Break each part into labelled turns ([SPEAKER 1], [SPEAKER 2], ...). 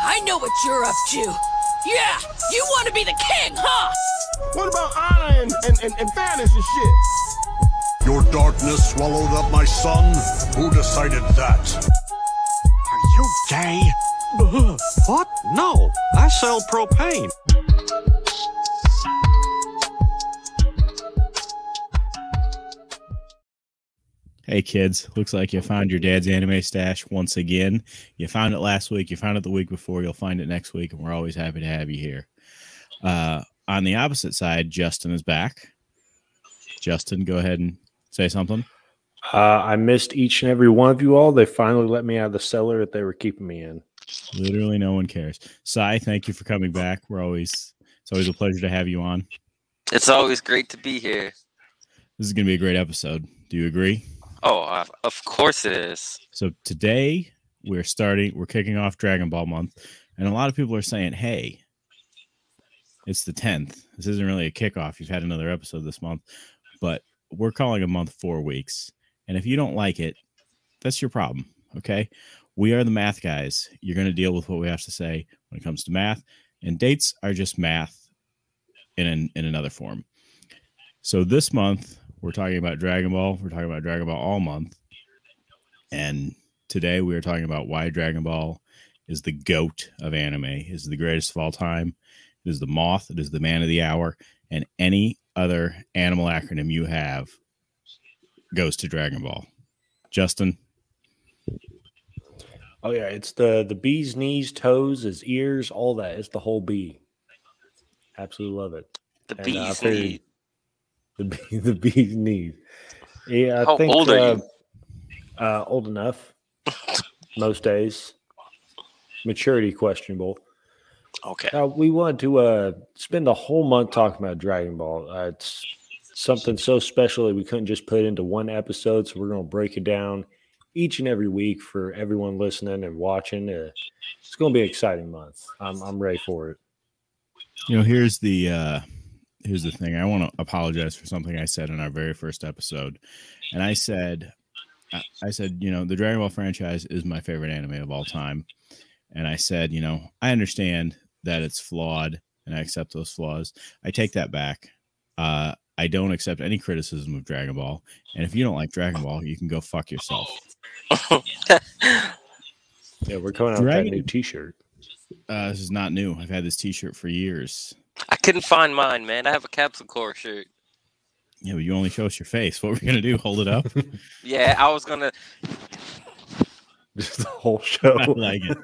[SPEAKER 1] I know what you're up to. Yeah, you want to be the king, huh?
[SPEAKER 2] What about honor and, and, and, and fairness and shit?
[SPEAKER 3] Oh,
[SPEAKER 4] Your darkness swallowed up my son? Who decided that?
[SPEAKER 5] Are you gay? Uh-huh. what? No, I sell propane.
[SPEAKER 6] Hey kids, looks like you found your dad's anime stash once again. You found it last week, you found it the week before, you'll find it next week, and we're always happy to have you here. Uh, on the opposite side, Justin is back. Justin, go ahead and say something.
[SPEAKER 7] Uh, I missed each and every one of you all. They finally let me out of the cellar that they were keeping me in.
[SPEAKER 6] Literally, no one cares. Sai, thank you for coming back. We're always it's always a pleasure to have you on.
[SPEAKER 8] It's always great to be here.
[SPEAKER 6] This is going to be a great episode. Do you agree?
[SPEAKER 8] Oh, uh, of course it is.
[SPEAKER 6] So today we're starting, we're kicking off Dragon Ball month, and a lot of people are saying, "Hey, it's the tenth. This isn't really a kickoff. You've had another episode this month, but we're calling a month four weeks. And if you don't like it, that's your problem. Okay, we are the math guys. You're going to deal with what we have to say when it comes to math, and dates are just math in an, in another form. So this month we're talking about Dragon Ball. We're talking about Dragon Ball all month. And today we are talking about why Dragon Ball is the goat of anime, is the greatest of all time. It is the moth, it is the man of the hour, and any other animal acronym you have goes to Dragon Ball. Justin,
[SPEAKER 7] Oh yeah, it's the the bee's knees, toes, his ears, all that. It's the whole bee. Absolutely love it.
[SPEAKER 8] The
[SPEAKER 7] And, uh, I
[SPEAKER 8] bees
[SPEAKER 7] figured-
[SPEAKER 8] need.
[SPEAKER 7] The bee, the bee's knees. Yeah, I
[SPEAKER 8] How
[SPEAKER 7] think
[SPEAKER 8] old are
[SPEAKER 7] uh,
[SPEAKER 8] you?
[SPEAKER 7] Uh, old enough. Most days. Maturity questionable.
[SPEAKER 8] Okay.
[SPEAKER 7] Uh, we want to uh, spend a whole month talking about Dragon Ball. Uh, it's something so special that we couldn't just put it into one episode, so we're going to break it down each and every week for everyone listening and watching. Uh, it's going to be an exciting month. I'm, I'm ready for it.
[SPEAKER 6] you know, here's the uh here's the thing. I want to apologize for something I said in our very first episode. And I said I, I said, you know, the Dragon Ball franchise is my favorite anime of all time. And I said, you know, I understand that it's flawed and I accept those flaws. I take that back. Uh I don't accept any criticism of Dragon Ball. And if you don't like Dragon Ball, you can go fuck yourself.
[SPEAKER 7] Yeah, we're coming out with that
[SPEAKER 6] Dragon-
[SPEAKER 7] new T-shirt.
[SPEAKER 6] Uh, this is not new. I've had this T-shirt for years.
[SPEAKER 8] I couldn't find mine, man. I have a capsule core shirt.
[SPEAKER 6] Yeah, but you only show us your face. What we're gonna do? Hold it up?
[SPEAKER 8] Yeah, I was gonna.
[SPEAKER 7] Just the whole show.
[SPEAKER 6] I like it.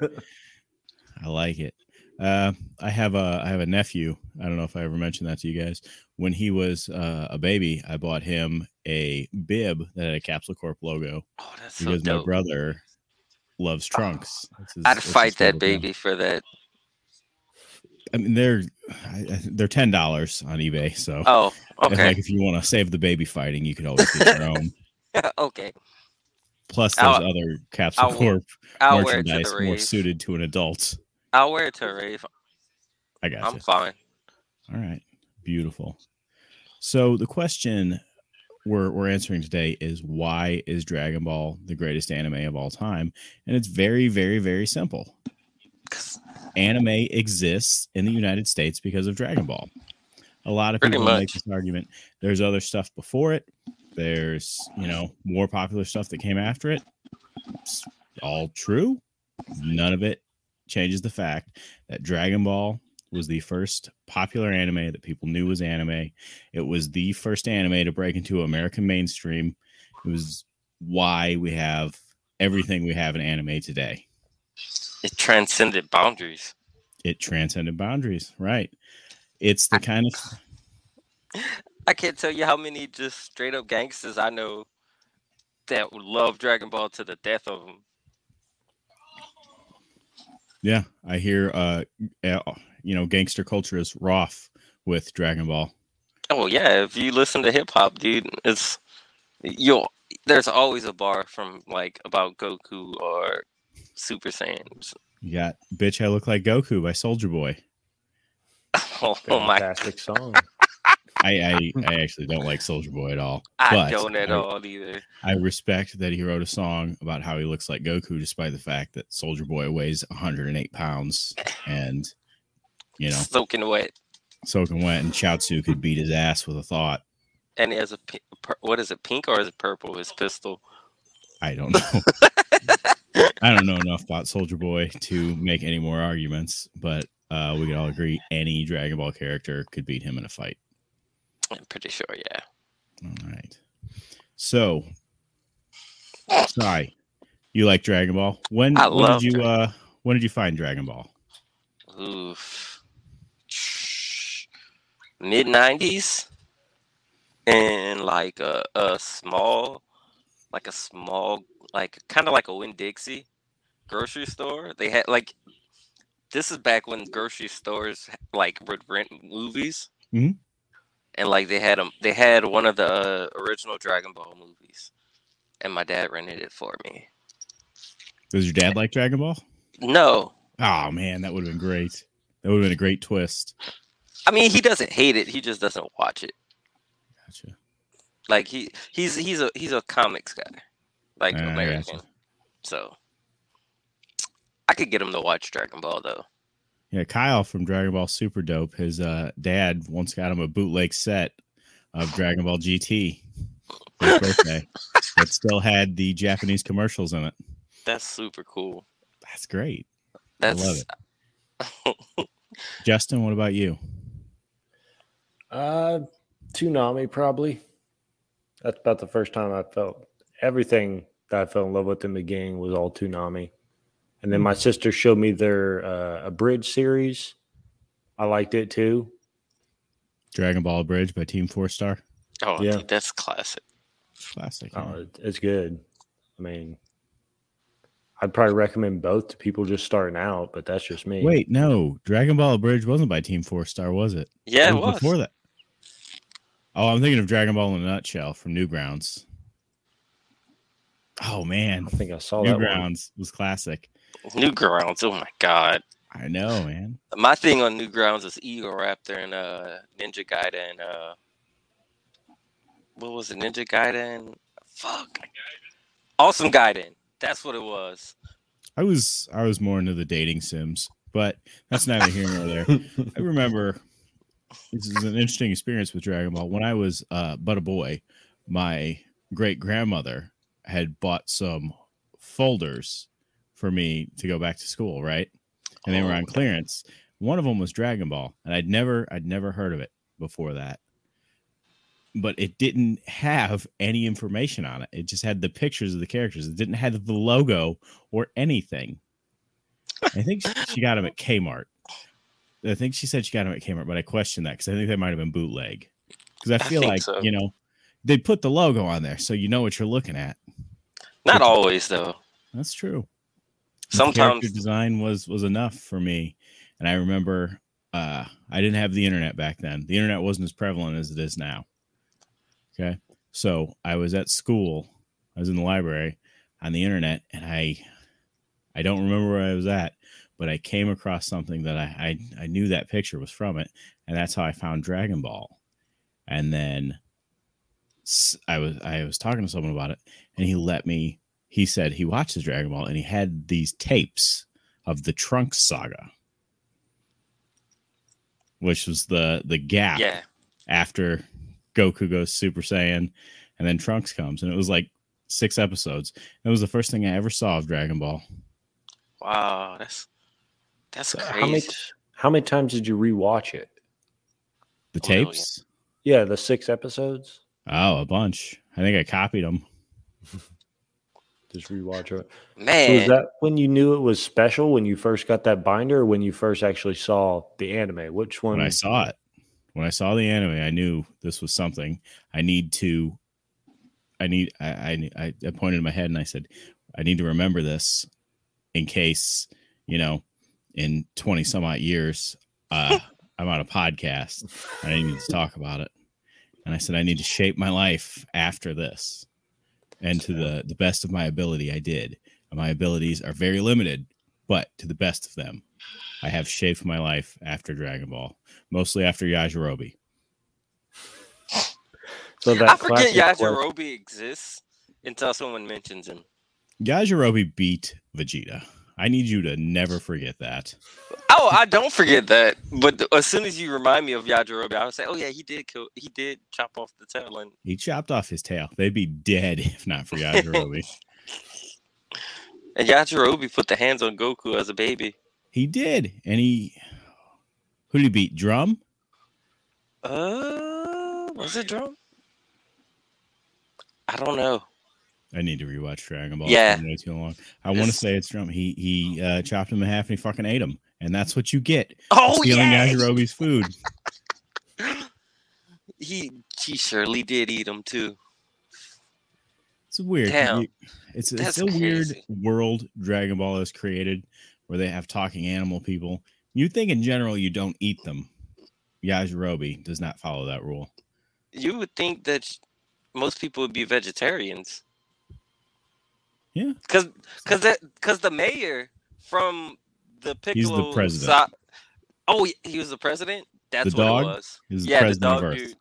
[SPEAKER 6] I like it. Uh, I have a I have a nephew. I don't know if I ever mentioned that to you guys. When he was uh, a baby, I bought him a bib that had a Capsule Corp logo
[SPEAKER 8] Oh, that's so
[SPEAKER 6] because my
[SPEAKER 8] dope.
[SPEAKER 6] brother loves Trunks. That's his-
[SPEAKER 8] I'd
[SPEAKER 6] that's his
[SPEAKER 8] fight that
[SPEAKER 6] favorite brand.
[SPEAKER 8] baby for that.
[SPEAKER 6] I mean, they're I, I- they're ten dollars on eBay. So
[SPEAKER 8] Oh,
[SPEAKER 6] it's
[SPEAKER 8] okay,
[SPEAKER 6] like if you want to save the baby fighting, you could always get your own.
[SPEAKER 8] Uh, okay.
[SPEAKER 6] Plus, there's
[SPEAKER 8] I'll-
[SPEAKER 6] other Capsule
[SPEAKER 8] I'll-
[SPEAKER 6] Corp
[SPEAKER 8] I'll wear it to
[SPEAKER 6] merchandise
[SPEAKER 8] the
[SPEAKER 6] more
[SPEAKER 8] rave.
[SPEAKER 6] suited to an adult.
[SPEAKER 8] I'll wear it to a rave.
[SPEAKER 6] I got
[SPEAKER 8] I'm fine.
[SPEAKER 6] All right. Beautiful. So the question we're we're answering today is why is Dragon Ball the greatest anime of all time? And it's very very very simple. Anime exists in the United States because of Dragon Ball. A lot of
[SPEAKER 8] Pretty
[SPEAKER 6] people make
[SPEAKER 8] much.
[SPEAKER 6] this argument. There's other stuff before it. There's, you know, more popular stuff that came after it. It's all true. None of it changes the fact that Dragon Ball was the first popular anime that people knew was anime. It was the first anime to break into American mainstream. It was why we have everything we have in anime today.
[SPEAKER 8] It transcended boundaries.
[SPEAKER 6] It transcended boundaries, right? It's the kind of
[SPEAKER 8] I can't tell you how many just straight up gangsters I know that would love Dragon Ball to the death of them.
[SPEAKER 6] yeah. I hear, uh, uh, you know, gangster culture is rough with Dragon Ball.
[SPEAKER 8] Oh yeah, if you listen to hip hop, dude, it's you'll there's always a bar from like about Goku or Super Saiyans.
[SPEAKER 6] You got "Bitch, I Look Like Goku" by Soldier Boy.
[SPEAKER 8] Oh, my,
[SPEAKER 7] Fantastic song.
[SPEAKER 6] I, I, I actually don't like Soldier Boy at all.
[SPEAKER 8] I
[SPEAKER 6] but
[SPEAKER 8] don't at
[SPEAKER 6] I-
[SPEAKER 8] all either.
[SPEAKER 6] I respect that he wrote a song about how he looks like Goku, despite the fact that Soldier Boy weighs 108 pounds and, you know,
[SPEAKER 8] Soaking wet,
[SPEAKER 6] soaking wet, and Chaozu could beat his ass with a thought.
[SPEAKER 8] and he has a pi- pur- what is it? Pink or is it purple? His pistol.
[SPEAKER 6] I don't know. I don't know enough about Soldier Boy to make any more arguments, but uh, we could all agree any Dragon Ball character could beat him in a fight.
[SPEAKER 8] I'm pretty sure. Yeah.
[SPEAKER 6] All right. So, Sai, you like Dragon Ball? When,
[SPEAKER 8] I
[SPEAKER 6] when
[SPEAKER 8] love
[SPEAKER 6] did you
[SPEAKER 8] Dragon
[SPEAKER 6] uh, when did you find Dragon Ball?
[SPEAKER 8] Oof. Mid nineties, and like a, a small, like a small, like kind of like a Winn Dixie grocery store. They had like this is back when grocery stores like would rent movies,
[SPEAKER 6] Mhm.
[SPEAKER 8] and like they had them. They had one of the uh, original Dragon Ball movies, and my dad rented it for me.
[SPEAKER 6] Does your dad like Dragon Ball?
[SPEAKER 8] No,
[SPEAKER 6] Oh man, that would have been great. That would have been a great twist.
[SPEAKER 8] I mean he doesn't hate it. He just doesn't watch it.
[SPEAKER 6] Gotcha.
[SPEAKER 8] Like he he's he's a he's a comics guy, like
[SPEAKER 6] Ah, I gotcha.
[SPEAKER 8] American. So I could get him to watch Dragon Ball though.
[SPEAKER 6] Yeah, Kyle from Dragon Ball Super Dope. His uh, dad once got him a bootleg set of Dragon Ball GT for his birthday that still had the Japanese commercials in it.
[SPEAKER 8] That's super cool.
[SPEAKER 6] That's great.
[SPEAKER 8] That's
[SPEAKER 6] I love it. Justin, what about you?
[SPEAKER 7] Uh, Toonami probably. That's about the first time I felt everything that I fell in love with in the beginning was all Toonami. And then my sister showed me their uh, abridged series. I liked it too.
[SPEAKER 6] Dragon Ball Bridge by Team Four Star.
[SPEAKER 8] oh
[SPEAKER 7] Yeah.
[SPEAKER 8] dude, that's classic.
[SPEAKER 6] Classic.
[SPEAKER 7] Oh,
[SPEAKER 6] yeah.
[SPEAKER 7] it- it's good. I mean, I'd probably recommend both to people just starting out, but that's just me.
[SPEAKER 6] Wait, no, Dragon Ball Bridge wasn't by Team Four Star, was it?
[SPEAKER 8] Yeah, it
[SPEAKER 6] Or
[SPEAKER 8] was.
[SPEAKER 6] before that. Oh, I'm thinking of Dragon Ball in a Nutshell from Newgrounds. Oh man,
[SPEAKER 7] I think I saw that one.
[SPEAKER 6] Newgrounds was classic.
[SPEAKER 8] Newgrounds. Oh my god.
[SPEAKER 6] I know, man.
[SPEAKER 8] My thing on Newgrounds is Eagle Raptor and uh Ninja Gaiden and uh what was it? Ninja Gaiden. Fuck. Awesome Gaiden. That's what it was.
[SPEAKER 6] I was I was more into the dating sims, but that's neither here nor there. I remember this is an interesting experience with Dragon Ball. When I was uh, but a boy, my great grandmother had bought some folders for me to go back to school, right? And they were
[SPEAKER 8] Oh,
[SPEAKER 6] on clearance. One of them was Dragon Ball, and I'd never I'd never heard of it before that. But it didn't have any information on it. It just had the pictures of the characters. It didn't have the logo or anything. I think she got them at Kmart. I think she said she got them at Kmart, but I question that because I think they might have been bootleg. Because I
[SPEAKER 8] I
[SPEAKER 6] feel
[SPEAKER 8] think
[SPEAKER 6] like
[SPEAKER 8] so.
[SPEAKER 6] you know they put the logo on there, so you know what you're looking at.
[SPEAKER 8] Not always though.
[SPEAKER 6] That's true. The
[SPEAKER 8] Sometimes
[SPEAKER 6] character design was was enough for me, and I remember uh, I didn't have the internet back then. The internet wasn't as prevalent as it is now. Okay, so I was at school. I was in the library on the internet, and I I don't remember where I was at, but I came across something that I I, I knew that picture was from it, and that's how I found Dragon Ball. And then s- I was I was talking to someone about it, and he let me. He said he watches Dragon Ball, and he had these tapes of the Trunks saga, which was the the gap
[SPEAKER 8] yeah.
[SPEAKER 6] after Goku goes Super Saiyan, and then Trunks comes, and it was like six episodes. It was the first thing I ever saw of Dragon Ball.
[SPEAKER 8] Wow, that's that's
[SPEAKER 7] So
[SPEAKER 8] crazy.
[SPEAKER 7] how many how many times did you rewatch it?
[SPEAKER 6] The
[SPEAKER 8] Oh, really?
[SPEAKER 6] tapes,
[SPEAKER 7] Yeah, the six episodes.
[SPEAKER 6] oh, a bunch. I think I copied them.
[SPEAKER 7] Just rewatch it. So
[SPEAKER 8] Man,
[SPEAKER 7] was that when you knew it was special when you first got that binder or when you first actually saw the anime? Which one?
[SPEAKER 6] when I saw it. When I saw the anime, I knew this was something I need to. I need. I, I. I- I pointed in my head and I said, "I need to remember this, in case you know, in twenty some odd years, uh, I'm on a podcast and I need to talk about it." And I said, "I need to shape my life after this," and to the the best of my ability, I did. And my abilities are very limited, but to the best of them, I have shaped my life after Dragon Ball mostly after Yajirobe.
[SPEAKER 7] So that
[SPEAKER 8] I forget
[SPEAKER 7] classic quote-
[SPEAKER 8] Yajirobe exists until someone mentions him.
[SPEAKER 6] Yajirobe beat Vegeta. I need you to never forget that.
[SPEAKER 8] Oh, I don't forget that. But th- as soon as you remind me of Yajirobe, I was like, oh yeah, he did kill. He did chop off the tail and
[SPEAKER 6] He chopped off his tail. They'd be dead if not for Yajirobe.
[SPEAKER 8] and Yajirobe put the hands on Goku as a baby.
[SPEAKER 6] he did, and he who did he beat? Drum?
[SPEAKER 8] Uh, was it drum? I don't know.
[SPEAKER 6] I need to rewatch Dragon Ball.
[SPEAKER 8] Yeah.
[SPEAKER 6] It's been way too long. I want to
[SPEAKER 8] It's-
[SPEAKER 6] say it's Drum. He he uh, chopped him in half and he fucking ate him, and that's what you get
[SPEAKER 8] Oh
[SPEAKER 6] stealing
[SPEAKER 8] yeah,
[SPEAKER 6] Yajirobe's food.
[SPEAKER 8] he he surely did eat him too.
[SPEAKER 6] It's weird.
[SPEAKER 8] Damn.
[SPEAKER 6] You- It's, it's
[SPEAKER 8] That's
[SPEAKER 6] a weird
[SPEAKER 8] crazy.
[SPEAKER 6] world Dragon Ball has created where they have talking animal people. You think in general you don't eat them. Yajirobe does not follow that rule.
[SPEAKER 8] You would think that sh- most people would be vegetarians.
[SPEAKER 6] Yeah.
[SPEAKER 8] Cause, cause that, cause the mayor from the Piccolo.
[SPEAKER 6] president.
[SPEAKER 8] si- oh, he- he was the president. That's
[SPEAKER 6] The
[SPEAKER 8] what
[SPEAKER 6] dog
[SPEAKER 8] it was.
[SPEAKER 6] He's the
[SPEAKER 8] yeah,
[SPEAKER 6] president
[SPEAKER 8] the dog
[SPEAKER 6] of Earth.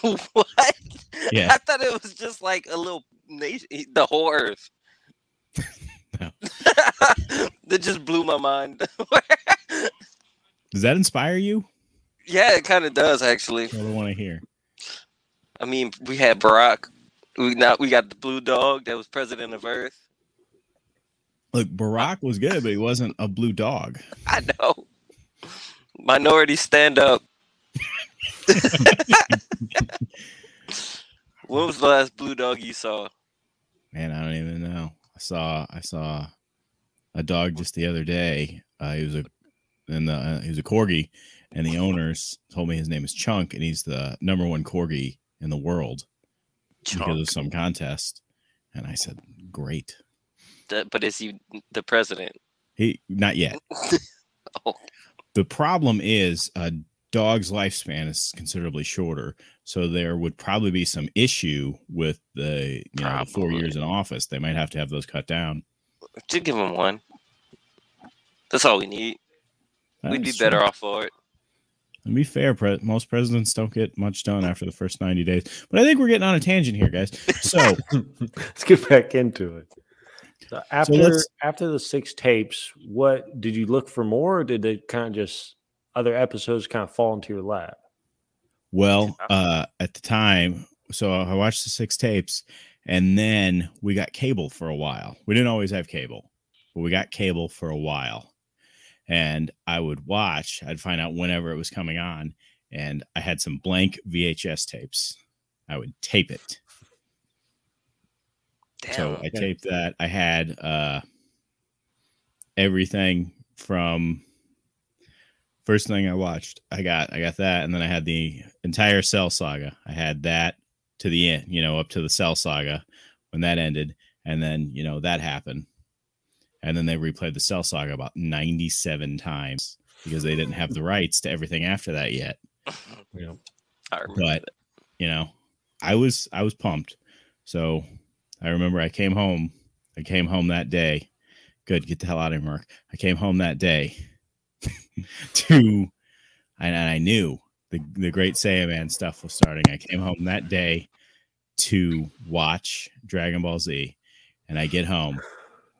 [SPEAKER 8] dude. what?
[SPEAKER 6] Yeah.
[SPEAKER 8] I thought it was just like a little nation, the whole Earth.
[SPEAKER 6] No.
[SPEAKER 8] that just blew my mind.
[SPEAKER 6] Does that inspire you?
[SPEAKER 8] yeah, it kind of does actually.
[SPEAKER 6] That's what I want to hear.
[SPEAKER 8] I mean, we had Barack. We now we got the blue dog that was president of Earth.
[SPEAKER 6] Look, Barack was good, but he wasn't a blue dog.
[SPEAKER 8] I know. Minority stand up. when was the last blue dog you saw?
[SPEAKER 6] Man, I don't even know. I saw I saw a dog just the other day. Uh, he was a and the, uh, he was a corgi, and the owners told me his name is Chunk, and he's the number one corgi in the world because
[SPEAKER 8] Chunk.
[SPEAKER 6] of some contest. And I said, "Great,
[SPEAKER 8] The- but is he the president?
[SPEAKER 6] he not yet."
[SPEAKER 8] Oh.
[SPEAKER 6] The problem is a dog's lifespan is considerably shorter, so there would probably be some issue with the you know the four
[SPEAKER 8] Probably.
[SPEAKER 6] years in office. They might have to have those cut down.
[SPEAKER 8] Just give him one. That's all we need. We'd be
[SPEAKER 6] That's true.
[SPEAKER 8] better off for it.
[SPEAKER 6] And be fair, pre- most presidents don't get much done after the first 90 days. But I think we're getting on a tangent here, guys. So,
[SPEAKER 7] Let's get back into it. So after
[SPEAKER 6] let's-
[SPEAKER 7] after the six tapes, what did you look for more, or did they kind of just other episodes kind of fall into your lap?
[SPEAKER 6] well, uh, at the time, so I watched the six tapes, and then we got cable for a while. We didn't always have cable, but we got cable for a while. And I would watch, I'd find out whenever it was coming on, and I had some blank VHS tapes. I would tape it.
[SPEAKER 8] Damn.
[SPEAKER 6] So I
[SPEAKER 7] Okay.
[SPEAKER 6] taped that. I had uh everything from first thing I watched. I got I got that, and then I had the entire Cell Saga. I had that to the end, you know, up to the Cell Saga when that ended, and then you know that happened, and then they replayed the Cell Saga about ninety-seven times because they didn't have the rights to everything after that yet
[SPEAKER 7] You know,
[SPEAKER 8] I remember
[SPEAKER 6] but
[SPEAKER 8] that.
[SPEAKER 6] you know i was i was pumped so i remember i came home i came home that day good get the hell out of here mark i came home that day to and i knew the, the great Saiyaman stuff was starting i came home that day to watch dragon ball z and i get home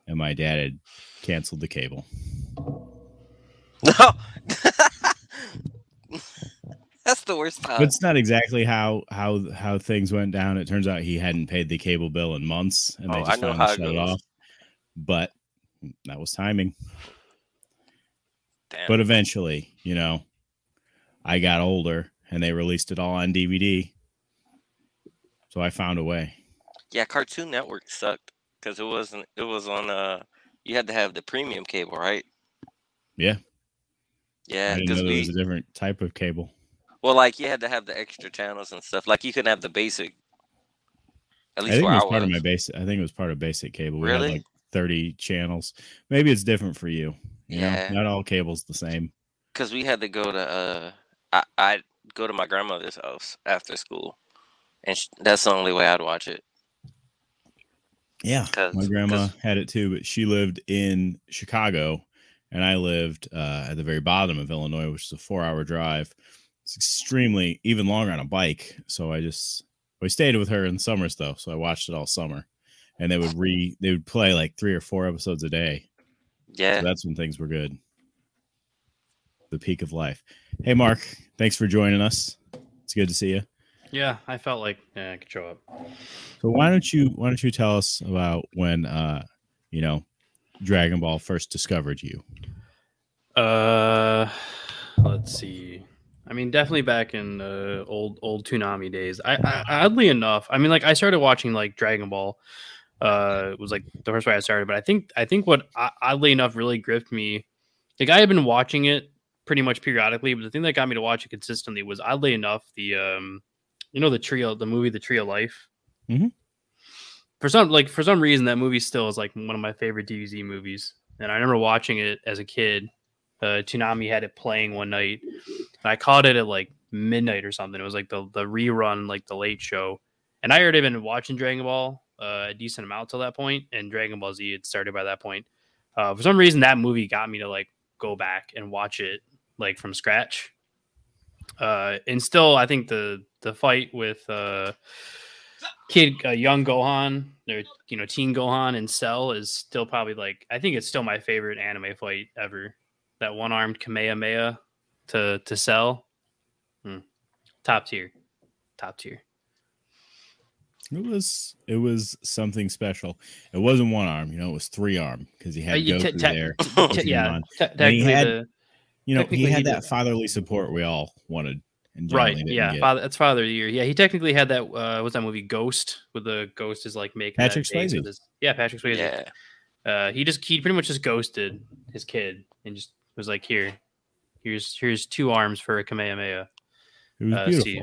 [SPEAKER 6] and my dad had canceled the cable
[SPEAKER 8] No. That's the worst time.
[SPEAKER 6] That's not exactly how how how things went down. It turns out he hadn't paid the cable bill in months, and they
[SPEAKER 8] Oh, I
[SPEAKER 6] just
[SPEAKER 8] know
[SPEAKER 6] finally
[SPEAKER 8] how it
[SPEAKER 6] shut it
[SPEAKER 8] goes.
[SPEAKER 6] off. But that was timing.
[SPEAKER 8] Damn.
[SPEAKER 6] But eventually, you know, I got older, and they released it all on DVD. So I found a way.
[SPEAKER 8] Yeah, Cartoon Network sucked because it wasn't. It was on. Uh, you had to have the premium cable, right?
[SPEAKER 6] Yeah.
[SPEAKER 8] Yeah,
[SPEAKER 6] I didn't
[SPEAKER 8] because
[SPEAKER 6] know there was
[SPEAKER 8] we
[SPEAKER 6] a different type of cable.
[SPEAKER 8] well, like you had to have the extra channels and stuff. Like you couldn't have the basic.
[SPEAKER 6] I
[SPEAKER 8] At least
[SPEAKER 6] think it
[SPEAKER 8] where I
[SPEAKER 6] was
[SPEAKER 8] was.
[SPEAKER 6] part of my basic. I think it was part of basic cable. We
[SPEAKER 8] Really?
[SPEAKER 6] had like thirty channels. Maybe it's different for you. You
[SPEAKER 8] Yeah.
[SPEAKER 6] know, not all cable's the same.
[SPEAKER 8] Because we had to go to. Uh, I I go to my grandmother's house after school, and sh- that's the only way I'd watch it.
[SPEAKER 6] Yeah.
[SPEAKER 8] 'Cause-
[SPEAKER 6] My grandma
[SPEAKER 8] 'cause-
[SPEAKER 6] had it too, but she lived in Chicago and I lived uh, at the very bottom of Illinois, which is a four hour drive. It's extremely, even longer on a bike. So I just, We stayed with her in summers though, so I watched it all summer. And they would re they would play like three or four episodes a day. So
[SPEAKER 8] Yeah.
[SPEAKER 6] that's when things were good. The peak of life. Hey Mark, thanks for joining us. It's good to see you.
[SPEAKER 9] Yeah, I felt like eh, I could show up.
[SPEAKER 6] So why don't you why don't you tell us about when uh you know Dragon Ball first discovered you?
[SPEAKER 9] Uh, let's see. I mean, definitely back in uh, old old Toonami days. I, I oddly enough, I mean, like I started watching like Dragon Ball. Uh, was like the first way I started, but I think I think what o- oddly enough really gripped me. Like I had been watching it pretty much periodically, but the thing that got me to watch it consistently was oddly enough the um, you know, the trio, the movie, the Tree of Life.
[SPEAKER 6] Mhm.
[SPEAKER 9] For some like for some reason, that movie still is like one of my favorite DBZ movies, and I remember watching it as a kid uh, Toonami had it playing one night. And I caught it at like midnight or something. It was like the, the rerun, like the late show. And I had already been watching Dragon Ball uh, a decent amount till that point, and Dragon Ball Z had started by that point. Uh, for some reason, that movie got me to like go back and watch it like from scratch. Uh, and still, I think the the fight with uh, kid uh, young Gohan or you know teen Gohan and Cell is still probably like I think it's still my favorite anime fight ever that one armed Kamehameha to to sell. Hmm. Top tier, top tier.
[SPEAKER 6] It was it was something special. It wasn't one arm, you know, it was three arm because he
[SPEAKER 9] Uh,
[SPEAKER 6] had
[SPEAKER 9] you-
[SPEAKER 6] Goku
[SPEAKER 9] te- te-
[SPEAKER 6] there.
[SPEAKER 9] Te-
[SPEAKER 6] Pokemon.
[SPEAKER 9] yeah, te-
[SPEAKER 6] And he
[SPEAKER 9] technically
[SPEAKER 6] had-
[SPEAKER 9] the-
[SPEAKER 6] You know, he
[SPEAKER 9] technically he
[SPEAKER 6] had
[SPEAKER 9] did
[SPEAKER 6] that fatherly support we all wanted. And
[SPEAKER 9] right.
[SPEAKER 6] generally didn't
[SPEAKER 9] Yeah,
[SPEAKER 6] get.
[SPEAKER 9] father, that's Father of the Year. Yeah, he technically had that. Uh, was that movie Ghost? With the ghost is like making that
[SPEAKER 6] Patrick
[SPEAKER 9] face
[SPEAKER 6] Swayze.
[SPEAKER 9] with his- yeah, Patrick Swayze.
[SPEAKER 8] Yeah.
[SPEAKER 9] Uh, he just he pretty much just ghosted his kid and just was like, here, here's here's two arms for a Kamehameha.
[SPEAKER 6] it was
[SPEAKER 9] Uh,
[SPEAKER 6] beautiful.
[SPEAKER 9] see,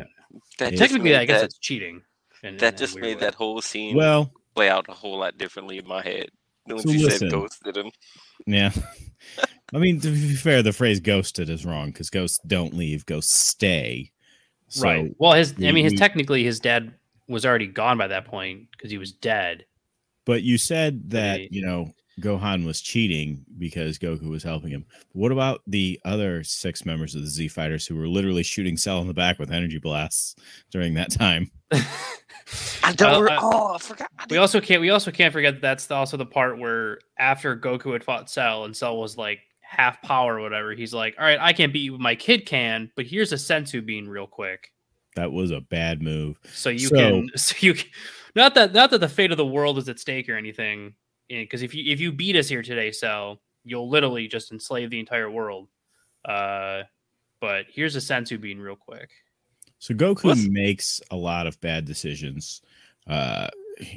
[SPEAKER 8] That just
[SPEAKER 9] technically,
[SPEAKER 8] made
[SPEAKER 9] I guess
[SPEAKER 8] that,
[SPEAKER 9] that's cheating. in- in
[SPEAKER 8] that just
[SPEAKER 9] weird
[SPEAKER 8] made
[SPEAKER 9] way.
[SPEAKER 8] that whole scene
[SPEAKER 6] Well,
[SPEAKER 8] play out a whole lot differently in my head. Once
[SPEAKER 6] So
[SPEAKER 8] you
[SPEAKER 6] listen.
[SPEAKER 8] said ghosted him.
[SPEAKER 6] yeah. I mean, to be fair, the phrase "ghosted" is wrong because ghosts don't leave; ghosts stay. So,
[SPEAKER 9] right. Well, his I
[SPEAKER 6] we-
[SPEAKER 9] mean, his
[SPEAKER 6] we-
[SPEAKER 9] technically his dad was already gone by that point because he was dead.
[SPEAKER 6] But you said that
[SPEAKER 9] Right.
[SPEAKER 6] you know Gohan was cheating because Goku was helping him. What about the other six members of the Z Fighters who were literally shooting Cell in the back with energy blasts during that time?
[SPEAKER 8] I don't.
[SPEAKER 9] Uh,
[SPEAKER 8] re-
[SPEAKER 9] I-
[SPEAKER 8] oh, I forgot. I
[SPEAKER 9] We
[SPEAKER 8] didn't-
[SPEAKER 9] also can't we also can't forget that that's also the part where after Goku had fought Cell and Cell was like half power or whatever, he's like, "All right, I can't beat you, but my kid can." But here's a Sensu bean real quick,
[SPEAKER 6] That was a bad move.
[SPEAKER 9] so you
[SPEAKER 6] So-
[SPEAKER 9] can so you can, not that not that the fate of the world is at stake or anything, because if you if you beat us here today, Cell, you'll literally just enslave the entire world. Uh, but here's a Sensu bean real quick.
[SPEAKER 6] So Goku
[SPEAKER 8] What's-
[SPEAKER 6] makes a lot of bad decisions. Uh,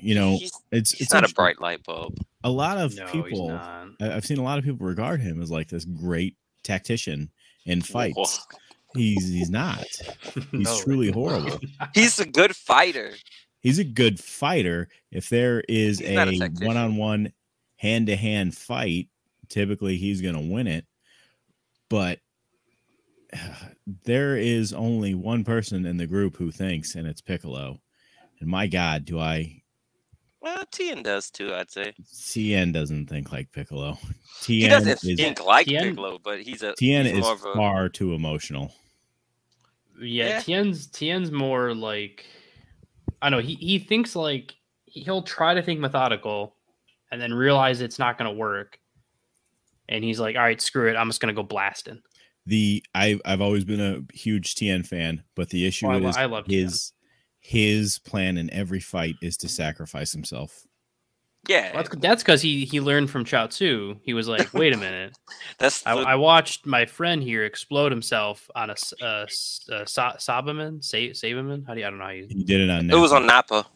[SPEAKER 6] you know,
[SPEAKER 8] he's,
[SPEAKER 6] it's
[SPEAKER 8] he's
[SPEAKER 6] it's
[SPEAKER 8] not a
[SPEAKER 6] interesting.
[SPEAKER 8] bright light bulb.
[SPEAKER 6] A lot of
[SPEAKER 9] No, he's
[SPEAKER 6] people, I-
[SPEAKER 9] not.
[SPEAKER 6] I've seen a lot of people regard him as like this great tactician in fights. He's he's not. He's
[SPEAKER 9] No.
[SPEAKER 6] truly horrible.
[SPEAKER 8] He's a good fighter.
[SPEAKER 6] He's a good fighter. If there is
[SPEAKER 8] He's not a
[SPEAKER 6] a
[SPEAKER 8] tactician.
[SPEAKER 6] one-on-one, hand-to-hand fight, typically he's going to win it. But there is only one person in the group who thinks, and it's Piccolo. And my God, do I?
[SPEAKER 8] Well, Tien does too. I'd say
[SPEAKER 6] Tien doesn't think like Piccolo. Tien
[SPEAKER 8] he doesn't
[SPEAKER 6] is
[SPEAKER 8] think like
[SPEAKER 9] Tien-
[SPEAKER 8] Piccolo, but he's a
[SPEAKER 6] Tien
[SPEAKER 8] he's
[SPEAKER 6] is
[SPEAKER 8] more of a-
[SPEAKER 6] far too emotional.
[SPEAKER 9] Yeah,
[SPEAKER 8] Yeah.
[SPEAKER 9] Tien's Tien's more like I don't know, he, he thinks like he'll try to think methodical and then realize it's not gonna work. And he's like, all right, screw it, I'm just gonna go blasting.
[SPEAKER 6] The I I've always been a huge Tien fan, but the issue
[SPEAKER 9] Oh, I, lo-
[SPEAKER 6] is
[SPEAKER 9] I love Tien.
[SPEAKER 6] his his plan in every fight is to sacrifice himself.
[SPEAKER 8] yeah.
[SPEAKER 9] Well, that's that's because he he learned from Chao Tzu. He was like, wait a minute,
[SPEAKER 8] that's
[SPEAKER 9] I,
[SPEAKER 8] the-
[SPEAKER 9] I watched my friend here explode himself on a, s- a, s- a sa- Sabaman, Sa- Sabaman. How do you, I don't know how you
[SPEAKER 6] He did it on.
[SPEAKER 8] it was on Nappa.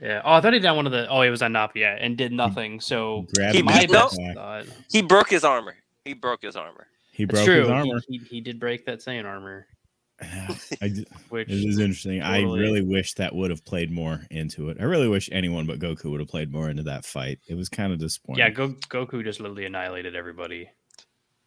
[SPEAKER 9] Yeah. Oh, I thought he did one of the. Oh, he was on Napa, yeah, and did nothing. So
[SPEAKER 6] grabbed
[SPEAKER 8] He
[SPEAKER 6] him
[SPEAKER 8] beat
[SPEAKER 9] my
[SPEAKER 6] by the
[SPEAKER 8] up-
[SPEAKER 9] best
[SPEAKER 6] back.
[SPEAKER 9] thought.
[SPEAKER 8] He broke his armor. He broke his armor.
[SPEAKER 6] He
[SPEAKER 9] That's
[SPEAKER 6] broke
[SPEAKER 9] true.
[SPEAKER 6] his armor.
[SPEAKER 9] He, he, he did break that Saiyan armor,
[SPEAKER 6] I d-
[SPEAKER 9] which
[SPEAKER 6] this is interesting. I
[SPEAKER 9] Totally.
[SPEAKER 6] really wish that would have played more into it. I really wish anyone but Goku would have played more into that fight. It was kind of disappointing.
[SPEAKER 9] yeah, Go, Goku just literally annihilated everybody.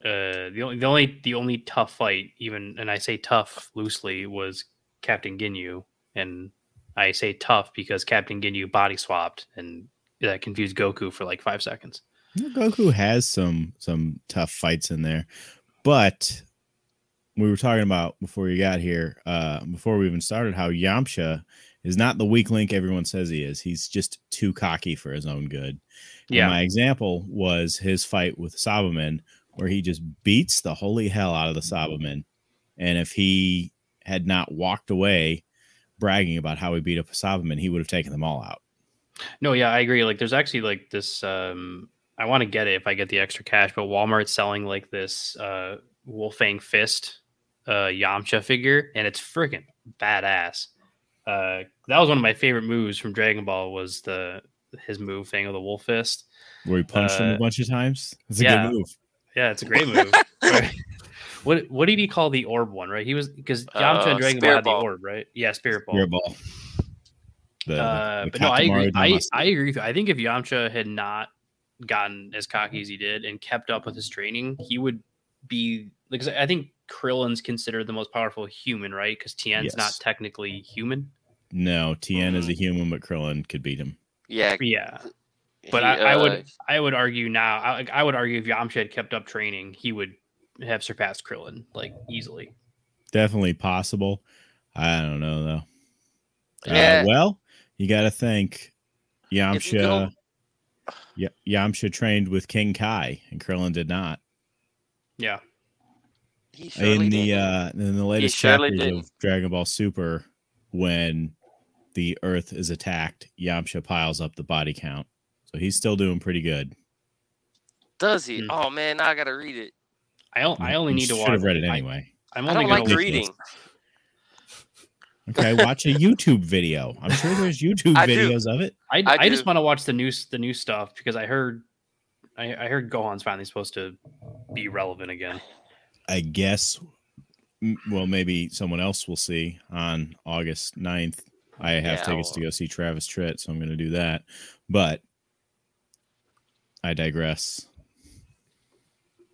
[SPEAKER 9] Uh, the only the only the only tough fight, even and I say tough loosely, was Captain Ginyu, and I say tough because Captain Ginyu body swapped and that confused Goku for like five seconds.
[SPEAKER 6] Well, Goku has some some tough fights in there, but we were talking about before you got here, uh, before we even started, how Yamcha is not the weak link everyone says he is. He's just too cocky for his own good. And
[SPEAKER 9] Yeah.
[SPEAKER 6] my example was his fight with Sabaman, where he just beats the holy hell out of the
[SPEAKER 9] Mm-hmm.
[SPEAKER 6] Sabaman. And if he had not walked away bragging about how he beat up Sabaman, he would have taken them all out.
[SPEAKER 9] No, yeah, I agree. Like, there's actually like this. Um, I want to get it if I get the extra cash, but Walmart's selling like this uh, Wolfang Fist uh, Yamcha figure, and it's freaking badass. Uh, that was one of my favorite moves from Dragon Ball. Was the his move thing of the Wolf Fist?
[SPEAKER 6] Where he punched him
[SPEAKER 9] Uh,
[SPEAKER 6] a bunch of times. That's a
[SPEAKER 9] yeah.
[SPEAKER 6] good move.
[SPEAKER 9] Yeah, it's a great move. what What did he call the orb one? Right? He was because Yamcha
[SPEAKER 8] Uh,
[SPEAKER 9] and Dragon Ball
[SPEAKER 8] Spirit
[SPEAKER 9] had the
[SPEAKER 8] Ball.
[SPEAKER 9] orb, right? Yeah, Spirit Ball.
[SPEAKER 6] Your ball. The-
[SPEAKER 9] uh,
[SPEAKER 6] the
[SPEAKER 9] but no, I agree.
[SPEAKER 6] Katamaru
[SPEAKER 9] I,
[SPEAKER 6] Damacy.
[SPEAKER 9] I agree. With you. I think if Yamcha had not gotten as cocky as he did and kept up with his training, he would be because I think Krillin's considered the most powerful human, right? Because Tien's not
[SPEAKER 6] Yes.
[SPEAKER 9] technically human.
[SPEAKER 6] No, Tien
[SPEAKER 9] Mm-hmm.
[SPEAKER 6] is a human, but Krillin could beat him.
[SPEAKER 8] Yeah,
[SPEAKER 9] Yeah, but
[SPEAKER 8] he,
[SPEAKER 9] I, I
[SPEAKER 8] uh,
[SPEAKER 9] would I would argue now I, I would argue if Yamcha had kept up training, he would have surpassed Krillin like easily.
[SPEAKER 6] Definitely possible. I don't know though.
[SPEAKER 8] Yeah.
[SPEAKER 6] Uh, well, you got to think
[SPEAKER 8] if you go-
[SPEAKER 6] Yamcha. Y- Yamcha trained with King Kai, and Krillin did not.
[SPEAKER 9] Yeah,
[SPEAKER 8] he surely
[SPEAKER 6] in the
[SPEAKER 8] did.
[SPEAKER 6] uh, in the latest
[SPEAKER 8] surely
[SPEAKER 6] chapters
[SPEAKER 8] didn't.
[SPEAKER 6] of Dragon Ball Super, when the Earth is attacked, Yamcha piles up the body count, so he's still doing pretty good.
[SPEAKER 8] does he?
[SPEAKER 9] Hmm.
[SPEAKER 8] Oh man, now I gotta read it.
[SPEAKER 9] I don't. I only
[SPEAKER 6] You
[SPEAKER 9] need to
[SPEAKER 6] should
[SPEAKER 9] watch.
[SPEAKER 6] have read it
[SPEAKER 9] I-
[SPEAKER 6] anyway.
[SPEAKER 9] I'm
[SPEAKER 8] I
[SPEAKER 9] only
[SPEAKER 8] don't
[SPEAKER 9] going
[SPEAKER 8] like
[SPEAKER 9] to.
[SPEAKER 6] re-
[SPEAKER 8] reading.
[SPEAKER 6] Okay, watch a YouTube video. I'm sure there's YouTube
[SPEAKER 8] I do.
[SPEAKER 6] videos of it.
[SPEAKER 9] I,
[SPEAKER 8] I
[SPEAKER 9] I, just
[SPEAKER 8] do.
[SPEAKER 9] want to watch the new s- the new stuff because I heard I, I heard Gohan's finally supposed to be relevant again.
[SPEAKER 6] I guess, m- well, maybe someone else will see on August 9th. I have
[SPEAKER 8] Yeah,
[SPEAKER 6] tickets to
[SPEAKER 8] well-
[SPEAKER 6] go see Travis Tritt, so I'm going to do that. But I digress.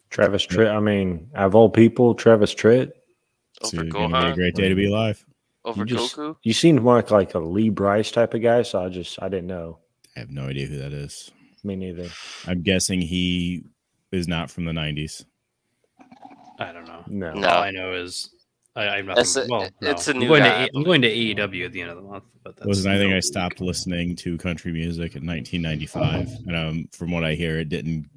[SPEAKER 7] Travis Tritt. I mean, of all people, Travis Tritt.
[SPEAKER 6] It's
[SPEAKER 8] Over
[SPEAKER 6] going to be a
[SPEAKER 8] Gohan,
[SPEAKER 6] great day to be alive.
[SPEAKER 8] over
[SPEAKER 7] you just-
[SPEAKER 8] Goku.
[SPEAKER 7] You seemed more like, like a Lee Bryce type of guy, so I just I didn't know.
[SPEAKER 6] I have no idea who that is.
[SPEAKER 7] Me neither.
[SPEAKER 6] I'm guessing he is not from the 90s.
[SPEAKER 9] I don't know.
[SPEAKER 7] No.
[SPEAKER 8] No.
[SPEAKER 9] All I know is I, I have nothing.
[SPEAKER 8] It's a-
[SPEAKER 9] well, no.
[SPEAKER 8] it's a new
[SPEAKER 9] I'm going,
[SPEAKER 8] guy, I
[SPEAKER 9] to, A- I'm going to AEW at the end of the month. But that's
[SPEAKER 6] Listen, I think
[SPEAKER 9] no
[SPEAKER 6] I
[SPEAKER 9] big-
[SPEAKER 6] stopped listening to country music in 1995. And um, from what I hear, it didn't,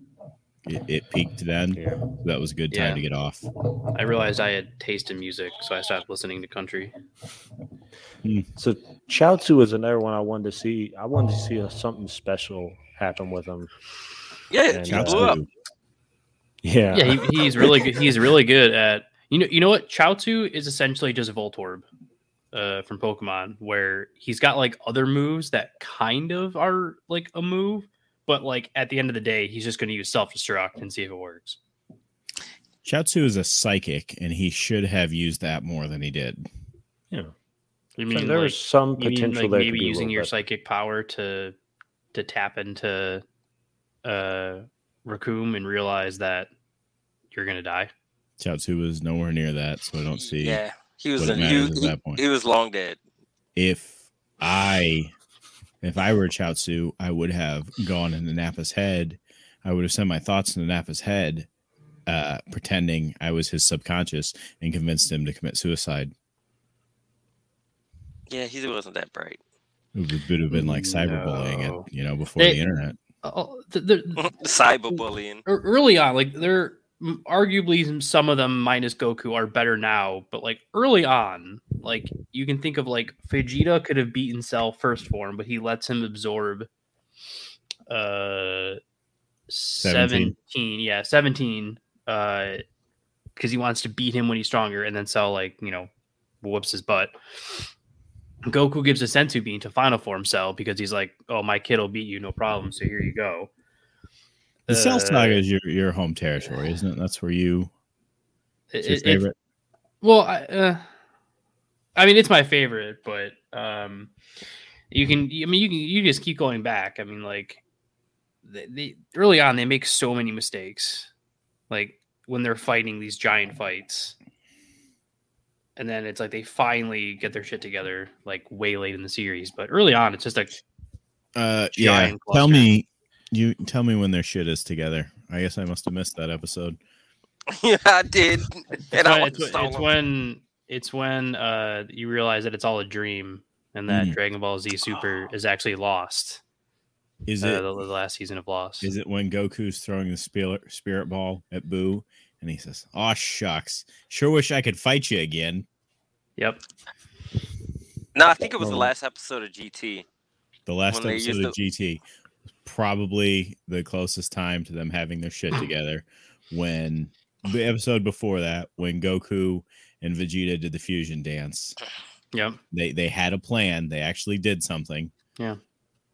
[SPEAKER 6] it, it peaked then.
[SPEAKER 7] Yeah.
[SPEAKER 6] That was a good time
[SPEAKER 9] Yeah.
[SPEAKER 6] to get off.
[SPEAKER 9] I realized I had taste in music, so I stopped listening to country.
[SPEAKER 7] So Chaozu was another one I wanted to see. I wanted to see something special happen with him.
[SPEAKER 8] Yeah,
[SPEAKER 7] And,
[SPEAKER 8] he
[SPEAKER 7] uh,
[SPEAKER 6] Shouts
[SPEAKER 8] blew up.
[SPEAKER 6] to-
[SPEAKER 7] Yeah.
[SPEAKER 9] Yeah, he, he's really good. He's really good at you know you know what Chaozu is essentially just Voltorb uh, from Pokemon, where he's got like other moves that kind of are like a move, but like at the end of the day, he's just going to use self destruct and see if it works.
[SPEAKER 6] Chaozu is a psychic, and he should have used that more than he did.
[SPEAKER 9] You
[SPEAKER 7] So
[SPEAKER 9] mean
[SPEAKER 7] there
[SPEAKER 9] like,
[SPEAKER 7] was some
[SPEAKER 9] you mean
[SPEAKER 7] potential
[SPEAKER 9] like
[SPEAKER 7] there
[SPEAKER 9] maybe
[SPEAKER 7] could be a
[SPEAKER 9] using
[SPEAKER 7] little
[SPEAKER 9] your
[SPEAKER 7] better.
[SPEAKER 9] psychic power to to tap into uh Raccoon and realize that you're going to die?
[SPEAKER 6] Chaozu was nowhere near that, so I don't see
[SPEAKER 8] Yeah, he was.
[SPEAKER 6] what it
[SPEAKER 8] in- He,
[SPEAKER 6] matters at
[SPEAKER 8] he-
[SPEAKER 6] that point.
[SPEAKER 8] he was long dead.
[SPEAKER 6] if I if I were Chaozu, I would have gone into Nappa's head. I would have sent my thoughts into Nappa's head, uh, pretending I was his subconscious and convinced him to commit suicide.
[SPEAKER 8] Yeah, he wasn't that bright.
[SPEAKER 6] It would, would have been like
[SPEAKER 8] Mm,
[SPEAKER 6] cyberbullying,
[SPEAKER 9] No.
[SPEAKER 6] it, you know, before
[SPEAKER 9] They-
[SPEAKER 6] the internet.
[SPEAKER 9] Oh, th- th-
[SPEAKER 8] Cyberbullying.
[SPEAKER 9] ear- early on, like they're m- arguably some- some of them minus Goku are better now, but like early on, like you can think of like Vegeta could have beaten Cell first form, but he lets him absorb uh
[SPEAKER 6] 17.
[SPEAKER 9] 17, yeah, 17 uh cuz he wants to beat him when he's stronger and then Cell like, you know, whoops his butt. Goku gives a Sensu bean to final form Cell because he's like, "Oh, my kid will beat you, no problem. So here you go."
[SPEAKER 6] The Cell
[SPEAKER 9] Uh,
[SPEAKER 6] Saga is your, your home territory, isn't it? That's where you.
[SPEAKER 9] It-
[SPEAKER 6] It's your
[SPEAKER 9] it- it-
[SPEAKER 6] favorite.
[SPEAKER 9] Well, I, uh, I mean, it's my favorite, but um, you can. I mean, you can. You just keep going back. I mean, like they, they early on, they make so many mistakes, like when they're fighting these giant fights, and then it's like they finally get their shit together, like way late in the series. But early on, it's just like
[SPEAKER 6] Uh, yeah.
[SPEAKER 9] giant
[SPEAKER 6] Tell
[SPEAKER 9] cluster.
[SPEAKER 6] me, you tell me when their shit is together. I guess I must have missed that episode.
[SPEAKER 8] yeah, I did. And
[SPEAKER 9] Well,
[SPEAKER 8] I
[SPEAKER 9] it's,
[SPEAKER 8] was
[SPEAKER 9] when- it's when it's when uh you realize that it's all a dream and that
[SPEAKER 6] Mhm.
[SPEAKER 9] Dragon Ball Z Super is actually Lost.
[SPEAKER 6] Is
[SPEAKER 9] uh,
[SPEAKER 6] it?
[SPEAKER 9] the, the last season of Lost?
[SPEAKER 6] Is it when Goku's throwing the spirit, spirit ball at Boo and he says, Aw, shucks. Sure wish I could fight you again.
[SPEAKER 9] Yep.
[SPEAKER 8] No, I think it was
[SPEAKER 6] Oh.
[SPEAKER 8] the
[SPEAKER 7] Um,
[SPEAKER 8] last episode of GT.
[SPEAKER 6] The last
[SPEAKER 8] When they
[SPEAKER 6] episode
[SPEAKER 8] used
[SPEAKER 6] of GT was probably the closest time to them having their shit together when the episode before that, when Goku and Vegeta did the fusion dance.
[SPEAKER 9] Yep.
[SPEAKER 6] They they had a plan, they actually did something.
[SPEAKER 9] Yeah.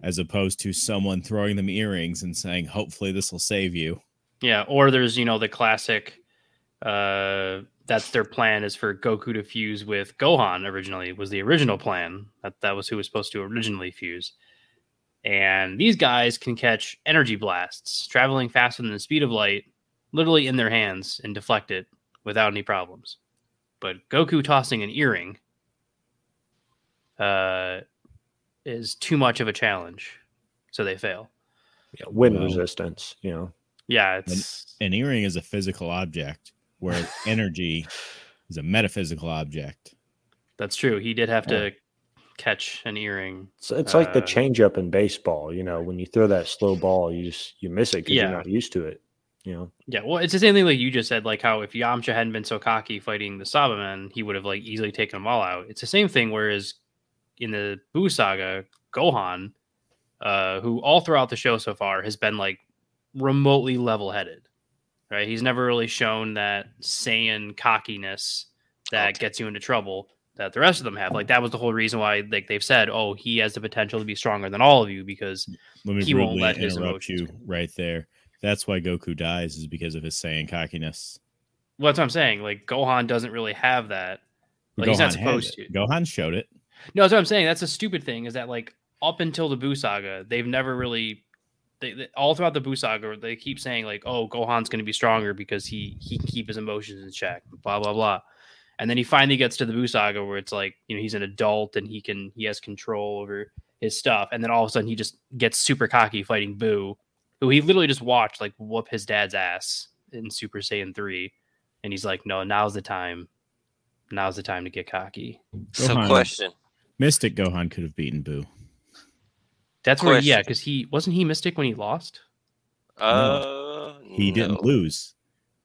[SPEAKER 6] As opposed to someone throwing them earrings and saying, Hopefully this will save you.
[SPEAKER 9] Yeah. Or there's, you know, the classic uh that's their plan is for Goku to fuse with Gohan originally was the original plan. That that was who was supposed to originally fuse. And these guys can catch energy blasts traveling faster than the speed of light, literally in their hands and deflect it without any problems. But Goku tossing an earring uh is too much of a challenge. So they fail.
[SPEAKER 7] Yeah, wind
[SPEAKER 6] Well-
[SPEAKER 7] resistance, you know.
[SPEAKER 9] Yeah, it's
[SPEAKER 6] An earring is a physical object, whereas energy is a metaphysical object.
[SPEAKER 9] That's true. He did have to catch an earring.
[SPEAKER 7] It's, it's like the
[SPEAKER 9] Uh,
[SPEAKER 7] changeup in baseball, you know, when you throw that slow ball, you just you miss it because
[SPEAKER 9] Yeah.
[SPEAKER 7] you're not used to it, you know.
[SPEAKER 9] Yeah, well, it's the same thing like you just said, like how if Yamcha hadn't been so cocky fighting the Sabaman, he would have like easily taken them all out. It's the same thing. Whereas in the Buu saga, Gohan, uh, who all throughout the show so far has been like remotely level-headed, right? He's never really shown that Saiyan cockiness that gets you into trouble that the rest of them have. Like that was the whole reason why like they've said, oh, he has the potential to be stronger than all of you because
[SPEAKER 6] Let me
[SPEAKER 9] He won't
[SPEAKER 6] rudely
[SPEAKER 9] let his
[SPEAKER 6] interrupt you
[SPEAKER 9] emotions
[SPEAKER 6] right there. That's why Goku dies is because of his Saiyan cockiness.
[SPEAKER 9] Well, that's what I'm saying. Like Gohan doesn't really have that.
[SPEAKER 6] But
[SPEAKER 9] Like, he's not
[SPEAKER 6] had
[SPEAKER 9] supposed
[SPEAKER 6] it.
[SPEAKER 9] to.
[SPEAKER 6] Gohan showed it.
[SPEAKER 9] No, that's what I'm saying. That's a stupid thing. Is that like up until the Buu saga, they've never really. They, they- all throughout the Buu saga, they keep saying like, "Oh, Gohan's going to be stronger because he he can keep his emotions in check." Blah blah blah. And then he finally gets to the Buu saga where it's like, you know, he's an adult and he can he has control over his stuff. And then all of a sudden, he just gets super cocky fighting Boo, who he literally just watched like whoop his dad's ass in Super Saiyan three. And he's like, "No, now's the time. Now's the time to get cocky."
[SPEAKER 8] So,
[SPEAKER 6] Gohan.
[SPEAKER 8] question.
[SPEAKER 6] Mystic Gohan could have beaten Boo.
[SPEAKER 9] That's where, yeah,
[SPEAKER 8] Question.
[SPEAKER 9] because he wasn't he Mystic when he lost.
[SPEAKER 8] Uh,
[SPEAKER 6] He didn't
[SPEAKER 8] no.
[SPEAKER 6] lose.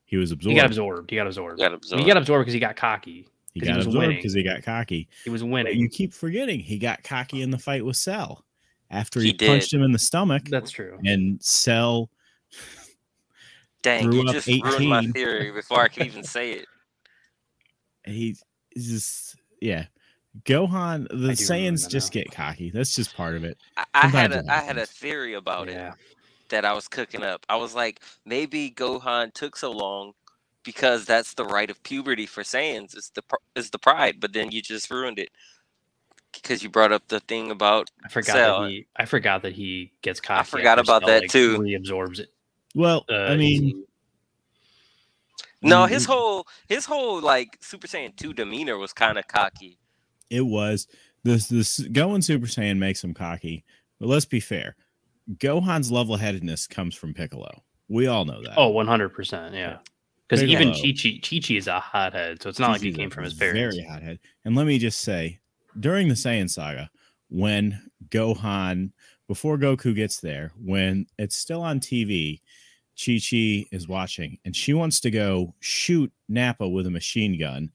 [SPEAKER 6] He was absorbed.
[SPEAKER 9] He got absorbed. He got absorbed.
[SPEAKER 8] He got absorbed.
[SPEAKER 9] He got absorbed because he got cocky.
[SPEAKER 6] He
[SPEAKER 9] 'cause he
[SPEAKER 6] got
[SPEAKER 9] was
[SPEAKER 6] absorbed
[SPEAKER 9] winning.
[SPEAKER 6] because he got cocky.
[SPEAKER 9] He was
[SPEAKER 6] But
[SPEAKER 9] winning.
[SPEAKER 6] you keep forgetting he got cocky in the fight with Cell after he,
[SPEAKER 8] He did.
[SPEAKER 6] punched him in the stomach
[SPEAKER 9] That's true.
[SPEAKER 6] and Cell
[SPEAKER 8] Dang,
[SPEAKER 6] grew
[SPEAKER 8] you
[SPEAKER 6] up
[SPEAKER 8] just ruined my
[SPEAKER 6] 18.
[SPEAKER 8] theory before I could even say it.
[SPEAKER 6] he he's just yeah. Gohan the
[SPEAKER 9] I do remember
[SPEAKER 6] Saiyans
[SPEAKER 9] that
[SPEAKER 6] just
[SPEAKER 9] now.
[SPEAKER 6] get cocky. That's just part of it.
[SPEAKER 8] I, I had a
[SPEAKER 6] Sometimes it
[SPEAKER 8] I had a
[SPEAKER 6] happens.
[SPEAKER 8] theory about it
[SPEAKER 9] Yeah.
[SPEAKER 8] that I was cooking up. I was like, maybe Gohan took so long because that's the rite of puberty for Saiyans. It's the pr- it's the pride, but then you just ruined it because you brought up the thing about
[SPEAKER 9] I forgot
[SPEAKER 8] Cell.
[SPEAKER 9] that he. I forgot that he gets cocky.
[SPEAKER 8] forgot
[SPEAKER 9] after
[SPEAKER 8] about that, too.
[SPEAKER 9] Reabsorbs it.
[SPEAKER 6] Well,
[SPEAKER 9] Uh,
[SPEAKER 6] I mean,
[SPEAKER 8] no
[SPEAKER 6] Mm,
[SPEAKER 8] his
[SPEAKER 6] mm.
[SPEAKER 8] whole his whole like Super Saiyan two demeanor was kind of cocky.
[SPEAKER 6] It was this this going Super Saiyan makes him cocky, but let's be fair. Gohan's level headedness comes from Piccolo. We all know that.
[SPEAKER 9] oh, 100 percent. Yeah. Because
[SPEAKER 6] Big
[SPEAKER 9] even
[SPEAKER 6] blow.
[SPEAKER 9] Chi Chi Chi Chi is a hothead, so it's not like he
[SPEAKER 6] He's a
[SPEAKER 9] came from his parents.
[SPEAKER 6] Very hothead. And let me just say, during the Saiyan saga, when Gohan, before Goku gets there, when it's still on TV, Chi Chi is watching and she wants to go shoot Nappa with a machine gun.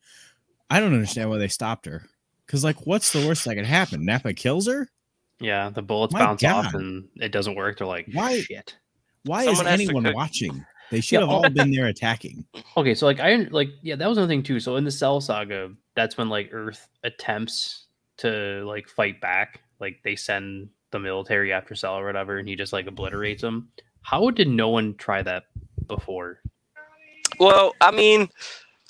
[SPEAKER 6] I don't understand why they stopped her. Cause like, what's the worst that could happen? Nappa kills her.
[SPEAKER 9] Yeah, the bullets
[SPEAKER 6] My
[SPEAKER 9] bounce off
[SPEAKER 6] God.
[SPEAKER 9] and it doesn't work. They're like,
[SPEAKER 6] Why-
[SPEAKER 9] shit.
[SPEAKER 6] Why
[SPEAKER 8] Someone
[SPEAKER 6] is
[SPEAKER 8] has to
[SPEAKER 6] anyone
[SPEAKER 8] cook.
[SPEAKER 6] watching? They should
[SPEAKER 9] Yeah,
[SPEAKER 6] have
[SPEAKER 9] all-
[SPEAKER 6] all been there attacking.
[SPEAKER 9] Okay, so like I like yeah, that was another thing too. So in the Cell Saga, that's when like Earth attempts to like fight back. Like they send the military after Cell or whatever, and he just like obliterates them. How did no one try that before?
[SPEAKER 8] Well, I mean,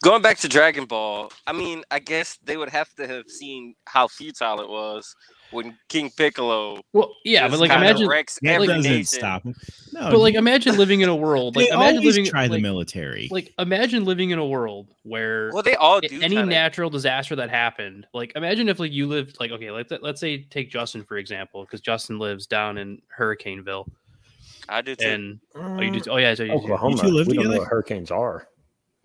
[SPEAKER 8] going back to Dragon Ball, I mean, I guess they would have to have seen how futile it was when King Piccolo
[SPEAKER 9] Well, yeah, but
[SPEAKER 8] just
[SPEAKER 9] like
[SPEAKER 8] kinda
[SPEAKER 9] imagine,
[SPEAKER 8] wrecks
[SPEAKER 6] That
[SPEAKER 8] every
[SPEAKER 6] doesn't
[SPEAKER 8] nation.
[SPEAKER 6] stop him. No,
[SPEAKER 9] but like imagine living in a world
[SPEAKER 6] they
[SPEAKER 9] like imagine
[SPEAKER 6] always
[SPEAKER 9] living
[SPEAKER 6] try the
[SPEAKER 9] like,
[SPEAKER 6] military.
[SPEAKER 9] like imagine living in a world where
[SPEAKER 8] Well, they all
[SPEAKER 9] i-
[SPEAKER 8] do.
[SPEAKER 9] any
[SPEAKER 8] kinda-
[SPEAKER 9] natural disaster that happened like imagine if like you lived like okay like let's say take justin for example because justin lives down in hurricaneville
[SPEAKER 8] I do too.
[SPEAKER 9] and Oh, you do? Oh, yeah. So you do.
[SPEAKER 7] uh, Oklahoma.
[SPEAKER 6] You two live
[SPEAKER 7] we don't know
[SPEAKER 6] together?
[SPEAKER 7] what hurricanes are.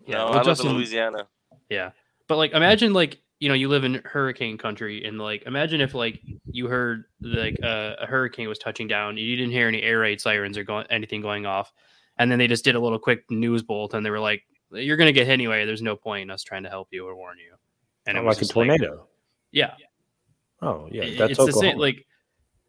[SPEAKER 9] Yeah.
[SPEAKER 8] no,
[SPEAKER 9] well,
[SPEAKER 8] I live
[SPEAKER 9] Justin-
[SPEAKER 8] in Louisiana.
[SPEAKER 9] Yeah. But like, imagine like you know you live in hurricane country and like imagine if like you heard like uh, a, a hurricane was touching down and you didn't hear any air raid sirens or going anything going off and then they just did a little quick news bulletin they were like you're gonna get hit anyway there's no point in us trying to help you or warn you and it was
[SPEAKER 7] like a
[SPEAKER 9] just, like-
[SPEAKER 7] tornado.
[SPEAKER 9] yeah
[SPEAKER 7] oh yeah,
[SPEAKER 9] it-
[SPEAKER 7] that's
[SPEAKER 9] it's
[SPEAKER 7] Oklahoma.
[SPEAKER 9] the same like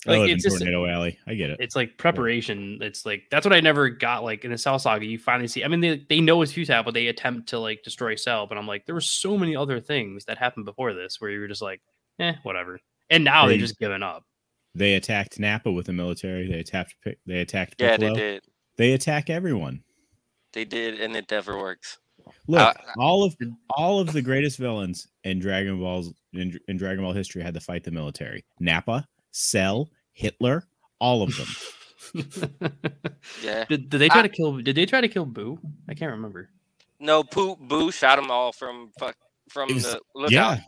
[SPEAKER 6] I
[SPEAKER 9] Like,
[SPEAKER 6] live
[SPEAKER 9] it's
[SPEAKER 6] in
[SPEAKER 9] just-
[SPEAKER 6] Oh, Tornado Alley. I get it.
[SPEAKER 9] it's like preparation. It's like that's what I never got. Like in the Cell Saga, you finally see. I mean, they, they know it's futile, but they attempt to like destroy Cell. But I'm like, there were so many other things that happened before this where you were just like, eh, whatever. And now
[SPEAKER 6] They-
[SPEAKER 9] they're just giving up.
[SPEAKER 6] They attacked Napa with the military. They attacked. Pi- They attacked.
[SPEAKER 8] Yeah,
[SPEAKER 6] Piccolo.
[SPEAKER 8] they did.
[SPEAKER 6] They attack everyone.
[SPEAKER 8] They did, and it never works.
[SPEAKER 6] Look,
[SPEAKER 8] Uh,
[SPEAKER 6] all of all of the greatest villains in Dragon Ball's in, in Dragon Ball history had to fight the military. Nappa, Cell, Hitler, all of them.
[SPEAKER 8] Yeah.
[SPEAKER 9] did, did they try to kill? Did they try to kill Boo? I can't remember.
[SPEAKER 8] No, Pooh Boo shot them all from fuck from
[SPEAKER 6] It was-
[SPEAKER 8] the lookout.
[SPEAKER 6] yeah,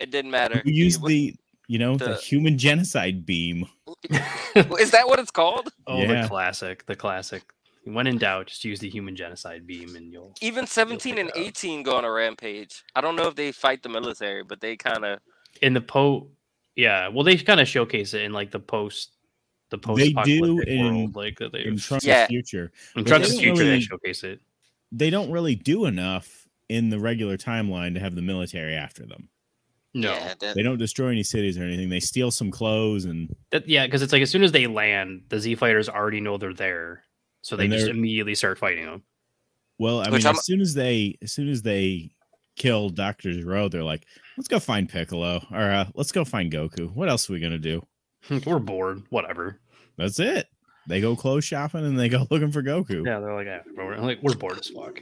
[SPEAKER 8] It didn't matter.
[SPEAKER 6] we
[SPEAKER 8] You-
[SPEAKER 6] used
[SPEAKER 8] what-
[SPEAKER 6] the you know the
[SPEAKER 8] the-
[SPEAKER 6] human genocide beam.
[SPEAKER 8] Is that what it's called?
[SPEAKER 9] Oh,
[SPEAKER 6] Yeah.
[SPEAKER 9] the classic, the classic. When in doubt, just use the human genocide beam, and you'll.
[SPEAKER 8] Even 17 and
[SPEAKER 9] figure out.
[SPEAKER 8] 18 go on a rampage. I don't know if they fight the military, but they kind of
[SPEAKER 9] In the po, yeah. Well, they kind of showcase it in like the post, the post.
[SPEAKER 6] They do in-
[SPEAKER 9] world, like that they.
[SPEAKER 6] In Trunk's
[SPEAKER 8] Yeah.
[SPEAKER 6] future,
[SPEAKER 9] In
[SPEAKER 6] But
[SPEAKER 9] Trunk's
[SPEAKER 6] they don't
[SPEAKER 9] future, they
[SPEAKER 6] really-
[SPEAKER 9] showcase it.
[SPEAKER 6] they don't really do enough in the regular timeline to have the military after them.
[SPEAKER 9] No,
[SPEAKER 8] Yeah, that-
[SPEAKER 6] They don't destroy any cities or anything. They steal some clothes and
[SPEAKER 9] That- yeah, because it's like as soon as they land, the Z fighters already know they're there, so they
[SPEAKER 6] And
[SPEAKER 9] just
[SPEAKER 6] they're-
[SPEAKER 9] immediately start fighting them.
[SPEAKER 6] well, I
[SPEAKER 8] Which
[SPEAKER 6] mean,
[SPEAKER 8] I'm-
[SPEAKER 6] as soon as they as soon as they kill Doctor Zero, they're like, let's go find Piccolo or uh, let's go find Goku. What else are we gonna do?
[SPEAKER 9] We're bored, whatever.
[SPEAKER 6] That's it. They go clothes shopping and they go looking for Goku.
[SPEAKER 9] Yeah, they're like, eh, we're, like we're bored as fuck.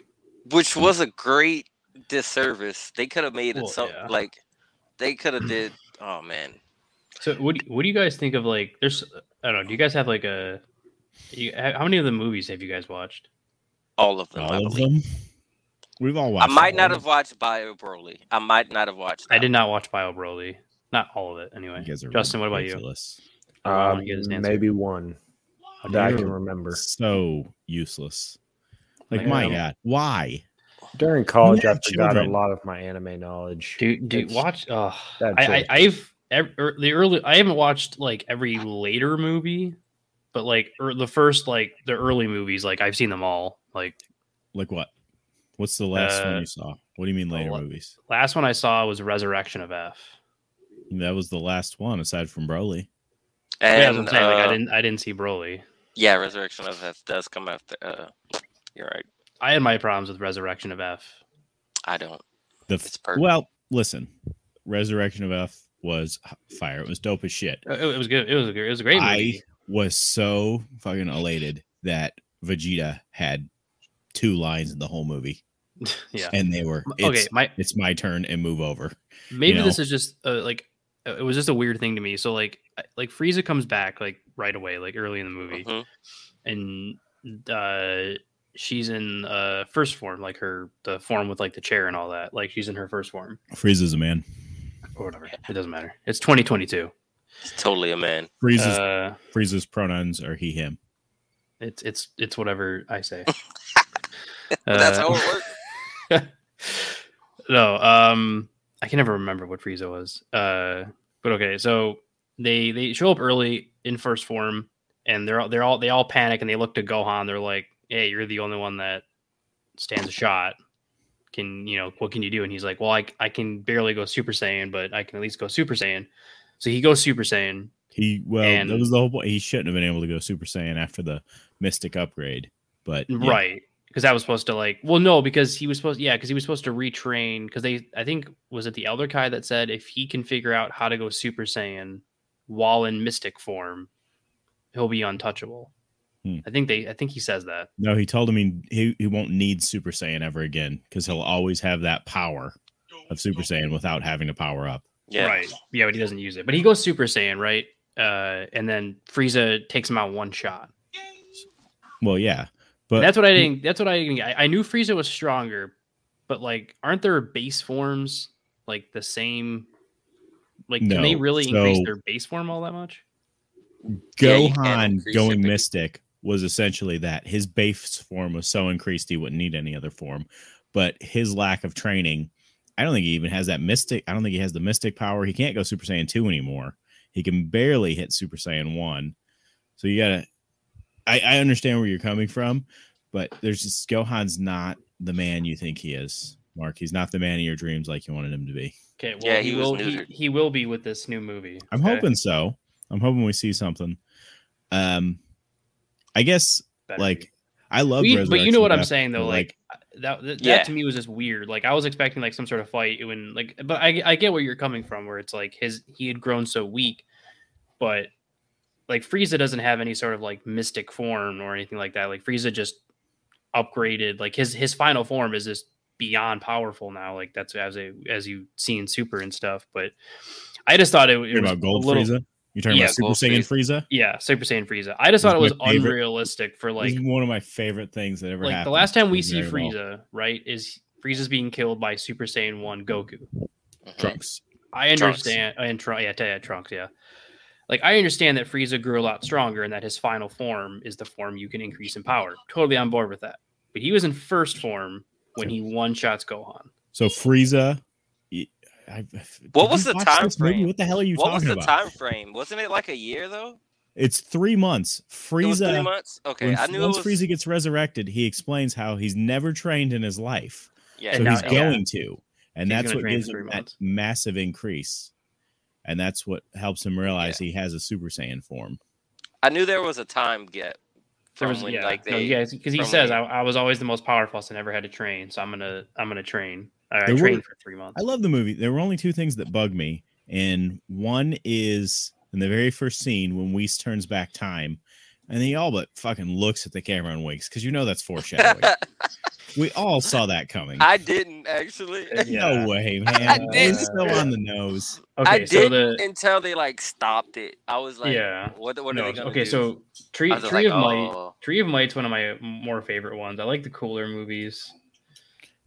[SPEAKER 8] which was a great disservice. They could have made it
[SPEAKER 9] Well,
[SPEAKER 8] something
[SPEAKER 9] yeah.
[SPEAKER 8] like they could have did. Oh man,
[SPEAKER 9] So what do, what do you guys think of like? There's I don't know. Do you guys have like a? You, how how many of the movies have you guys watched?
[SPEAKER 8] all of them. I,
[SPEAKER 6] All of
[SPEAKER 8] believe.
[SPEAKER 6] them. We've all
[SPEAKER 8] I
[SPEAKER 6] watched.
[SPEAKER 8] might
[SPEAKER 6] all
[SPEAKER 8] not
[SPEAKER 6] of
[SPEAKER 8] have watched Bio Broly. I might not have watched.
[SPEAKER 9] I
[SPEAKER 8] that
[SPEAKER 9] did not watch Bio Broly. Not all of it,
[SPEAKER 6] them.
[SPEAKER 9] anyway.
[SPEAKER 6] Uh, You guys are
[SPEAKER 9] Justin, what about you?
[SPEAKER 6] ridiculous.
[SPEAKER 9] I
[SPEAKER 7] Um,
[SPEAKER 9] wanna hear this answer.
[SPEAKER 7] maybe one
[SPEAKER 6] do
[SPEAKER 7] that I
[SPEAKER 6] you-
[SPEAKER 7] can remember.
[SPEAKER 6] So useless. Like
[SPEAKER 9] I
[SPEAKER 6] my
[SPEAKER 9] know.
[SPEAKER 6] god, why?
[SPEAKER 7] During college, I
[SPEAKER 6] have
[SPEAKER 7] forgot a
[SPEAKER 6] children.
[SPEAKER 7] lot of my anime knowledge.
[SPEAKER 9] Do do
[SPEAKER 7] It's-
[SPEAKER 9] watch? Oh,
[SPEAKER 7] that's
[SPEAKER 9] I, I
[SPEAKER 7] it.
[SPEAKER 9] I've ev- er, the early. I haven't watched like every later movie, but like er, the first like the early movies, like I've seen them all. Like
[SPEAKER 6] Like what? What's the last
[SPEAKER 9] Uh,
[SPEAKER 6] one you saw? What do you mean
[SPEAKER 9] the
[SPEAKER 6] later
[SPEAKER 9] la-
[SPEAKER 6] movies?
[SPEAKER 9] last one I saw was Resurrection of F.
[SPEAKER 6] That was the last one aside from Broly.
[SPEAKER 9] yeah, that's
[SPEAKER 8] And
[SPEAKER 9] what
[SPEAKER 8] yeah,
[SPEAKER 9] I'm saying. Like,
[SPEAKER 8] uh,
[SPEAKER 9] I didn't I didn't see Broly.
[SPEAKER 8] yeah, Resurrection of F does come after. Uh, you're right.
[SPEAKER 9] I had my problems with Resurrection of F.
[SPEAKER 8] I don't.
[SPEAKER 6] The
[SPEAKER 8] It's
[SPEAKER 6] f-
[SPEAKER 8] perfect.
[SPEAKER 6] well, listen, Resurrection of F was h- fire. It was dope as shit.
[SPEAKER 9] Uh, It, it was good. It was a, gr- it was a great
[SPEAKER 6] I
[SPEAKER 9] movie.
[SPEAKER 6] was so fucking elated that Vegeta had two lines in the whole movie,
[SPEAKER 9] yeah.
[SPEAKER 6] and they were it's,
[SPEAKER 9] Okay, my
[SPEAKER 6] It's my turn and move over.
[SPEAKER 9] maybe
[SPEAKER 6] know?
[SPEAKER 9] this is just uh, like uh, it was just a weird thing to me. So like I- like Frieza comes back like right away, like early in the movie,
[SPEAKER 8] Mhm.
[SPEAKER 9] and uh, she's in uh first form, like her the form with like the chair and all that. Like she's in her first form
[SPEAKER 6] Frieza's a man.
[SPEAKER 9] or whatever. It doesn't matter. It's 2022.
[SPEAKER 8] It's totally a man.
[SPEAKER 6] Frieza's
[SPEAKER 9] Uh,
[SPEAKER 6] Frieza's pronouns are he him.
[SPEAKER 9] it's it's it's whatever I say.
[SPEAKER 8] But that's
[SPEAKER 9] Uh,
[SPEAKER 8] how it works.
[SPEAKER 9] no, um, I can never remember what Frieza was. Uh, but okay, so they they show up early in first form, and they're all they're all they all panic and they look to Gohan. They're like, "Hey, you're the only one that stands a shot. Can you know what can you do?" And he's like, "Well, I I can barely go Super Saiyan, but I can at least go Super Saiyan." So he goes Super Saiyan.
[SPEAKER 6] He well, that
[SPEAKER 9] And-
[SPEAKER 6] was the whole point. He shouldn't have been able to go Super Saiyan after the Mystic upgrade, but yeah.
[SPEAKER 9] right because that was supposed to like well no because he was supposed yeah because he was supposed to retrain because they i think was it the elder kai that said if he can figure out how to go super saiyan while in mystic form he'll be untouchable
[SPEAKER 6] Hmm.
[SPEAKER 9] i think they i think he says that
[SPEAKER 6] No, he told him he, he he won't need Super Saiyan ever again because he'll always have that power of Super Saiyan without having to power up.
[SPEAKER 8] Yeah.
[SPEAKER 9] right yeah but he doesn't use it but he goes super saiyan right uh and then frieza takes him out one shot
[SPEAKER 6] Well, yeah, but
[SPEAKER 9] that's what I didn't. That's what I didn't. get. I, I knew Frieza was stronger, but like, aren't their base forms like the same? Like, can they
[SPEAKER 6] No,
[SPEAKER 9] really increase
[SPEAKER 6] so-
[SPEAKER 9] their base form all that much?
[SPEAKER 8] Yeah, you can
[SPEAKER 6] Gohan
[SPEAKER 8] increase
[SPEAKER 6] going
[SPEAKER 8] it, but-
[SPEAKER 6] Mystic was essentially that his base form was so increased he wouldn't need any other form, but his lack of training I don't think he even has that mystic. I don't think he has the mystic power. He can't go Super Saiyan two anymore. He can barely hit Super Saiyan one. So you gotta. I, I understand where you're coming from, but there's just Gohan's not the man you think he is, Mark. He's not the man of your dreams like you wanted him to be.
[SPEAKER 9] Okay, well
[SPEAKER 8] Yeah,
[SPEAKER 9] he,
[SPEAKER 8] he was
[SPEAKER 9] will he,
[SPEAKER 8] neutered.
[SPEAKER 9] he will be with this new movie.
[SPEAKER 6] I'm
[SPEAKER 9] okay?
[SPEAKER 6] hoping so. I'm hoping we see something. Um, I guess
[SPEAKER 9] Better
[SPEAKER 6] like
[SPEAKER 9] be.
[SPEAKER 6] I love,
[SPEAKER 9] We- but you
[SPEAKER 6] Resurrection
[SPEAKER 9] know what I'm
[SPEAKER 6] Death,
[SPEAKER 9] saying though,
[SPEAKER 6] but,
[SPEAKER 9] like, that that, that
[SPEAKER 8] Yeah.
[SPEAKER 9] to me was just weird. Like I was expecting like some sort of fight when like, but I I get where you're coming from, where it's like his he had grown so weak, but like Frieza doesn't have any sort of like mystic form or anything like that. Like Frieza just upgraded. Like his his final form is just beyond powerful now. Like that's as a as you see in Super and stuff. But I just thought it, it
[SPEAKER 6] you're
[SPEAKER 9] was
[SPEAKER 6] about Gold
[SPEAKER 9] a little,
[SPEAKER 6] Frieza. You're talking
[SPEAKER 9] Yeah,
[SPEAKER 6] about Super
[SPEAKER 8] Gold
[SPEAKER 6] Saiyan Frieza.
[SPEAKER 9] Yeah, Super Saiyan Frieza. I just
[SPEAKER 6] He's
[SPEAKER 9] thought it
[SPEAKER 6] my
[SPEAKER 9] was
[SPEAKER 6] favorite.
[SPEAKER 9] unrealistic for
[SPEAKER 6] Like
[SPEAKER 9] like
[SPEAKER 6] one of my favorite things that ever
[SPEAKER 9] like
[SPEAKER 6] happened.
[SPEAKER 9] the last time we
[SPEAKER 6] in
[SPEAKER 9] see
[SPEAKER 6] Dragon Ball.
[SPEAKER 9] Frieza, right, is Frieza's being killed by Super Saiyan One Goku.
[SPEAKER 6] Trunks.
[SPEAKER 9] I
[SPEAKER 8] Trunks.
[SPEAKER 9] understand, uh, and Tr- yeah, t- yeah, Trunks, yeah. Like I understand that Frieza grew a lot stronger, and that his final form is the form you can increase in power. Totally on board with that. But he was in first form when he one shots Gohan.
[SPEAKER 6] So Frieza. y- I-
[SPEAKER 8] What
[SPEAKER 6] did
[SPEAKER 8] was
[SPEAKER 6] you
[SPEAKER 8] the
[SPEAKER 6] watch
[SPEAKER 8] time
[SPEAKER 6] this movie?
[SPEAKER 8] frame?
[SPEAKER 6] What the hell are you
[SPEAKER 8] What was
[SPEAKER 6] talking
[SPEAKER 8] the
[SPEAKER 6] about?
[SPEAKER 8] time frame? Wasn't it like a year though?
[SPEAKER 6] It's three months.
[SPEAKER 8] It was three
[SPEAKER 6] Frieza.
[SPEAKER 8] months. Okay,
[SPEAKER 6] when-
[SPEAKER 8] I knew it
[SPEAKER 6] once
[SPEAKER 8] was.
[SPEAKER 6] Frieza gets resurrected, he explains how he's never trained in his life,
[SPEAKER 8] yeah,
[SPEAKER 6] so
[SPEAKER 9] And now-
[SPEAKER 6] he's
[SPEAKER 8] yeah.
[SPEAKER 6] going to, and
[SPEAKER 9] He's
[SPEAKER 6] that's
[SPEAKER 9] gonna
[SPEAKER 6] what
[SPEAKER 9] train
[SPEAKER 6] gives
[SPEAKER 9] for
[SPEAKER 6] him
[SPEAKER 9] three
[SPEAKER 6] that
[SPEAKER 9] months.
[SPEAKER 6] massive increase, and that's what helps him realize he has a Super Saiyan form.
[SPEAKER 8] I knew there was a time gap from
[SPEAKER 9] There was,
[SPEAKER 8] when
[SPEAKER 9] yeah,
[SPEAKER 8] like
[SPEAKER 9] no,
[SPEAKER 8] they.
[SPEAKER 9] yeah, because he
[SPEAKER 8] from
[SPEAKER 9] says
[SPEAKER 8] when-
[SPEAKER 9] I, I was always the most powerful, so I never had to train. So I'm gonna I'm gonna train. I, I
[SPEAKER 6] There were-
[SPEAKER 9] trained for three months.
[SPEAKER 6] I love the movie. There were only two things that bug me, and one is in the very first scene when Whis turns back time, and he all but fucking looks at the camera and winks because you know that's foreshadowing. we all saw that coming.
[SPEAKER 8] I didn't actually.
[SPEAKER 6] No way, man.
[SPEAKER 8] I
[SPEAKER 6] It's
[SPEAKER 8] did.
[SPEAKER 6] still on the nose.
[SPEAKER 9] okay,
[SPEAKER 8] I
[SPEAKER 9] so
[SPEAKER 8] didn't
[SPEAKER 9] the
[SPEAKER 8] until they like stopped it. I was like,
[SPEAKER 9] Yeah.
[SPEAKER 8] What, what
[SPEAKER 9] no,
[SPEAKER 8] are they gonna
[SPEAKER 9] okay,
[SPEAKER 8] do?
[SPEAKER 9] so Tree,
[SPEAKER 8] I
[SPEAKER 9] Tree
[SPEAKER 8] was just
[SPEAKER 9] of
[SPEAKER 8] like,
[SPEAKER 9] Might.
[SPEAKER 8] oh.
[SPEAKER 9] Tree of Might's one of my more favorite ones. I like the cooler movies.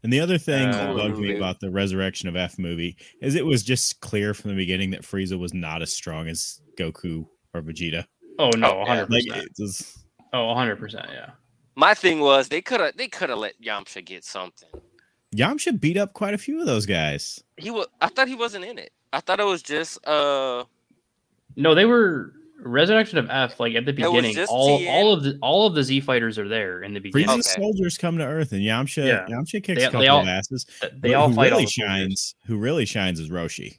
[SPEAKER 6] And the other thing that
[SPEAKER 9] Uh,
[SPEAKER 6] bugged me
[SPEAKER 8] movie.
[SPEAKER 6] about the Resurrection of F movie is it was just clear from the beginning that Frieza was not as strong as Goku or Vegeta.
[SPEAKER 9] Oh no,
[SPEAKER 8] Oh, yeah.
[SPEAKER 9] hundred
[SPEAKER 6] Like,
[SPEAKER 9] percent.
[SPEAKER 6] it was,
[SPEAKER 9] Oh, hundred percent. Yeah.
[SPEAKER 8] My thing was they could have they could have let Yamcha get something.
[SPEAKER 6] Yamcha beat up quite a few of those guys.
[SPEAKER 8] He was. I thought he wasn't in it. I thought it was just uh.
[SPEAKER 9] No, they were Resurrection of F. Like at the
[SPEAKER 8] was
[SPEAKER 9] beginning,
[SPEAKER 8] just
[SPEAKER 9] all
[SPEAKER 8] TN.
[SPEAKER 9] all of the all of the Z fighters are there in the beginning.
[SPEAKER 6] Frieza's
[SPEAKER 8] Okay.
[SPEAKER 6] soldiers come to Earth, and Yamcha
[SPEAKER 9] Yeah.
[SPEAKER 6] Yamcha kicks
[SPEAKER 9] They-
[SPEAKER 6] a couple
[SPEAKER 9] they all-
[SPEAKER 6] of asses.
[SPEAKER 9] Th- They
[SPEAKER 6] but
[SPEAKER 9] all
[SPEAKER 6] who
[SPEAKER 9] fight. all
[SPEAKER 6] really
[SPEAKER 9] the soldiers.
[SPEAKER 6] shines. Who really shines is Roshi.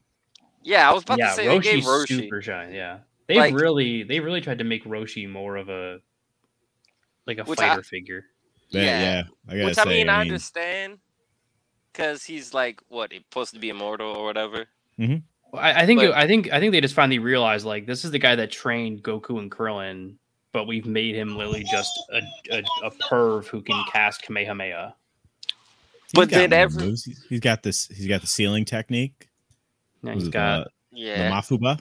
[SPEAKER 8] Yeah, I was about
[SPEAKER 9] Yeah,
[SPEAKER 8] to say
[SPEAKER 9] Roshi's
[SPEAKER 8] they gave Roshi.
[SPEAKER 9] super shine. Yeah, they
[SPEAKER 8] Like-
[SPEAKER 9] really they really tried to make Roshi more of a like a
[SPEAKER 8] Which I-
[SPEAKER 9] fighter figure.
[SPEAKER 6] But, yeah.
[SPEAKER 8] yeah.
[SPEAKER 6] I gotta
[SPEAKER 8] Which
[SPEAKER 6] say,
[SPEAKER 8] I mean, I
[SPEAKER 6] mean,
[SPEAKER 8] understand, because he's like what supposed to be immortal or whatever.
[SPEAKER 9] Well, I, I think
[SPEAKER 8] But-
[SPEAKER 9] I think I think they just finally realized like this is the guy that trained Goku and Krillin, but we've made him literally just a, a, a perv who can cast Kamehameha.
[SPEAKER 6] he's
[SPEAKER 8] but
[SPEAKER 6] got
[SPEAKER 8] then
[SPEAKER 6] more
[SPEAKER 8] every-
[SPEAKER 6] moves. He's- he's got this. He's got the ceiling technique.
[SPEAKER 9] And
[SPEAKER 6] Was
[SPEAKER 9] he's
[SPEAKER 6] it
[SPEAKER 9] got
[SPEAKER 6] the,
[SPEAKER 8] Yeah,
[SPEAKER 6] the Mafuba.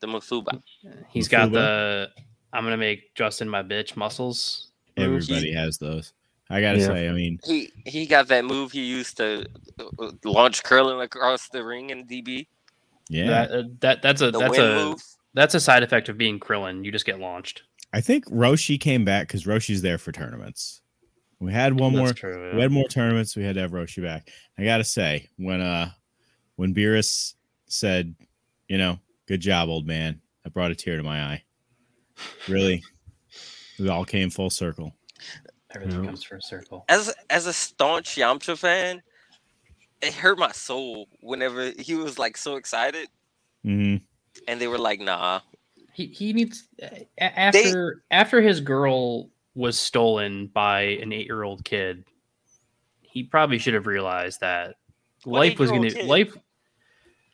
[SPEAKER 8] the Masuba.
[SPEAKER 9] he's got the I'm gonna make Justin my bitch muscles. moves.
[SPEAKER 6] Everybody has those. I gotta
[SPEAKER 7] Yeah.
[SPEAKER 6] say, I mean,
[SPEAKER 8] He he got that move he used to uh, uh, launch curling across the ring in DB.
[SPEAKER 6] yeah.
[SPEAKER 9] That, uh, that that's a
[SPEAKER 8] The
[SPEAKER 9] that's
[SPEAKER 8] wind
[SPEAKER 9] a
[SPEAKER 8] move.
[SPEAKER 9] that's a side effect of being Krillin. You just get launched.
[SPEAKER 6] I think Roshi came back because Roshi's there for tournaments. We had one
[SPEAKER 9] that's
[SPEAKER 6] more.
[SPEAKER 9] True.
[SPEAKER 6] We had more tournaments. We had to have Roshi back. I gotta say, when uh, when Beerus said, you know, good job, old man, that brought a tear to my eye. Really, it all came full circle.
[SPEAKER 9] Everything
[SPEAKER 7] Yeah.
[SPEAKER 9] comes for a circle.
[SPEAKER 8] As as a staunch Yamcha fan, it hurt my soul whenever he was like so excited,
[SPEAKER 6] hmm
[SPEAKER 8] and they were like, "Nah."
[SPEAKER 9] He he needs a- a- after after his girl was stolen by an eight year old kid. He probably should have realized that
[SPEAKER 8] What
[SPEAKER 9] life was gonna
[SPEAKER 8] 8-year-old kid?
[SPEAKER 9] life.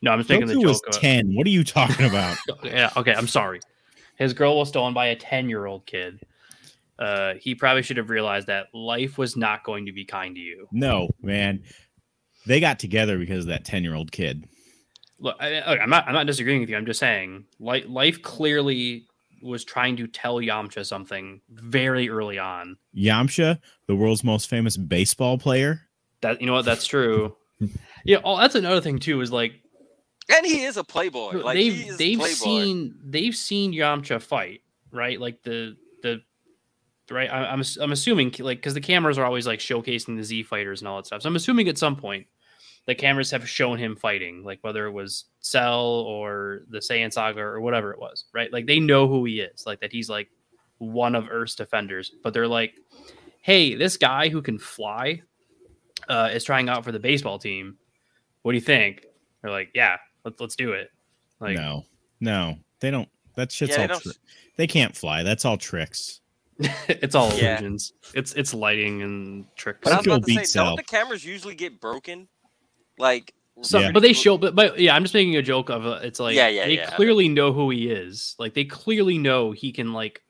[SPEAKER 9] No, I'm just making the
[SPEAKER 6] Goku
[SPEAKER 9] joke.
[SPEAKER 6] was
[SPEAKER 9] about-
[SPEAKER 6] ten. What are you talking about?
[SPEAKER 9] yeah, okay, I'm sorry. His girl was stolen by a 10 year old kid. Uh, he probably should have realized that life was not going to be kind to you.
[SPEAKER 6] no, man. They got together because of that ten-year-old kid.
[SPEAKER 9] Look, I, I- I'm not I'm not disagreeing with you. I'm just saying life life clearly was trying to tell Yamcha something very early on.
[SPEAKER 6] Yamcha, the world's most famous baseball player.
[SPEAKER 9] That you know what that's true. yeah, oh, that's another thing too is like
[SPEAKER 8] And he is a playboy. Like
[SPEAKER 9] they've
[SPEAKER 8] he is
[SPEAKER 9] they've
[SPEAKER 8] playboy.
[SPEAKER 9] seen they've seen Yamcha fight, right? Like the the right. I, I'm ass- I'm assuming like because the cameras are always like showcasing the Z fighters and all that stuff. So I'm assuming at some point the cameras have shown him fighting, like whether it was Cell or the Saiyan Saga or whatever it was, right? Like they know who he is, like that he's like one of Earth's defenders, but they're like, hey, this guy who can fly uh, is trying out for the baseball team. What do you think? They're like, yeah, let's let's do it. Like,
[SPEAKER 6] no, no, they don't. That shit's
[SPEAKER 8] Yeah, they
[SPEAKER 6] all.
[SPEAKER 8] don't-
[SPEAKER 6] Tri- they can't fly. That's all tricks.
[SPEAKER 9] it's all
[SPEAKER 8] Yeah.
[SPEAKER 9] illusions. It's it's lighting and tricks.
[SPEAKER 8] But I
[SPEAKER 9] and-
[SPEAKER 6] Zuko
[SPEAKER 8] was about to say,
[SPEAKER 6] beats
[SPEAKER 8] don't
[SPEAKER 6] Al.
[SPEAKER 8] the cameras usually get broken? Like,
[SPEAKER 9] So,
[SPEAKER 6] Yeah.
[SPEAKER 9] but they show, but, but yeah, I'm just making a joke of uh, it's like
[SPEAKER 8] Yeah, yeah,
[SPEAKER 9] they
[SPEAKER 8] yeah.
[SPEAKER 9] clearly know who he is. Like they clearly know he can like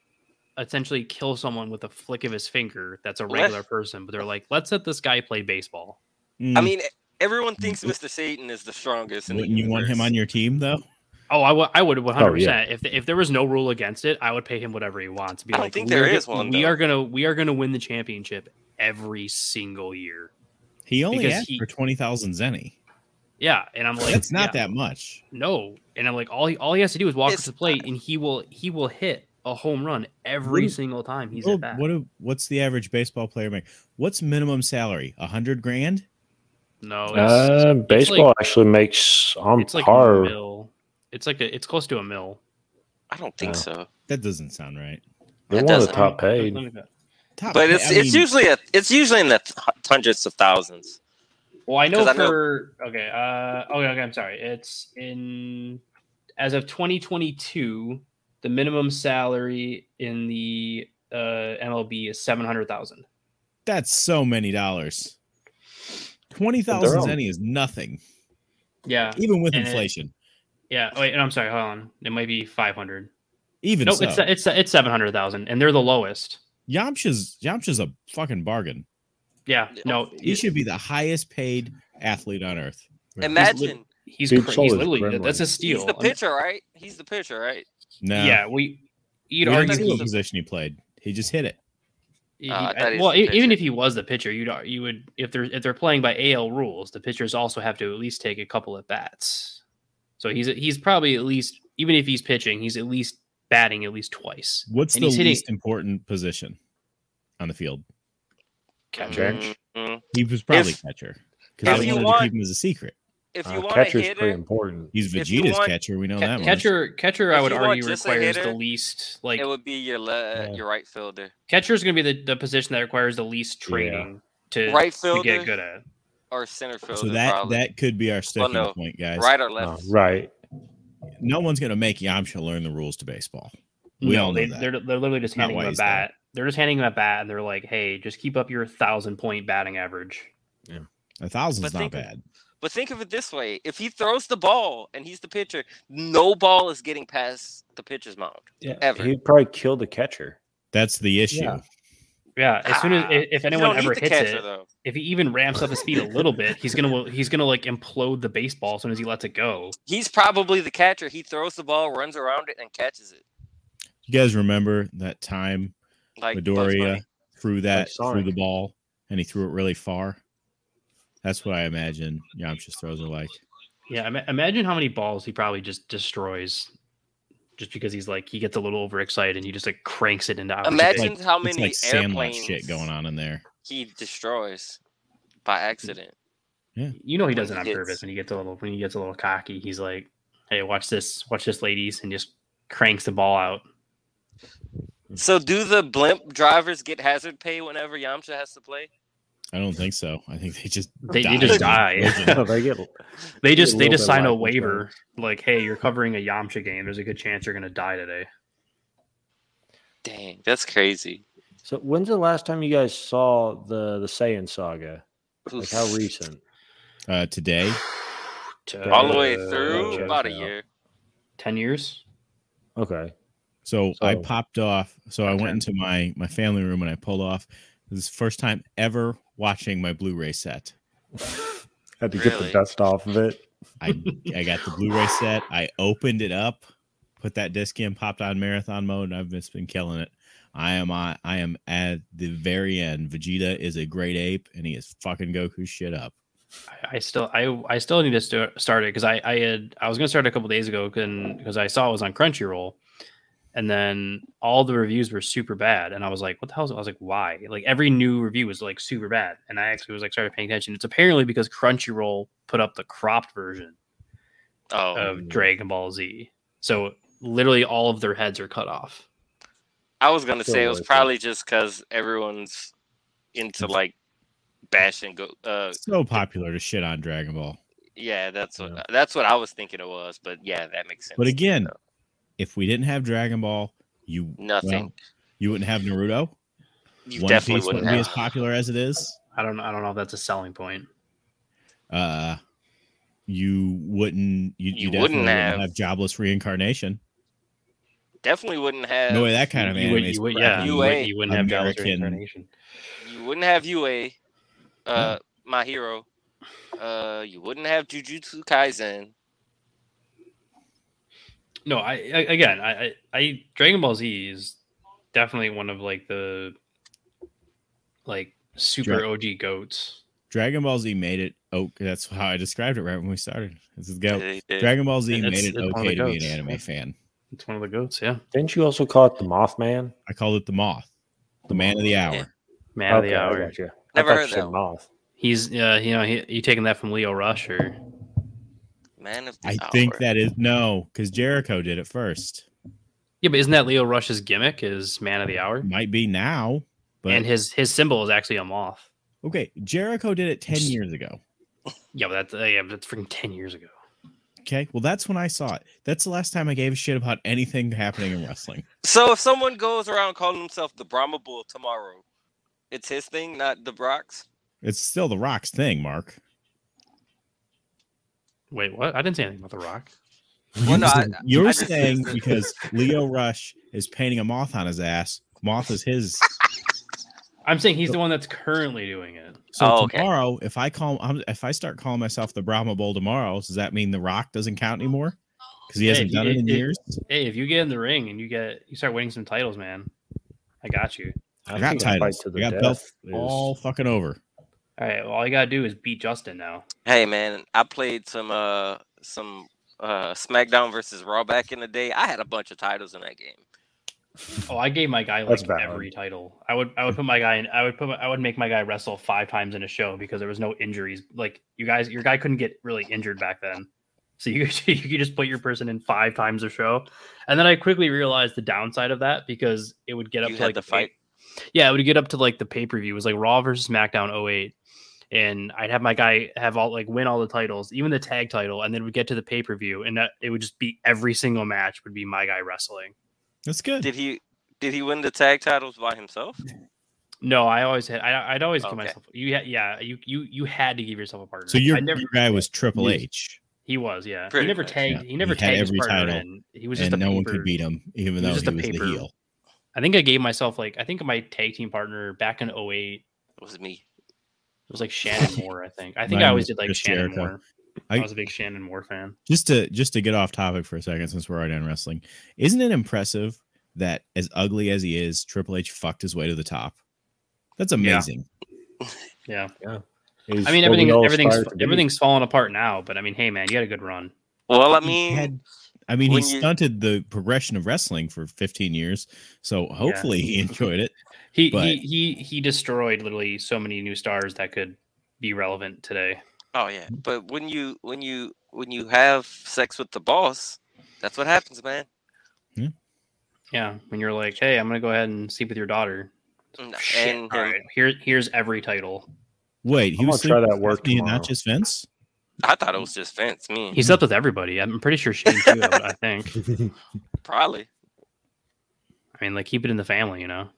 [SPEAKER 9] essentially kill someone with a flick of his finger. That's a
[SPEAKER 8] Well,
[SPEAKER 9] regular person, but they're like, let's let this guy play baseball.
[SPEAKER 6] Mm,
[SPEAKER 8] I mean, everyone thinks Mr. Satan is the strongest. In the
[SPEAKER 6] Mm-hmm. wouldn't you want him
[SPEAKER 8] universe.
[SPEAKER 6] on your team though?
[SPEAKER 9] Oh, I would, I would 100 percent. If if there was no rule against it, I would pay him whatever he wants. Be
[SPEAKER 8] I don't
[SPEAKER 9] like,
[SPEAKER 8] think
[SPEAKER 9] "We're
[SPEAKER 8] there
[SPEAKER 9] go-
[SPEAKER 8] is one,
[SPEAKER 9] We
[SPEAKER 8] though."
[SPEAKER 9] are gonna we are gonna win the championship every single year.
[SPEAKER 6] He only
[SPEAKER 9] Because
[SPEAKER 6] asked
[SPEAKER 9] he-
[SPEAKER 6] for twenty thousand zenny.
[SPEAKER 9] Yeah, and I'm like,
[SPEAKER 6] That's not
[SPEAKER 9] yeah.
[SPEAKER 6] that much.
[SPEAKER 9] No, and I'm like, all he all he has to do is walk up
[SPEAKER 8] It's
[SPEAKER 9] to the plate, and he will he will hit a home run every
[SPEAKER 6] What-
[SPEAKER 9] single time he's
[SPEAKER 6] Well,
[SPEAKER 9] at bat.
[SPEAKER 6] Oh, what do- what's the average baseball player make? What's minimum salary? A hundred grand?
[SPEAKER 9] no, Oh, it's,
[SPEAKER 7] Uh, baseball
[SPEAKER 9] like-
[SPEAKER 7] actually makes on
[SPEAKER 9] it's like a
[SPEAKER 7] par.
[SPEAKER 9] mill. It's like a, it's close to a mill.
[SPEAKER 8] I don't think
[SPEAKER 6] Oh.
[SPEAKER 7] No.
[SPEAKER 8] so.
[SPEAKER 6] That doesn't sound right.
[SPEAKER 7] They're one
[SPEAKER 8] That
[SPEAKER 7] of the
[SPEAKER 8] doesn't-
[SPEAKER 7] top paid.
[SPEAKER 6] Top
[SPEAKER 8] But
[SPEAKER 6] pay-
[SPEAKER 8] it's
[SPEAKER 6] I
[SPEAKER 8] it's
[SPEAKER 6] mean,
[SPEAKER 8] usually a, it's usually in the th- hundreds of thousands.
[SPEAKER 9] Well, I know
[SPEAKER 8] 'Cause I know-
[SPEAKER 9] for okay, uh, okay, okay. I'm sorry. It's in as of 2022, the minimum salary in the uh, MLB is seven hundred thousand.
[SPEAKER 6] that's so many dollars. Twenty
[SPEAKER 7] They're
[SPEAKER 6] thousand
[SPEAKER 7] all-
[SPEAKER 6] zenny is nothing,
[SPEAKER 9] Yeah,
[SPEAKER 6] even with
[SPEAKER 9] And it-
[SPEAKER 6] inflation.
[SPEAKER 9] yeah. Wait, and I'm sorry. Hold on. It might be five hundred.
[SPEAKER 6] Even
[SPEAKER 9] No,
[SPEAKER 6] so,
[SPEAKER 9] it's it's it's seven hundred thousand, and they're the lowest.
[SPEAKER 6] Yamcha's Yamcha's a fucking bargain.
[SPEAKER 9] Yeah,
[SPEAKER 8] Yeah.
[SPEAKER 9] no,
[SPEAKER 6] He should be the highest paid athlete on earth.
[SPEAKER 8] Imagine
[SPEAKER 9] he's
[SPEAKER 7] Dude,
[SPEAKER 9] cra-
[SPEAKER 7] Sol
[SPEAKER 9] he's
[SPEAKER 7] is
[SPEAKER 9] literally
[SPEAKER 7] gremlin.
[SPEAKER 9] that's a steal.
[SPEAKER 8] he's the
[SPEAKER 9] I mean,
[SPEAKER 8] pitcher, right? He's the pitcher, right?
[SPEAKER 6] No,
[SPEAKER 9] Yeah, we
[SPEAKER 6] you
[SPEAKER 9] you'd
[SPEAKER 6] don't
[SPEAKER 9] argue
[SPEAKER 6] see what
[SPEAKER 9] he,
[SPEAKER 6] position he played. He just hit it.
[SPEAKER 9] he-
[SPEAKER 8] Uh, I thought
[SPEAKER 9] I-
[SPEAKER 8] he was
[SPEAKER 9] well,
[SPEAKER 8] the
[SPEAKER 9] e- even
[SPEAKER 8] pitcher.
[SPEAKER 9] if he was the pitcher, you'd ar- you would if they're if they're playing by AL rules, the pitchers also have to at least take a couple at bats. So he's he's probably at least even if he's pitching, he's at least batting at least twice.
[SPEAKER 6] What's
[SPEAKER 9] And
[SPEAKER 6] the
[SPEAKER 9] he's hitting-
[SPEAKER 6] least important position on the field?
[SPEAKER 7] Catcher.
[SPEAKER 8] Mhm.
[SPEAKER 6] He was probably
[SPEAKER 8] If-
[SPEAKER 6] catcher
[SPEAKER 8] if
[SPEAKER 6] because they
[SPEAKER 8] you
[SPEAKER 6] wanted to
[SPEAKER 8] want-
[SPEAKER 6] keep him as a secret.
[SPEAKER 8] If you
[SPEAKER 7] Uh,
[SPEAKER 8] want a
[SPEAKER 7] catcher's
[SPEAKER 8] hitter,
[SPEAKER 7] pretty important.
[SPEAKER 6] He's
[SPEAKER 8] if you
[SPEAKER 6] Vegeta's
[SPEAKER 8] want-
[SPEAKER 6] catcher. We know
[SPEAKER 9] Ca-
[SPEAKER 6] that much.
[SPEAKER 9] catcher catcher I
[SPEAKER 8] If
[SPEAKER 9] would
[SPEAKER 8] you want
[SPEAKER 9] argue
[SPEAKER 8] just a
[SPEAKER 9] requires the
[SPEAKER 8] hitter,
[SPEAKER 9] least like
[SPEAKER 8] it would be your le-
[SPEAKER 6] Yeah.
[SPEAKER 8] your right fielder.
[SPEAKER 9] catcher is going to be the, the position that requires the least training to,
[SPEAKER 8] Right
[SPEAKER 9] to get
[SPEAKER 8] fielder?
[SPEAKER 9] good at.
[SPEAKER 8] or center fielder.
[SPEAKER 6] So that
[SPEAKER 8] probably.
[SPEAKER 6] that could be our sticking
[SPEAKER 8] no.
[SPEAKER 6] point, guys.
[SPEAKER 8] right or
[SPEAKER 7] Uh,
[SPEAKER 8] left.
[SPEAKER 7] right.
[SPEAKER 6] No one's going to make Yamcha learn the rules to baseball. We all know
[SPEAKER 9] they,
[SPEAKER 6] that.
[SPEAKER 9] They're, they're literally just
[SPEAKER 6] Not
[SPEAKER 9] handing
[SPEAKER 6] why
[SPEAKER 9] him a
[SPEAKER 6] he's there.
[SPEAKER 9] bat. They're just handing him a bat, and they're like, "Hey, just keep up your thousand point batting average."
[SPEAKER 6] A thousand's
[SPEAKER 8] But
[SPEAKER 6] not
[SPEAKER 8] think of-
[SPEAKER 6] bad.
[SPEAKER 8] But think of it this way: if he throws the ball and he's the pitcher, no ball is getting past the pitcher's mound.
[SPEAKER 7] Yeah.
[SPEAKER 8] Ever.
[SPEAKER 7] He'd probably kill the catcher.
[SPEAKER 6] That's the issue.
[SPEAKER 7] Yeah.
[SPEAKER 9] Yeah, as soon as
[SPEAKER 8] Ah,
[SPEAKER 9] if- if
[SPEAKER 8] You
[SPEAKER 9] anyone
[SPEAKER 8] don't need
[SPEAKER 9] ever
[SPEAKER 8] the
[SPEAKER 9] hits
[SPEAKER 8] catcher,
[SPEAKER 9] it,
[SPEAKER 8] though.
[SPEAKER 9] if he even ramps up his speed a little bit, he's gonna he's gonna like implode the baseball as soon as he lets it go.
[SPEAKER 8] He's probably the catcher. He throws the ball, runs around it, and catches it.
[SPEAKER 6] You guys remember that time
[SPEAKER 8] Like Bugs
[SPEAKER 6] Midoriya
[SPEAKER 8] Bunny.
[SPEAKER 6] threw that threw
[SPEAKER 7] Sonic.
[SPEAKER 6] the ball and he threw it really far? That's what I imagine Yamcha's throws are like.
[SPEAKER 9] Yeah, ima- imagine how many balls he probably just destroys, just because he's like he gets a little overexcited and he just like cranks it into. opposite
[SPEAKER 8] Imagine
[SPEAKER 9] base.
[SPEAKER 8] how
[SPEAKER 6] It's
[SPEAKER 8] many
[SPEAKER 6] like sandlot
[SPEAKER 8] airplanes
[SPEAKER 6] shit going on in there.
[SPEAKER 8] he destroys by accident.
[SPEAKER 9] You know he does it
[SPEAKER 8] when
[SPEAKER 9] on
[SPEAKER 8] he
[SPEAKER 9] purpose
[SPEAKER 8] gets-
[SPEAKER 9] when he gets a little when he gets a little cocky. He's like, "Hey, watch this, watch this, ladies," and just cranks the ball out.
[SPEAKER 6] Mm-hmm.
[SPEAKER 8] So, do the blimp drivers get hazard pay whenever Yamcha has to play?
[SPEAKER 6] I don't think so. I think they just
[SPEAKER 9] They, they just die.
[SPEAKER 7] No, they get
[SPEAKER 9] they just
[SPEAKER 7] a
[SPEAKER 9] they
[SPEAKER 7] little
[SPEAKER 9] just
[SPEAKER 7] bit
[SPEAKER 9] sign a
[SPEAKER 7] life
[SPEAKER 9] waiver like, hey, you're covering a Yamcha game. There's a good chance you're gonna die today.
[SPEAKER 8] Dang, that's crazy.
[SPEAKER 7] So when's the last time you guys saw the the Saiyan saga? Like how
[SPEAKER 8] Oof.
[SPEAKER 7] recent?
[SPEAKER 6] uh, today.
[SPEAKER 8] All the way
[SPEAKER 7] Uh,
[SPEAKER 8] through,
[SPEAKER 7] check
[SPEAKER 8] about a
[SPEAKER 7] out.
[SPEAKER 8] year.
[SPEAKER 9] ten years.
[SPEAKER 7] Okay.
[SPEAKER 6] So, I
[SPEAKER 7] So-
[SPEAKER 6] popped off. So I
[SPEAKER 9] Okay.
[SPEAKER 6] went into my my family room and I pulled off. This is the first time ever watching my Blu-ray set.
[SPEAKER 7] Had to get the
[SPEAKER 8] Really?
[SPEAKER 7] dust off of it.
[SPEAKER 6] I I got the Blu-ray set. I opened it up, put that disc in, popped on marathon mode, and I've just been killing it. I am on, I am at the very end. Vegeta is a great ape, and he is fucking Goku shit up.
[SPEAKER 9] I, I still I I still need to st- start it because I I had I was gonna start it a couple days ago because I saw it was on Crunchyroll, and then all the reviews were super bad and i was like what the hell is i was like why like every new review was like super bad and i actually was like started paying attention it's apparently because crunchyroll put up the cropped version
[SPEAKER 8] Oh,
[SPEAKER 9] of dragon ball z so literally all of their heads are cut off
[SPEAKER 8] I was gonna say it was
[SPEAKER 7] Totally.
[SPEAKER 8] probably just because everyone's
[SPEAKER 6] Mm-hmm.
[SPEAKER 8] into like bashing. Go- uh,
[SPEAKER 6] So popular to shit on Dragon Ball.
[SPEAKER 8] yeah, that's what
[SPEAKER 6] Yeah.
[SPEAKER 8] that's what I was thinking it was. But yeah, that makes sense.
[SPEAKER 6] But again, if we didn't have Dragon Ball, you
[SPEAKER 8] nothing.
[SPEAKER 6] well, you wouldn't have Naruto.
[SPEAKER 8] you
[SPEAKER 6] One
[SPEAKER 8] definitely
[SPEAKER 6] Piece
[SPEAKER 8] wouldn't
[SPEAKER 6] be
[SPEAKER 8] have.
[SPEAKER 6] as popular as it is.
[SPEAKER 9] i don't i don't know if that's a selling point
[SPEAKER 6] Uh, you wouldn't. You, you,
[SPEAKER 8] You
[SPEAKER 6] definitely
[SPEAKER 8] wouldn't
[SPEAKER 6] wouldn't
[SPEAKER 8] have-
[SPEAKER 6] have. jobless reincarnation.
[SPEAKER 8] Definitely wouldn't have.
[SPEAKER 6] No way that kind of
[SPEAKER 9] you,
[SPEAKER 6] anime.
[SPEAKER 9] would,
[SPEAKER 6] is
[SPEAKER 9] you would,
[SPEAKER 6] crap.
[SPEAKER 9] yeah
[SPEAKER 8] You
[SPEAKER 9] you,
[SPEAKER 8] ain't
[SPEAKER 9] would, you wouldn't have Dallas
[SPEAKER 6] American.
[SPEAKER 9] reincarnation
[SPEAKER 8] You wouldn't have UA, uh, my hero. Uh, you wouldn't have Jujutsu Kaisen.
[SPEAKER 9] no I, I again I, I i dragon ball z is definitely one of like the like super
[SPEAKER 6] Dra-
[SPEAKER 9] og goats
[SPEAKER 6] Dragon Ball Z made it. Oh, that's how I described it right when we started. This is go.
[SPEAKER 8] They did.
[SPEAKER 6] Dragon Ball Z
[SPEAKER 9] It's-
[SPEAKER 6] made it
[SPEAKER 9] it's one of
[SPEAKER 6] okay
[SPEAKER 9] the
[SPEAKER 6] to be an
[SPEAKER 9] goats.
[SPEAKER 6] anime fan.
[SPEAKER 9] it's one of the goats yeah
[SPEAKER 7] Didn't you also call it the Mothman?
[SPEAKER 6] I called it the moth, the man of the hour.
[SPEAKER 8] Yeah.
[SPEAKER 9] man of
[SPEAKER 7] Okay,
[SPEAKER 9] the
[SPEAKER 7] I
[SPEAKER 9] hour
[SPEAKER 7] gotcha. I
[SPEAKER 8] Never
[SPEAKER 7] thought you
[SPEAKER 8] heard
[SPEAKER 7] said
[SPEAKER 8] that one.
[SPEAKER 7] Moth.
[SPEAKER 9] he's uh you know he, you taking that from leo rush or
[SPEAKER 8] Man of the
[SPEAKER 6] I
[SPEAKER 8] hour.
[SPEAKER 6] think that is no, because Jericho did it first.
[SPEAKER 9] yeah but isn't that leo rush's gimmick is man of the hour
[SPEAKER 6] Might be now, but
[SPEAKER 9] and his his symbol is actually a moth
[SPEAKER 6] okay, Jericho did it ten years ago.
[SPEAKER 9] yeah but that's uh, yeah but that's freaking 10 years ago
[SPEAKER 6] Okay, well that's when I saw it. That's the last time I gave a shit about anything happening in wrestling.
[SPEAKER 8] So if someone goes around calling himself the Brahma Bull tomorrow, it's his thing, not the Brock's.
[SPEAKER 6] It's still the Rock's thing, Mark.
[SPEAKER 9] wait what i didn't say anything about the rock
[SPEAKER 8] Well, no, I-
[SPEAKER 6] You're
[SPEAKER 8] I just-
[SPEAKER 6] saying because Leo Rush is painting a moth on his ass. Moth is his.
[SPEAKER 9] i'm saying he's the one that's currently doing it
[SPEAKER 6] So
[SPEAKER 8] Oh, okay.
[SPEAKER 6] tomorrow, if I call, I'm- if I start calling myself the Brahma Bull tomorrow, does that mean the Rock doesn't count anymore? Because he
[SPEAKER 9] Yeah,
[SPEAKER 6] hasn't
[SPEAKER 9] it-
[SPEAKER 6] done it,
[SPEAKER 9] it-
[SPEAKER 6] in
[SPEAKER 9] it-
[SPEAKER 6] years.
[SPEAKER 9] hey if you get in the ring and you get you start winning some titles man i got you
[SPEAKER 6] I got
[SPEAKER 7] think a fight
[SPEAKER 6] titles.
[SPEAKER 7] to
[SPEAKER 6] I
[SPEAKER 7] the
[SPEAKER 6] got
[SPEAKER 7] death
[SPEAKER 6] belts
[SPEAKER 7] is-
[SPEAKER 6] all fucking over.
[SPEAKER 9] All right. Well, all you gotta do is beat Justin now.
[SPEAKER 8] Hey man, I played some uh some uh SmackDown versus Raw back in the day. I had a bunch of titles in that game.
[SPEAKER 9] Oh, I gave my guy like
[SPEAKER 7] That's valid.
[SPEAKER 9] every title. I would I would put my guy in. I would put my, I would make my guy wrestle five times in a show because there was no injuries. Like you guys, your guy couldn't get really injured back then. So you you could just put your person in five times a show, and then I quickly realized the downside of that because it would get up
[SPEAKER 8] you
[SPEAKER 9] to
[SPEAKER 8] had
[SPEAKER 9] like
[SPEAKER 8] the
[SPEAKER 9] pay-
[SPEAKER 8] fight.
[SPEAKER 9] yeah, it would get up to like the pay per view. It was like Raw versus SmackDown 08. And I'd have my guy have all like win all the titles, even the tag title, and then it would get to the pay per view, and that it would just be every single match would be my guy wrestling.
[SPEAKER 6] That's good.
[SPEAKER 8] Did he did he win the tag titles by himself?
[SPEAKER 9] No, I always had. I, I'd always give
[SPEAKER 8] Okay.
[SPEAKER 9] myself. You had, yeah. You you you had to give yourself a partner.
[SPEAKER 6] So your,
[SPEAKER 9] I never,
[SPEAKER 6] your guy was Triple
[SPEAKER 9] Yes.
[SPEAKER 6] H,
[SPEAKER 9] he was yeah. He
[SPEAKER 8] Pretty
[SPEAKER 9] never
[SPEAKER 8] much,
[SPEAKER 9] tagged.
[SPEAKER 6] yeah.
[SPEAKER 9] He never
[SPEAKER 6] He had
[SPEAKER 9] tagged his
[SPEAKER 6] every
[SPEAKER 9] partner
[SPEAKER 6] title,
[SPEAKER 9] in. He was just
[SPEAKER 6] and
[SPEAKER 9] a
[SPEAKER 6] no one
[SPEAKER 9] paper-
[SPEAKER 6] could beat him, even
[SPEAKER 9] was
[SPEAKER 6] though
[SPEAKER 9] just
[SPEAKER 6] he
[SPEAKER 9] a
[SPEAKER 6] was the
[SPEAKER 9] paper.
[SPEAKER 6] heel.
[SPEAKER 9] I think I gave myself like I think my tag team partner back in 08
[SPEAKER 8] It was me.
[SPEAKER 9] it was like Shannon Moore. I think. I think
[SPEAKER 6] Mine
[SPEAKER 9] I always
[SPEAKER 6] was
[SPEAKER 9] did like
[SPEAKER 6] Chris
[SPEAKER 9] Shannon
[SPEAKER 6] Jericho.
[SPEAKER 9] Moore.
[SPEAKER 6] I-
[SPEAKER 9] I was a big Shannon Moore fan.
[SPEAKER 6] Just to just to get off topic for a second, since we're already on wrestling, isn't it impressive that as ugly as he is, Triple H fucked his way to the top? That's amazing.
[SPEAKER 9] Yeah.
[SPEAKER 7] He's
[SPEAKER 9] I mean,
[SPEAKER 7] what we
[SPEAKER 9] everything,
[SPEAKER 7] all
[SPEAKER 9] everything's
[SPEAKER 7] aspire to be.
[SPEAKER 9] everything's falling apart now. But I mean, hey, man, you had a good run.
[SPEAKER 8] Well, I
[SPEAKER 6] He
[SPEAKER 8] mean,
[SPEAKER 6] had- I mean, he
[SPEAKER 8] when you-
[SPEAKER 6] stunted the progression of wrestling for 15 years, so hopefully he enjoyed it.
[SPEAKER 9] He
[SPEAKER 6] But-
[SPEAKER 9] he he he destroyed literally so many new stars that could be relevant today.
[SPEAKER 8] oh yeah, but when you when you when you have sex with the boss, that's what happens, man.
[SPEAKER 9] Yeah, when you're like, hey, I'm gonna go ahead and sleep with your daughter.
[SPEAKER 8] Mm, And
[SPEAKER 9] Shit,
[SPEAKER 8] him.
[SPEAKER 9] all right, here here's every title.
[SPEAKER 6] Wait, he
[SPEAKER 7] I'm
[SPEAKER 6] was
[SPEAKER 7] gonna try
[SPEAKER 6] sleeping
[SPEAKER 7] that
[SPEAKER 6] with
[SPEAKER 7] work
[SPEAKER 6] Stephanie and
[SPEAKER 7] tomorrow.
[SPEAKER 6] not just Vince.
[SPEAKER 8] I thought it was just Vince. Me,
[SPEAKER 9] He slept with everybody. I'm pretty sure Shane too. I would- I think.
[SPEAKER 8] probably.
[SPEAKER 9] I mean, like keep it in the family, you know.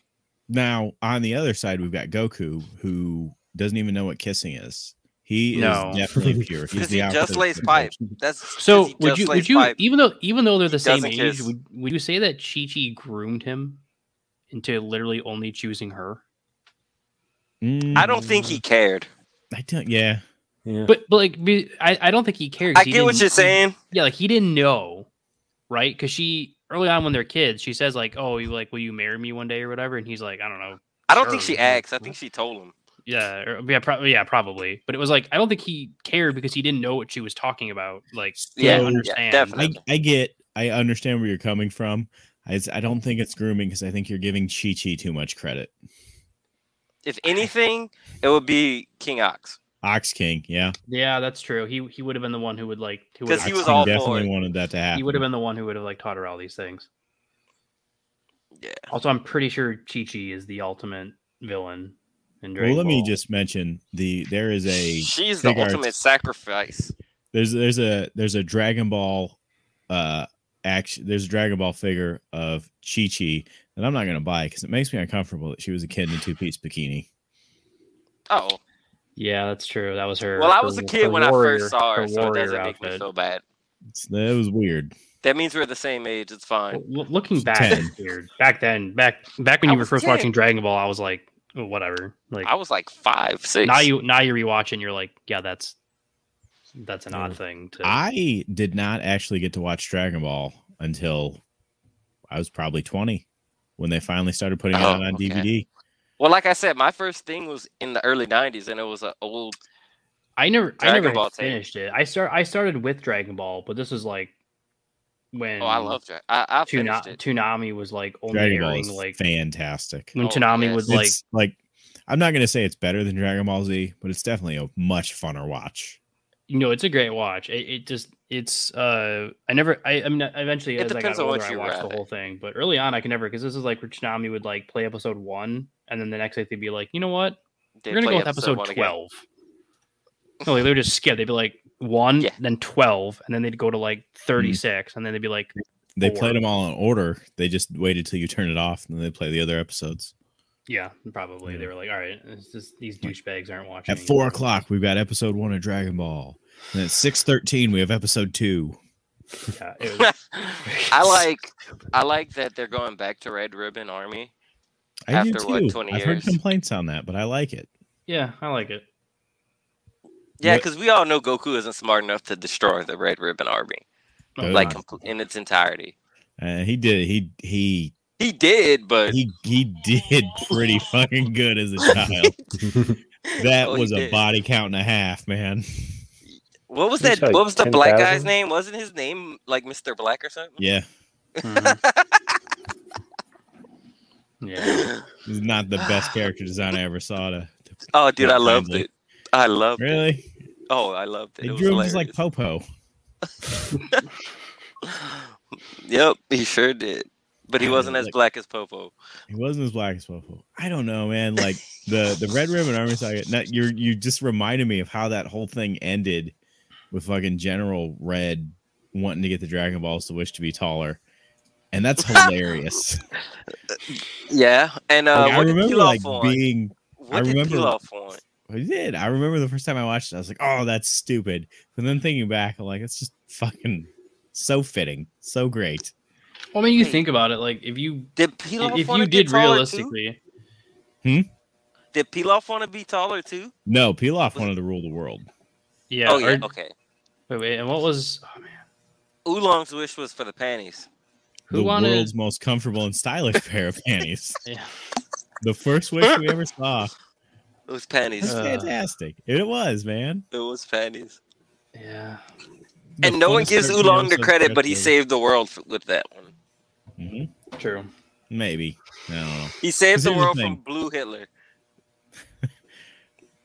[SPEAKER 6] Now, on the other side, we've got Goku, who doesn't even know what kissing is. He
[SPEAKER 9] No.
[SPEAKER 6] is definitely pure. He's
[SPEAKER 8] Because
[SPEAKER 6] the
[SPEAKER 8] he
[SPEAKER 6] opposite
[SPEAKER 8] just
[SPEAKER 6] of
[SPEAKER 8] lays
[SPEAKER 6] Triple
[SPEAKER 8] pipe.
[SPEAKER 6] H.
[SPEAKER 8] That's
[SPEAKER 9] So
[SPEAKER 8] 'cause he
[SPEAKER 9] would
[SPEAKER 8] just
[SPEAKER 9] you
[SPEAKER 8] lays
[SPEAKER 9] would you
[SPEAKER 8] pipe.
[SPEAKER 9] even though even though they're the same
[SPEAKER 8] doesn't
[SPEAKER 9] age,
[SPEAKER 8] kiss.
[SPEAKER 9] would would you say that Chi Chi groomed him into literally only choosing her?
[SPEAKER 8] I don't think
[SPEAKER 6] Mm,
[SPEAKER 8] he cared.
[SPEAKER 6] I don't. Yeah,
[SPEAKER 7] Yeah.
[SPEAKER 9] But but like be- I, I don't think he cared. 'cause
[SPEAKER 8] I
[SPEAKER 9] he
[SPEAKER 8] get what
[SPEAKER 9] didn't-
[SPEAKER 8] you're
[SPEAKER 9] he-
[SPEAKER 8] saying.
[SPEAKER 9] yeah, like he didn't know, right? Because she early on when they're kids, she says like, "Oh, you like will you marry me one day or whatever?" And he's like, "I don't know."
[SPEAKER 8] I don't think
[SPEAKER 9] Sure.
[SPEAKER 8] she asked. I think she told him.
[SPEAKER 9] Yeah, or, yeah, pro- yeah, probably. But it was like I don't think he cared because he didn't know what she was talking about. Like,
[SPEAKER 8] Yeah,
[SPEAKER 9] yeah,
[SPEAKER 6] yeah,
[SPEAKER 9] understand.
[SPEAKER 8] definitely.
[SPEAKER 6] I, I get. I understand where you're coming from. I, I don't think it's grooming because I think you're giving Chi Chi too much credit.
[SPEAKER 8] If anything, it would be King Ox
[SPEAKER 6] Ox King, yeah,
[SPEAKER 9] Yeah, that's true. He he would have been the one who would like who
[SPEAKER 8] because
[SPEAKER 9] would've-
[SPEAKER 8] he was
[SPEAKER 6] King
[SPEAKER 8] all for
[SPEAKER 6] definitely
[SPEAKER 8] it.
[SPEAKER 6] wanted that to happen.
[SPEAKER 9] he would have been the one who would have like taught her all these things.
[SPEAKER 8] Yeah.
[SPEAKER 9] Also, I'm pretty sure Chi Chi is the ultimate villain in
[SPEAKER 6] Well,
[SPEAKER 9] Dragon
[SPEAKER 6] let me
[SPEAKER 9] Ball.
[SPEAKER 6] just mention the there is a
[SPEAKER 8] She's the
[SPEAKER 6] big arts-
[SPEAKER 8] ultimate sacrifice.
[SPEAKER 6] there's there's a there's a Dragon Ball uh action there's a Dragon Ball figure of Chi Chi that I'm not gonna buy because it makes me uncomfortable that she was a kid in a two piece bikini.
[SPEAKER 8] Oh,
[SPEAKER 9] Yeah, that's true. That was her.
[SPEAKER 8] well, I
[SPEAKER 9] her-
[SPEAKER 8] was a
[SPEAKER 9] her
[SPEAKER 8] kid when I
[SPEAKER 9] warrior-
[SPEAKER 8] first saw her, so it
[SPEAKER 9] warrior
[SPEAKER 8] doesn't make me
[SPEAKER 9] outfit.
[SPEAKER 8] feel bad.
[SPEAKER 6] It's, that was weird.
[SPEAKER 8] That means we're the same age. It's fine.
[SPEAKER 9] Well, look- looking back,
[SPEAKER 6] 10.
[SPEAKER 9] it's weird. Back then, back back when
[SPEAKER 8] I
[SPEAKER 9] you were
[SPEAKER 8] was
[SPEAKER 9] first
[SPEAKER 8] 10.
[SPEAKER 9] watching Dragon Ball, I was like, oh, whatever. Like
[SPEAKER 8] I was like five, six.
[SPEAKER 9] now you now you rewatch and you're like, yeah, that's that's an odd thing to.
[SPEAKER 6] Mm. I did not actually get to watch Dragon Ball until I was probably 20 when they finally started putting it
[SPEAKER 8] Oh,
[SPEAKER 6] out on
[SPEAKER 8] okay.
[SPEAKER 6] DVD.
[SPEAKER 8] Well, like I said, my first thing was in the early '90s, and it was an old.
[SPEAKER 9] I never I
[SPEAKER 8] Dragon
[SPEAKER 9] never
[SPEAKER 8] Ball
[SPEAKER 9] had
[SPEAKER 8] tape.
[SPEAKER 9] finished it. I start I started with Dragon Ball, but this was like when
[SPEAKER 8] Oh, I love that. I, I
[SPEAKER 9] Tuna-
[SPEAKER 8] finished it.
[SPEAKER 9] Toonami was like only
[SPEAKER 6] Dragon Ball
[SPEAKER 9] airing
[SPEAKER 6] is
[SPEAKER 9] like
[SPEAKER 6] fantastic.
[SPEAKER 9] when
[SPEAKER 8] Oh,
[SPEAKER 9] Toonami
[SPEAKER 8] yes.
[SPEAKER 9] was like
[SPEAKER 6] It's like, I'm not gonna say it's better than Dragon Ball Z, but it's definitely a much funner watch.
[SPEAKER 9] you know it's a great watch. It, it just it's uh I never I, I mean eventually
[SPEAKER 8] It
[SPEAKER 9] as I got
[SPEAKER 8] depends on what
[SPEAKER 9] older I
[SPEAKER 8] you
[SPEAKER 9] watched the
[SPEAKER 8] rather.
[SPEAKER 9] whole thing, but early on I could never because this is like where Toonami would like play episode one and then the next day they'd be like, you know what,
[SPEAKER 8] They
[SPEAKER 9] we're gonna
[SPEAKER 8] play
[SPEAKER 9] go with episode,
[SPEAKER 8] one again.
[SPEAKER 9] twelve. No, like, they would just skip. They'd be like one,
[SPEAKER 8] Yeah.
[SPEAKER 9] then twelve, and then they'd go to like
[SPEAKER 6] Hmm.
[SPEAKER 9] thirty and then they'd be like
[SPEAKER 6] They
[SPEAKER 9] Four.
[SPEAKER 6] played them all in order. They just waited till you turn it off, and then they play the other episodes.
[SPEAKER 9] Yeah, probably. They
[SPEAKER 6] Yeah.
[SPEAKER 9] were like, all right, it's just these
[SPEAKER 6] Like,
[SPEAKER 9] douchebags aren't watching.
[SPEAKER 6] At four o'clock, we've got episode one of Dragon Ball, and at six thirteen, we have episode two.
[SPEAKER 9] Yeah, it was-
[SPEAKER 8] I like. I like that they're going back to Red Ribbon Army.
[SPEAKER 6] I do
[SPEAKER 8] After, what,
[SPEAKER 6] too.
[SPEAKER 8] 20
[SPEAKER 6] I've heard
[SPEAKER 8] years?
[SPEAKER 6] complaints on that, but I like it.
[SPEAKER 9] yeah, I like it.
[SPEAKER 8] Yeah,
[SPEAKER 6] What-
[SPEAKER 8] because we all know Goku isn't smart enough to destroy the Red Ribbon Army,
[SPEAKER 6] Oh,
[SPEAKER 8] like
[SPEAKER 6] God.
[SPEAKER 8] compl- in its entirety.
[SPEAKER 6] Uh, he did. He he
[SPEAKER 8] He did, but
[SPEAKER 6] he he did pretty fucking good as a child. that
[SPEAKER 8] Oh, he
[SPEAKER 6] was a
[SPEAKER 8] did.
[SPEAKER 6] body count and a half, man.
[SPEAKER 8] What was
[SPEAKER 7] He was
[SPEAKER 8] that?
[SPEAKER 7] like
[SPEAKER 8] what was the black guy's
[SPEAKER 7] 10,000?
[SPEAKER 8] name? Wasn't his name like Mr. Black or something?
[SPEAKER 6] Yeah,
[SPEAKER 9] yeah,
[SPEAKER 6] he's not the best character design I ever saw. To, to-
[SPEAKER 8] Oh, dude, I
[SPEAKER 6] Not
[SPEAKER 8] loved
[SPEAKER 6] friendly.
[SPEAKER 8] it. I loved it.
[SPEAKER 6] really,
[SPEAKER 8] Oh, I loved it.
[SPEAKER 6] they
[SPEAKER 8] It was
[SPEAKER 6] drew him just like
[SPEAKER 8] hilarious.
[SPEAKER 6] Popo.
[SPEAKER 8] yep, he sure did. But he
[SPEAKER 6] Yeah,
[SPEAKER 8] wasn't as
[SPEAKER 6] like-
[SPEAKER 8] black as Popo.
[SPEAKER 6] He wasn't as black as Popo. I don't know, man. Like the the Red Ribbon Army saga. Not, you you just reminded me of how that whole thing ended with fucking General Red wanting to get the Dragon Balls to wish to be taller, and that's hilarious.
[SPEAKER 8] Yeah, and uh,
[SPEAKER 6] Like, I
[SPEAKER 8] what did
[SPEAKER 6] remember
[SPEAKER 8] Pilaf
[SPEAKER 6] like
[SPEAKER 8] on?
[SPEAKER 6] being
[SPEAKER 8] what
[SPEAKER 6] I
[SPEAKER 8] did
[SPEAKER 6] remember-
[SPEAKER 8] Pilaf on?
[SPEAKER 6] I did. I remember the first time I watched it, I was like, oh, that's stupid. But then thinking back, I'm like, it's just fucking so fitting, so great.
[SPEAKER 9] Well, I mean, you
[SPEAKER 8] Wait.
[SPEAKER 9] think about it, like if you
[SPEAKER 8] Did
[SPEAKER 9] if,
[SPEAKER 8] Pilaf
[SPEAKER 9] if
[SPEAKER 8] want
[SPEAKER 9] you
[SPEAKER 8] to get
[SPEAKER 9] did
[SPEAKER 8] taller
[SPEAKER 9] realistically,
[SPEAKER 8] too? Did Pilaf want to be taller too?
[SPEAKER 6] No, Pilaf
[SPEAKER 8] Was-
[SPEAKER 6] wanted to rule the world.
[SPEAKER 9] yeah.
[SPEAKER 8] oh yeah,
[SPEAKER 9] or-
[SPEAKER 8] okay.
[SPEAKER 9] wait, wait, and what was oh, man,
[SPEAKER 8] Oolong's wish was for the panties.
[SPEAKER 9] who
[SPEAKER 6] the
[SPEAKER 9] wanted?
[SPEAKER 6] world's most comfortable and stylish pair of panties.
[SPEAKER 9] Yeah.
[SPEAKER 6] The first wish we ever saw.
[SPEAKER 8] It was
[SPEAKER 6] It
[SPEAKER 8] panties.
[SPEAKER 6] was
[SPEAKER 9] Uh,
[SPEAKER 6] fantastic. It was, man.
[SPEAKER 8] it was panties.
[SPEAKER 9] Yeah,
[SPEAKER 6] The
[SPEAKER 8] and no one
[SPEAKER 6] funnest
[SPEAKER 8] gives
[SPEAKER 6] 13
[SPEAKER 8] Oolong the
[SPEAKER 6] episodes
[SPEAKER 8] credit, but he
[SPEAKER 6] ever.
[SPEAKER 8] saved the world f with that one.
[SPEAKER 6] Mhm.
[SPEAKER 9] true.
[SPEAKER 6] Maybe. I don't know.
[SPEAKER 8] He saved
[SPEAKER 6] here's the
[SPEAKER 8] the world
[SPEAKER 6] thing.
[SPEAKER 8] from Blue Hitler.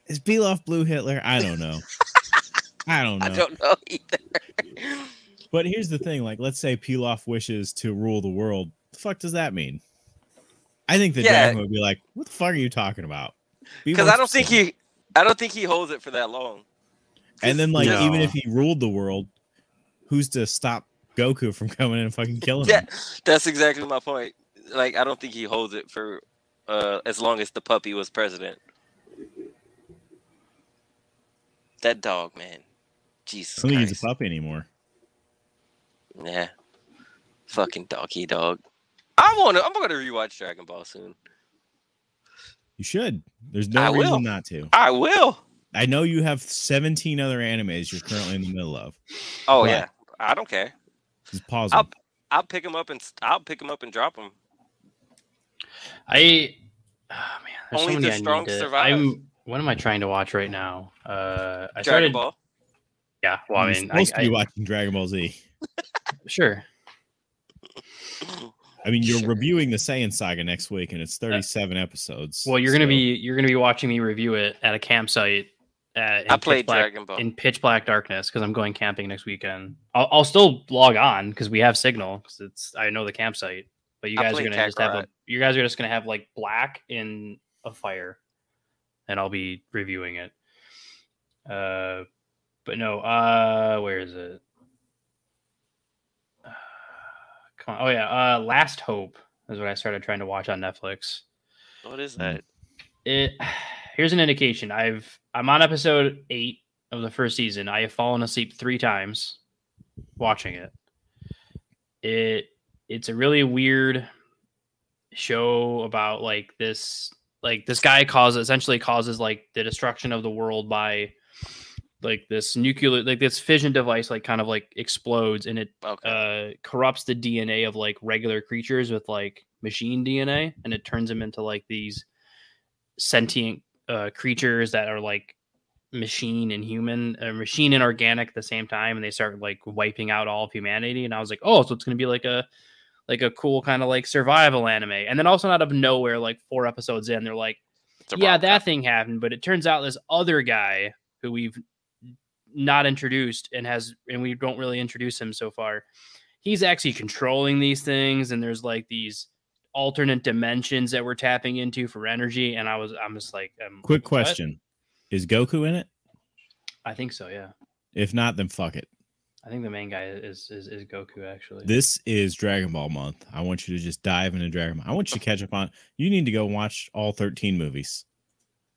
[SPEAKER 6] Is Pilaf Blue Hitler? I don't know. I don't know.
[SPEAKER 8] I don't know either.
[SPEAKER 6] But here's the thing: like, let's say Pilaf wishes to rule the world. The fuck does that mean? I think the
[SPEAKER 8] Yeah.
[SPEAKER 6] dragon would be like, "What the fuck are you talking about?" Be
[SPEAKER 8] Because
[SPEAKER 6] more
[SPEAKER 8] I don't think
[SPEAKER 6] specific.
[SPEAKER 8] he, I don't think he holds it for that long.
[SPEAKER 6] And then, like,
[SPEAKER 9] No.
[SPEAKER 6] even if he ruled the world, who's to stop Goku from coming in and fucking killing
[SPEAKER 8] Yeah,
[SPEAKER 6] him?
[SPEAKER 8] that's exactly my point. Like, I don't think he holds it for uh, as long as the puppy was president. That dog, man, Jesus
[SPEAKER 6] I don't think he's
[SPEAKER 8] Christ,
[SPEAKER 6] a puppy anymore.
[SPEAKER 8] yeah, fucking doggy dog. I want to. I'm gonna rewatch Dragon Ball soon.
[SPEAKER 6] You should. There's no
[SPEAKER 8] I
[SPEAKER 6] reason
[SPEAKER 8] will.
[SPEAKER 6] not to.
[SPEAKER 8] I will.
[SPEAKER 6] I know you have 17 other animes you're currently in the middle of.
[SPEAKER 8] Oh
[SPEAKER 6] Right.
[SPEAKER 8] yeah, I don't care.
[SPEAKER 6] Just pause.
[SPEAKER 8] I'll,
[SPEAKER 6] them.
[SPEAKER 8] I'll pick him up and s- I'll pick him up and drop him.
[SPEAKER 9] I oh man, there's
[SPEAKER 8] Only
[SPEAKER 9] so
[SPEAKER 8] the
[SPEAKER 9] many I need
[SPEAKER 8] strong
[SPEAKER 9] to-
[SPEAKER 8] survive.
[SPEAKER 9] I'm. What am I trying to watch right now? Uh,
[SPEAKER 8] Dragon
[SPEAKER 9] I started.
[SPEAKER 8] Ball.
[SPEAKER 9] Yeah, well, I
[SPEAKER 6] You're
[SPEAKER 9] mean, I,
[SPEAKER 6] supposed to be
[SPEAKER 9] I,
[SPEAKER 6] watching Dragon Ball Z.
[SPEAKER 9] sure. Uh,
[SPEAKER 6] I mean, you're
[SPEAKER 8] Sure.
[SPEAKER 6] reviewing the Saiyan Saga next week, and it's 37 episodes.
[SPEAKER 9] Well, you're gonna
[SPEAKER 6] so-
[SPEAKER 9] be you're gonna be watching me review it at a campsite. At, in
[SPEAKER 8] I
[SPEAKER 9] pitch
[SPEAKER 8] played
[SPEAKER 9] black-
[SPEAKER 8] Dragon Ball.
[SPEAKER 9] in pitch black darkness because I'm going camping next weekend. I'll, I'll still log on because we have signal because it's I know the campsite. But you
[SPEAKER 8] I
[SPEAKER 9] guys are
[SPEAKER 8] played
[SPEAKER 9] gonna just have
[SPEAKER 8] Kakarot.
[SPEAKER 9] a, you guys are just gonna have like black in a fire, and I'll be reviewing it. Uh, but no, uh, where is it? Uh, Come on. Oh yeah, uh, Last Hope is what I started trying to watch on Netflix
[SPEAKER 8] What is that?
[SPEAKER 9] it here's an indication i've i'm on episode eight of the first season i have fallen asleep three times watching it it it's a really weird show about like this like this guy causes essentially causes like the destruction of the world by like this nuclear like this fission device like kind of like explodes and it
[SPEAKER 8] Okay.
[SPEAKER 9] uh, corrupts the DNA of like regular creatures with like machine DNA, and it turns them into like these sentient uh, creatures that are like machine and human, or machine and organic at the same time, and they start like wiping out all of humanity. And I was like, oh, so it's gonna be like a like a cool kind of like survival anime. And then also out of nowhere, like four episodes in, they're like
[SPEAKER 8] It's a
[SPEAKER 9] yeah,
[SPEAKER 8] rom-com.
[SPEAKER 9] that thing happened, but it turns out this other guy who we've not introduced and has and we don't really introduce him so far. He's actually controlling these things and there's like these alternate dimensions that we're tapping into for energy and I was I'm just like um,
[SPEAKER 6] Quick
[SPEAKER 9] what?
[SPEAKER 6] question Is Goku in it?
[SPEAKER 9] I think so, yeah.
[SPEAKER 6] If not, then fuck it.
[SPEAKER 9] I think the main guy is is, is Goku actually.
[SPEAKER 6] This is Dragon Ball month. I want you to just dive into Dragon Ball. I want you to catch up on. You need to go watch all 13 movies.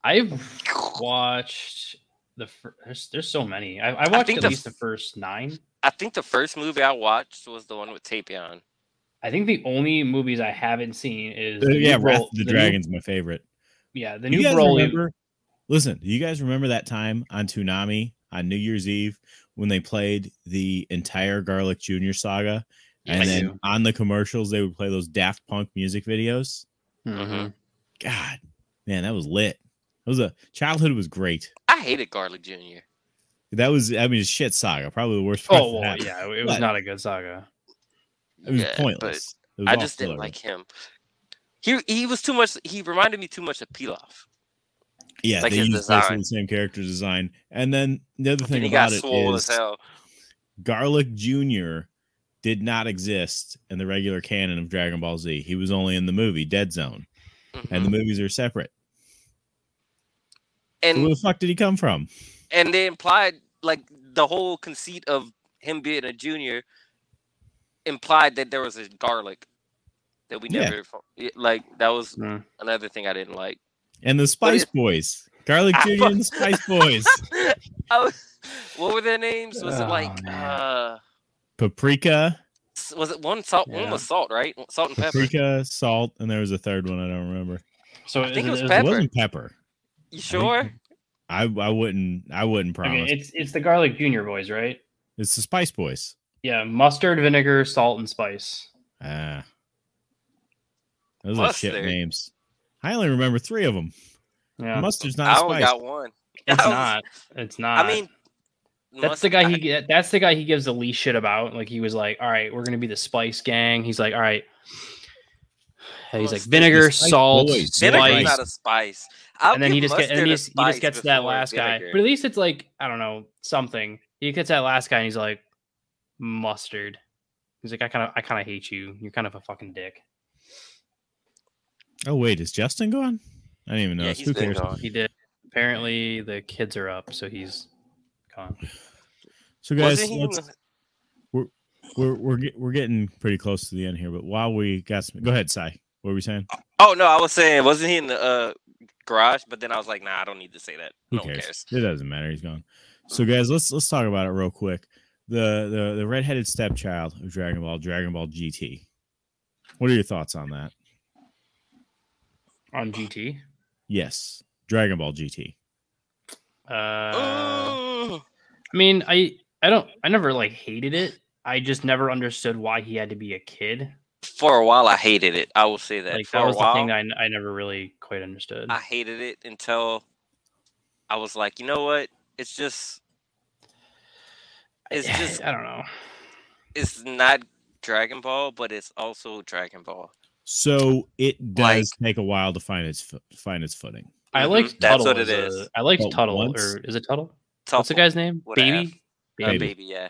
[SPEAKER 9] I've watched the fir- there's there's so many. I, I watched
[SPEAKER 8] think
[SPEAKER 9] at
[SPEAKER 8] the
[SPEAKER 9] least the
[SPEAKER 8] f-
[SPEAKER 9] first 9.
[SPEAKER 8] I think the first movie I watched was the one with Tapion.
[SPEAKER 9] I think the only movies I haven't seen is
[SPEAKER 6] Uh,
[SPEAKER 9] the
[SPEAKER 6] yeah,
[SPEAKER 9] new
[SPEAKER 6] Wrath
[SPEAKER 9] Bro-
[SPEAKER 6] of the,
[SPEAKER 9] new-
[SPEAKER 6] Dragon's my favorite.
[SPEAKER 9] yeah, the
[SPEAKER 6] you
[SPEAKER 9] new
[SPEAKER 6] guys
[SPEAKER 9] Broly.
[SPEAKER 6] remember? Listen, do you guys remember that time on Toonami on New Year's Eve when they played the entire Garlic Junior saga, and
[SPEAKER 8] I
[SPEAKER 6] then on the commercials they would play those Daft Punk music videos?
[SPEAKER 8] Mm-hmm.
[SPEAKER 9] Mhm.
[SPEAKER 6] God, man, that was lit. It was a childhood was great.
[SPEAKER 8] I hated Garlic Jr.
[SPEAKER 6] That was, I mean, shit saga, probably the worst. part
[SPEAKER 9] Oh
[SPEAKER 6] that
[SPEAKER 9] well,
[SPEAKER 6] happened.
[SPEAKER 9] yeah, it was
[SPEAKER 6] But
[SPEAKER 9] not a good saga.
[SPEAKER 6] It was
[SPEAKER 8] Yeah,
[SPEAKER 6] pointless. It was
[SPEAKER 8] But I
[SPEAKER 6] all
[SPEAKER 8] just didn't
[SPEAKER 6] filler.
[SPEAKER 8] like him. He he was too much. He reminded me too much of Pilaf.
[SPEAKER 6] Yeah,
[SPEAKER 8] like
[SPEAKER 6] they
[SPEAKER 8] his
[SPEAKER 6] used basically
[SPEAKER 8] design.
[SPEAKER 6] the same character design. And then the other
[SPEAKER 8] And
[SPEAKER 6] thing
[SPEAKER 8] he got
[SPEAKER 6] about it
[SPEAKER 8] swole as
[SPEAKER 6] is
[SPEAKER 8] hell.
[SPEAKER 6] Garlic Jr. did not exist in the regular canon of Dragon Ball Z. He was only in the movie Dead Zone, and
[SPEAKER 8] Mhm.
[SPEAKER 6] the movies are separate. So
[SPEAKER 8] and
[SPEAKER 6] where the fuck did he come from?
[SPEAKER 8] and they implied like the whole conceit of him being a junior implied that there was a garlic that we
[SPEAKER 6] Yeah.
[SPEAKER 8] never fo- it- like that was
[SPEAKER 9] Mm.
[SPEAKER 8] another thing I didn't like.
[SPEAKER 6] And the Spice
[SPEAKER 8] it-
[SPEAKER 6] Boys, Garlic
[SPEAKER 8] I
[SPEAKER 6] Jr. and the Spice Boys,
[SPEAKER 8] I was- what were their names? Was it
[SPEAKER 9] Oh,
[SPEAKER 8] like
[SPEAKER 9] man.
[SPEAKER 8] uh
[SPEAKER 6] Paprika,
[SPEAKER 8] s- was it one salt one
[SPEAKER 9] Yeah.
[SPEAKER 8] was salt, right? Salt and pepper.
[SPEAKER 6] Paprika, Salt, and there was a third one I don't remember.
[SPEAKER 9] So
[SPEAKER 8] I think
[SPEAKER 9] is
[SPEAKER 8] it was
[SPEAKER 9] is
[SPEAKER 6] It
[SPEAKER 8] Pepper.
[SPEAKER 6] wasn't Pepper.
[SPEAKER 8] You sure?
[SPEAKER 6] I I wouldn't I wouldn't
[SPEAKER 9] okay,
[SPEAKER 6] promise.
[SPEAKER 9] it's it's the garlic junior boys, right?
[SPEAKER 6] it's the Spice Boys.
[SPEAKER 9] Yeah, mustard, vinegar, salt, and spice.
[SPEAKER 6] Ah, those are shit
[SPEAKER 8] Mustard.
[SPEAKER 6] names. I only remember three of them.
[SPEAKER 9] Yeah,
[SPEAKER 6] Mustard's
[SPEAKER 8] I
[SPEAKER 6] not a
[SPEAKER 8] only
[SPEAKER 6] spice.
[SPEAKER 8] got one.
[SPEAKER 9] it's
[SPEAKER 8] I was-
[SPEAKER 9] not. It's not.
[SPEAKER 8] I mean
[SPEAKER 9] that's the guy he. get- That's the guy he gives the least shit about. Like he was like, "All right, we're gonna be the spice gang." He's like, "All right." He's like
[SPEAKER 8] Mustard,
[SPEAKER 9] vinegar,
[SPEAKER 6] Spice
[SPEAKER 9] salt,
[SPEAKER 6] Boys,
[SPEAKER 8] Vinegar's
[SPEAKER 9] spice,
[SPEAKER 6] Vinegar's
[SPEAKER 8] not a spice. I'll
[SPEAKER 9] and then he
[SPEAKER 8] give
[SPEAKER 9] just get, and
[SPEAKER 8] mustard
[SPEAKER 9] then
[SPEAKER 8] a
[SPEAKER 9] he, just, he just
[SPEAKER 8] spice
[SPEAKER 9] gets that
[SPEAKER 8] before
[SPEAKER 9] last guy.
[SPEAKER 8] vinegar.
[SPEAKER 9] But at least it's like I don't know something. He gets that last guy and he's like mustard. He's like I kind of I kind of hate you. You're kind of a fucking dick.
[SPEAKER 6] Oh wait, is Justin gone? I didn't even
[SPEAKER 8] Yeah,
[SPEAKER 6] notice.
[SPEAKER 8] he's
[SPEAKER 6] Who
[SPEAKER 8] been
[SPEAKER 6] cares?
[SPEAKER 8] gone.
[SPEAKER 9] He did. Apparently the kids are up, so he's gone.
[SPEAKER 6] So guys,
[SPEAKER 8] Wasn't he in
[SPEAKER 6] let's,
[SPEAKER 8] the-
[SPEAKER 6] we're we're get, we're getting pretty close to the end here. But while we got some, go ahead, Sai. What were we saying?
[SPEAKER 8] Oh no, I was saying, wasn't he in the uh, garage? But then I was like, nah, I don't need to say that.
[SPEAKER 6] Who
[SPEAKER 8] no one
[SPEAKER 6] cares?
[SPEAKER 8] cares.
[SPEAKER 6] It doesn't matter. He's gone. So guys, let's let's talk about it real quick. The the the redheaded stepchild of Dragon Ball, Dragon Ball GT. What are your thoughts on that?
[SPEAKER 9] On GT.
[SPEAKER 6] Yes, Dragon Ball GT.
[SPEAKER 9] Uh,
[SPEAKER 8] Mm.
[SPEAKER 9] I mean, I I don't I never like hated it. I just never understood why he had to be a kid.
[SPEAKER 8] For a while, I hated it. I will say that.
[SPEAKER 9] Like
[SPEAKER 8] For
[SPEAKER 9] that was
[SPEAKER 8] a
[SPEAKER 9] the
[SPEAKER 8] while,
[SPEAKER 9] thing that I, n- I never really quite understood.
[SPEAKER 8] I hated it until I was like, you know what? It's just, it's just,
[SPEAKER 9] I don't know.
[SPEAKER 8] it's not Dragon Ball, but it's also Dragon Ball.
[SPEAKER 6] So it does take a while to find its fo- find its footing.
[SPEAKER 9] I
[SPEAKER 8] Mhm,
[SPEAKER 9] liked
[SPEAKER 8] that's
[SPEAKER 9] Tuttle.
[SPEAKER 8] what
[SPEAKER 9] as
[SPEAKER 8] it
[SPEAKER 9] a-
[SPEAKER 8] is.
[SPEAKER 9] I liked
[SPEAKER 6] But
[SPEAKER 9] Tuttle,
[SPEAKER 6] once-
[SPEAKER 9] or is it Tuttle? What's the
[SPEAKER 8] Tuffle,
[SPEAKER 9] guy's name?
[SPEAKER 8] with a
[SPEAKER 9] Baby.
[SPEAKER 8] F. Uh,
[SPEAKER 9] Baby.
[SPEAKER 8] baby, yeah.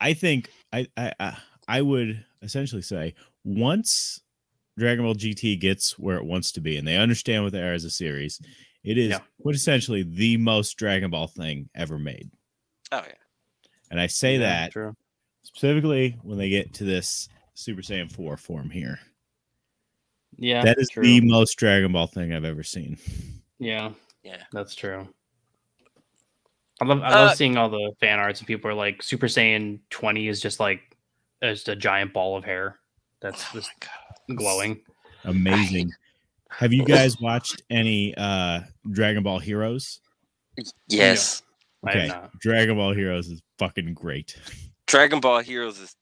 [SPEAKER 6] I think I I I- I would essentially say once Dragon Ball GT gets where it wants to be, and they understand what they are as a series, it is
[SPEAKER 9] Yeah.
[SPEAKER 6] quintessentially the most Dragon Ball thing ever made.
[SPEAKER 8] Oh yeah.
[SPEAKER 6] And I say
[SPEAKER 9] Yeah,
[SPEAKER 6] that
[SPEAKER 9] true.
[SPEAKER 6] specifically when they get to this Super Saiyan 4 form here.
[SPEAKER 9] Yeah,
[SPEAKER 6] that is
[SPEAKER 9] true.
[SPEAKER 6] the most Dragon Ball thing I've ever seen.
[SPEAKER 9] Yeah,
[SPEAKER 8] Yeah.
[SPEAKER 9] that's true. I love I love
[SPEAKER 8] Uh,
[SPEAKER 9] seeing all the fan arts and people are like Super Saiyan 20 is just like is just a giant ball of hair that's
[SPEAKER 8] Oh
[SPEAKER 9] just
[SPEAKER 8] my God.
[SPEAKER 9] glowing.
[SPEAKER 6] Amazing. Have you guys watched any uh Dragon Ball Heroes?
[SPEAKER 8] Yes.
[SPEAKER 9] I have not.
[SPEAKER 6] Dragon Ball Heroes is fucking great.
[SPEAKER 8] Dragon Ball Heroes is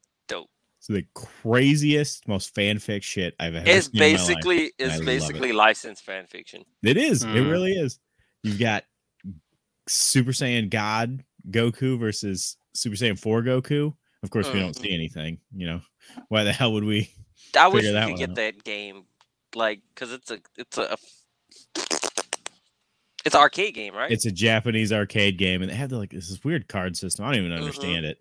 [SPEAKER 6] It's the craziest, most fanfic shit I've ever
[SPEAKER 8] it's
[SPEAKER 6] seen. in my life.
[SPEAKER 8] basically
[SPEAKER 6] I
[SPEAKER 8] it's
[SPEAKER 6] love it.
[SPEAKER 8] basically licensed fan fiction.
[SPEAKER 6] It is. It
[SPEAKER 9] Mm.
[SPEAKER 6] really is. You've got Super Saiyan God Goku versus Super Saiyan 4 Goku. Of course, we don't
[SPEAKER 8] Mhm.
[SPEAKER 6] see anything. You know, why the hell would we?
[SPEAKER 8] I wish
[SPEAKER 6] Figure
[SPEAKER 8] we
[SPEAKER 6] that
[SPEAKER 8] could
[SPEAKER 6] one
[SPEAKER 8] get
[SPEAKER 6] out.
[SPEAKER 8] that game, like, cause it's a it's a it's an arcade game, right?
[SPEAKER 6] It's a Japanese arcade game, and they have the, like this is weird card system. I don't even
[SPEAKER 8] Mhm.
[SPEAKER 6] understand it.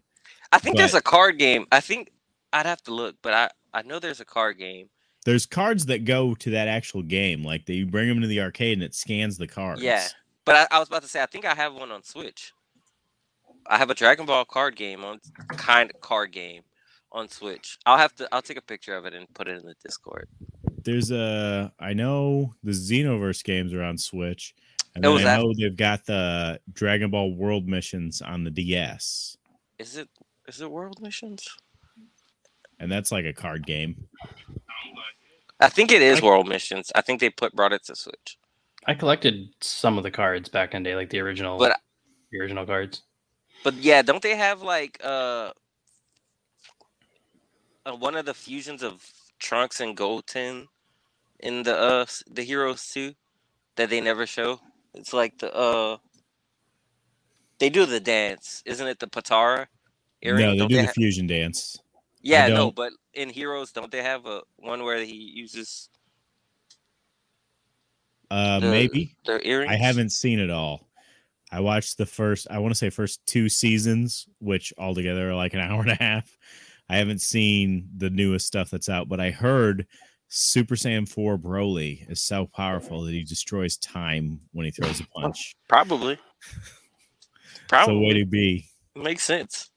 [SPEAKER 8] I think there's a card game. I think I'd have to look, but I I know there's a card game.
[SPEAKER 6] There's cards that go to that actual game, like they you bring them to the arcade and it scans the cards.
[SPEAKER 8] Yeah, but I, I was about to say I think I have one on Switch. I have a Dragon Ball card game on kind of card game on Switch. I'll have to I'll take a picture of it and put it in the Discord.
[SPEAKER 6] there's a I know the Xenoverse games are on Switch, and
[SPEAKER 8] Oh,
[SPEAKER 6] then
[SPEAKER 8] is
[SPEAKER 6] I
[SPEAKER 8] that-
[SPEAKER 6] know they've got the Dragon Ball World missions on the DS,
[SPEAKER 8] Is it is it World Missions?
[SPEAKER 6] and that's like a card game.
[SPEAKER 8] I think it is World Missions. I think they put brought it to Switch.
[SPEAKER 9] I collected some of the cards back in the day, like the original
[SPEAKER 8] But I-
[SPEAKER 9] the original cards.
[SPEAKER 8] But yeah, don't they have like uh, uh one of the fusions of Trunks and Goten in the uh s- the heroes too that they never show? It's like the uh they do the dance, isn't it? The Patara earring?
[SPEAKER 6] no, they
[SPEAKER 8] Don't
[SPEAKER 6] do the
[SPEAKER 8] ha-
[SPEAKER 6] fusion dance.
[SPEAKER 8] yeah, no,
[SPEAKER 6] don't.
[SPEAKER 8] but in Heroes, don't they have a one where he uses
[SPEAKER 6] Uh,
[SPEAKER 8] The-
[SPEAKER 6] maybe
[SPEAKER 8] their earrings?
[SPEAKER 6] I haven't seen it all. I watched the first, I want to say first two seasons, which altogether are like an hour and a half. I haven't seen the newest stuff that's out, but I heard Super Saiyan 4 Broly is so powerful that he destroys time when he throws a punch.
[SPEAKER 8] probably.
[SPEAKER 6] So
[SPEAKER 8] probably
[SPEAKER 6] way to be.
[SPEAKER 8] makes sense.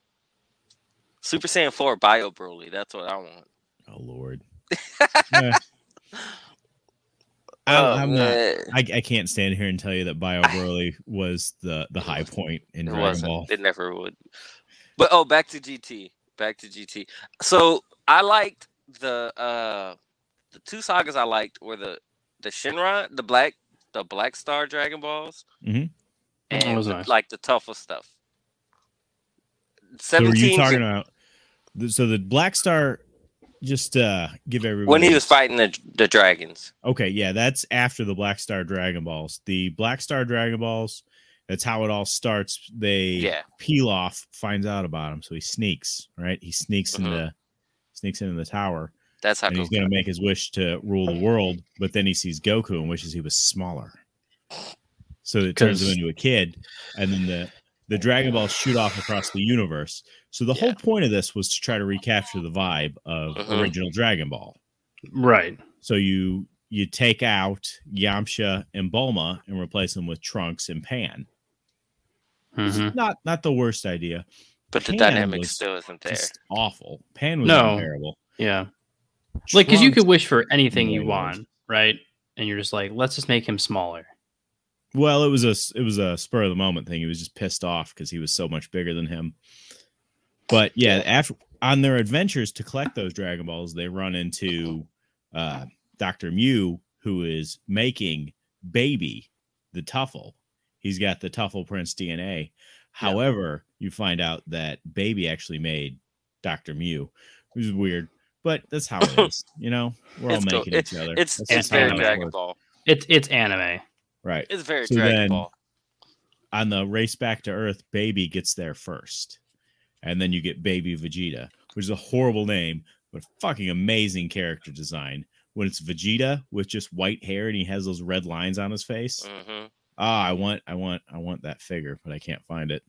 [SPEAKER 8] Super Saiyan 4 Bio Broly, that's what I want.
[SPEAKER 6] Oh Lord. Eh. I, I'm not.
[SPEAKER 8] Oh, man.
[SPEAKER 6] I, I can't stand here and tell you that Bio Broly was the the high point in
[SPEAKER 8] It
[SPEAKER 6] Dragon
[SPEAKER 8] wasn't.
[SPEAKER 6] Ball.
[SPEAKER 8] It never would. But oh, back to GT. Back to GT. So I liked the uh the two sagas I liked were the the Shinron, the black the Black Star Dragon Balls,
[SPEAKER 6] Mhm.
[SPEAKER 9] That
[SPEAKER 8] and
[SPEAKER 9] was
[SPEAKER 8] the-
[SPEAKER 9] nice.
[SPEAKER 8] like the tougher stuff.
[SPEAKER 6] So were
[SPEAKER 8] Seventeen.
[SPEAKER 6] you talking
[SPEAKER 8] gen-
[SPEAKER 6] about? th- So the Black Star, just uh give everybody
[SPEAKER 8] when he was fighting the the dragons.
[SPEAKER 6] Okay, yeah, that's after the Black Star Dragon Balls. The Black Star Dragon Balls. That's how it all starts. They
[SPEAKER 8] Yeah.
[SPEAKER 6] Pilaf finds out about him, so he sneaks. Right, he sneaks
[SPEAKER 8] Mhm.
[SPEAKER 6] into sneaks into the tower.
[SPEAKER 8] That's how
[SPEAKER 6] and he's
[SPEAKER 8] Goku.
[SPEAKER 6] going to make his wish to rule the world, but then he sees Goku and wishes he was smaller. So it turns him
[SPEAKER 9] 'Cause-
[SPEAKER 6] into a kid, and then the the Dragon Balls shoot off across the universe. So the whole
[SPEAKER 8] Yeah.
[SPEAKER 6] point of this was to try to recapture the vibe of
[SPEAKER 8] Mhm.
[SPEAKER 6] original Dragon Ball.
[SPEAKER 9] Right.
[SPEAKER 6] So you you take out Yamcha and Bulma and replace them with Trunks and Pan.
[SPEAKER 9] Mhm.
[SPEAKER 6] Not not the worst idea.
[SPEAKER 8] but the
[SPEAKER 6] Pan
[SPEAKER 8] dynamic
[SPEAKER 6] was
[SPEAKER 8] still isn't there.
[SPEAKER 6] Just awful. Pan was
[SPEAKER 9] No.
[SPEAKER 6] terrible.
[SPEAKER 9] Yeah. Like, because you could wish for anything
[SPEAKER 6] Yeah,
[SPEAKER 9] you
[SPEAKER 6] it
[SPEAKER 9] want, right? And you're just like, let's just make him smaller.
[SPEAKER 6] Well, it was a s- it was a spur of the moment thing. He was just pissed off because he was so much bigger than him. But yeah, after on their adventures to collect those Dragon Balls, they run into uh, Doctor Mew, who is making Baby the Tuffle. He's got the Tuffle Prince DNA. However, you find out that Baby actually made Doctor Mew, which is weird, but that's how it is. You know, we're all
[SPEAKER 8] It's cool.
[SPEAKER 6] making each other.
[SPEAKER 8] It's
[SPEAKER 6] That's
[SPEAKER 8] it's
[SPEAKER 6] just how
[SPEAKER 8] very
[SPEAKER 6] life
[SPEAKER 8] Dragon
[SPEAKER 6] works.
[SPEAKER 8] Ball.
[SPEAKER 9] It's it's anime.
[SPEAKER 6] right?
[SPEAKER 8] It's very
[SPEAKER 6] So
[SPEAKER 8] Dragon
[SPEAKER 6] then-
[SPEAKER 8] Ball.
[SPEAKER 6] on the race back to Earth, Baby gets there first, and then you get Baby Vegeta, which is a horrible name, but fucking amazing character design. When it's Vegeta with just white hair and he has those red lines on his face.
[SPEAKER 8] Mm-hmm.
[SPEAKER 6] Ah, I want, I want, I want that figure, but I can't find it.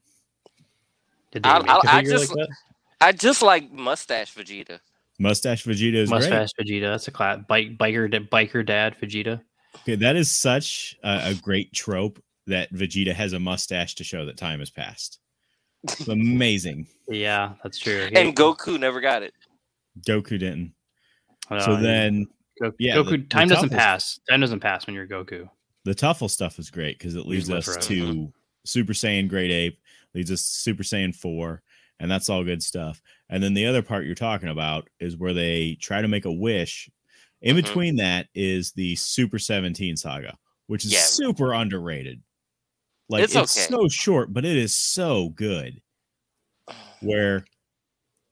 [SPEAKER 9] Did they
[SPEAKER 8] I-
[SPEAKER 9] make
[SPEAKER 8] I-
[SPEAKER 9] a
[SPEAKER 8] I
[SPEAKER 9] figure
[SPEAKER 8] just-
[SPEAKER 9] like that?
[SPEAKER 8] I just like mustache Vegeta.
[SPEAKER 6] Mustache Vegeta is great.
[SPEAKER 9] Mustache Vegeta. That's a class. Bike biker da- biker dad Vegeta.
[SPEAKER 6] Okay, that is such a, a great trope that Vegeta has a mustache to show that time has passed. It's amazing.
[SPEAKER 9] Yeah, that's true. He-
[SPEAKER 8] And Goku never got it.
[SPEAKER 6] Goku didn't.
[SPEAKER 9] I
[SPEAKER 6] so
[SPEAKER 9] know,
[SPEAKER 6] then
[SPEAKER 9] Goku,
[SPEAKER 6] yeah, the-
[SPEAKER 9] Goku
[SPEAKER 6] the
[SPEAKER 9] time doesn't
[SPEAKER 6] toughest-
[SPEAKER 9] pass. Time doesn't pass when you're Goku.
[SPEAKER 6] the Tuffle stuff is great because it leads
[SPEAKER 9] live
[SPEAKER 6] us
[SPEAKER 9] forever.
[SPEAKER 6] to Super Saiyan Great Ape, leads us to Super Saiyan 4, and that's all good stuff. And then the other part you're talking about is where they try to make a wish. In
[SPEAKER 8] Mhm.
[SPEAKER 6] between that is the Super 17 saga, which is
[SPEAKER 8] Yeah.
[SPEAKER 6] super underrated. Like it's,
[SPEAKER 8] It's okay.
[SPEAKER 6] so short, but it is so good. Where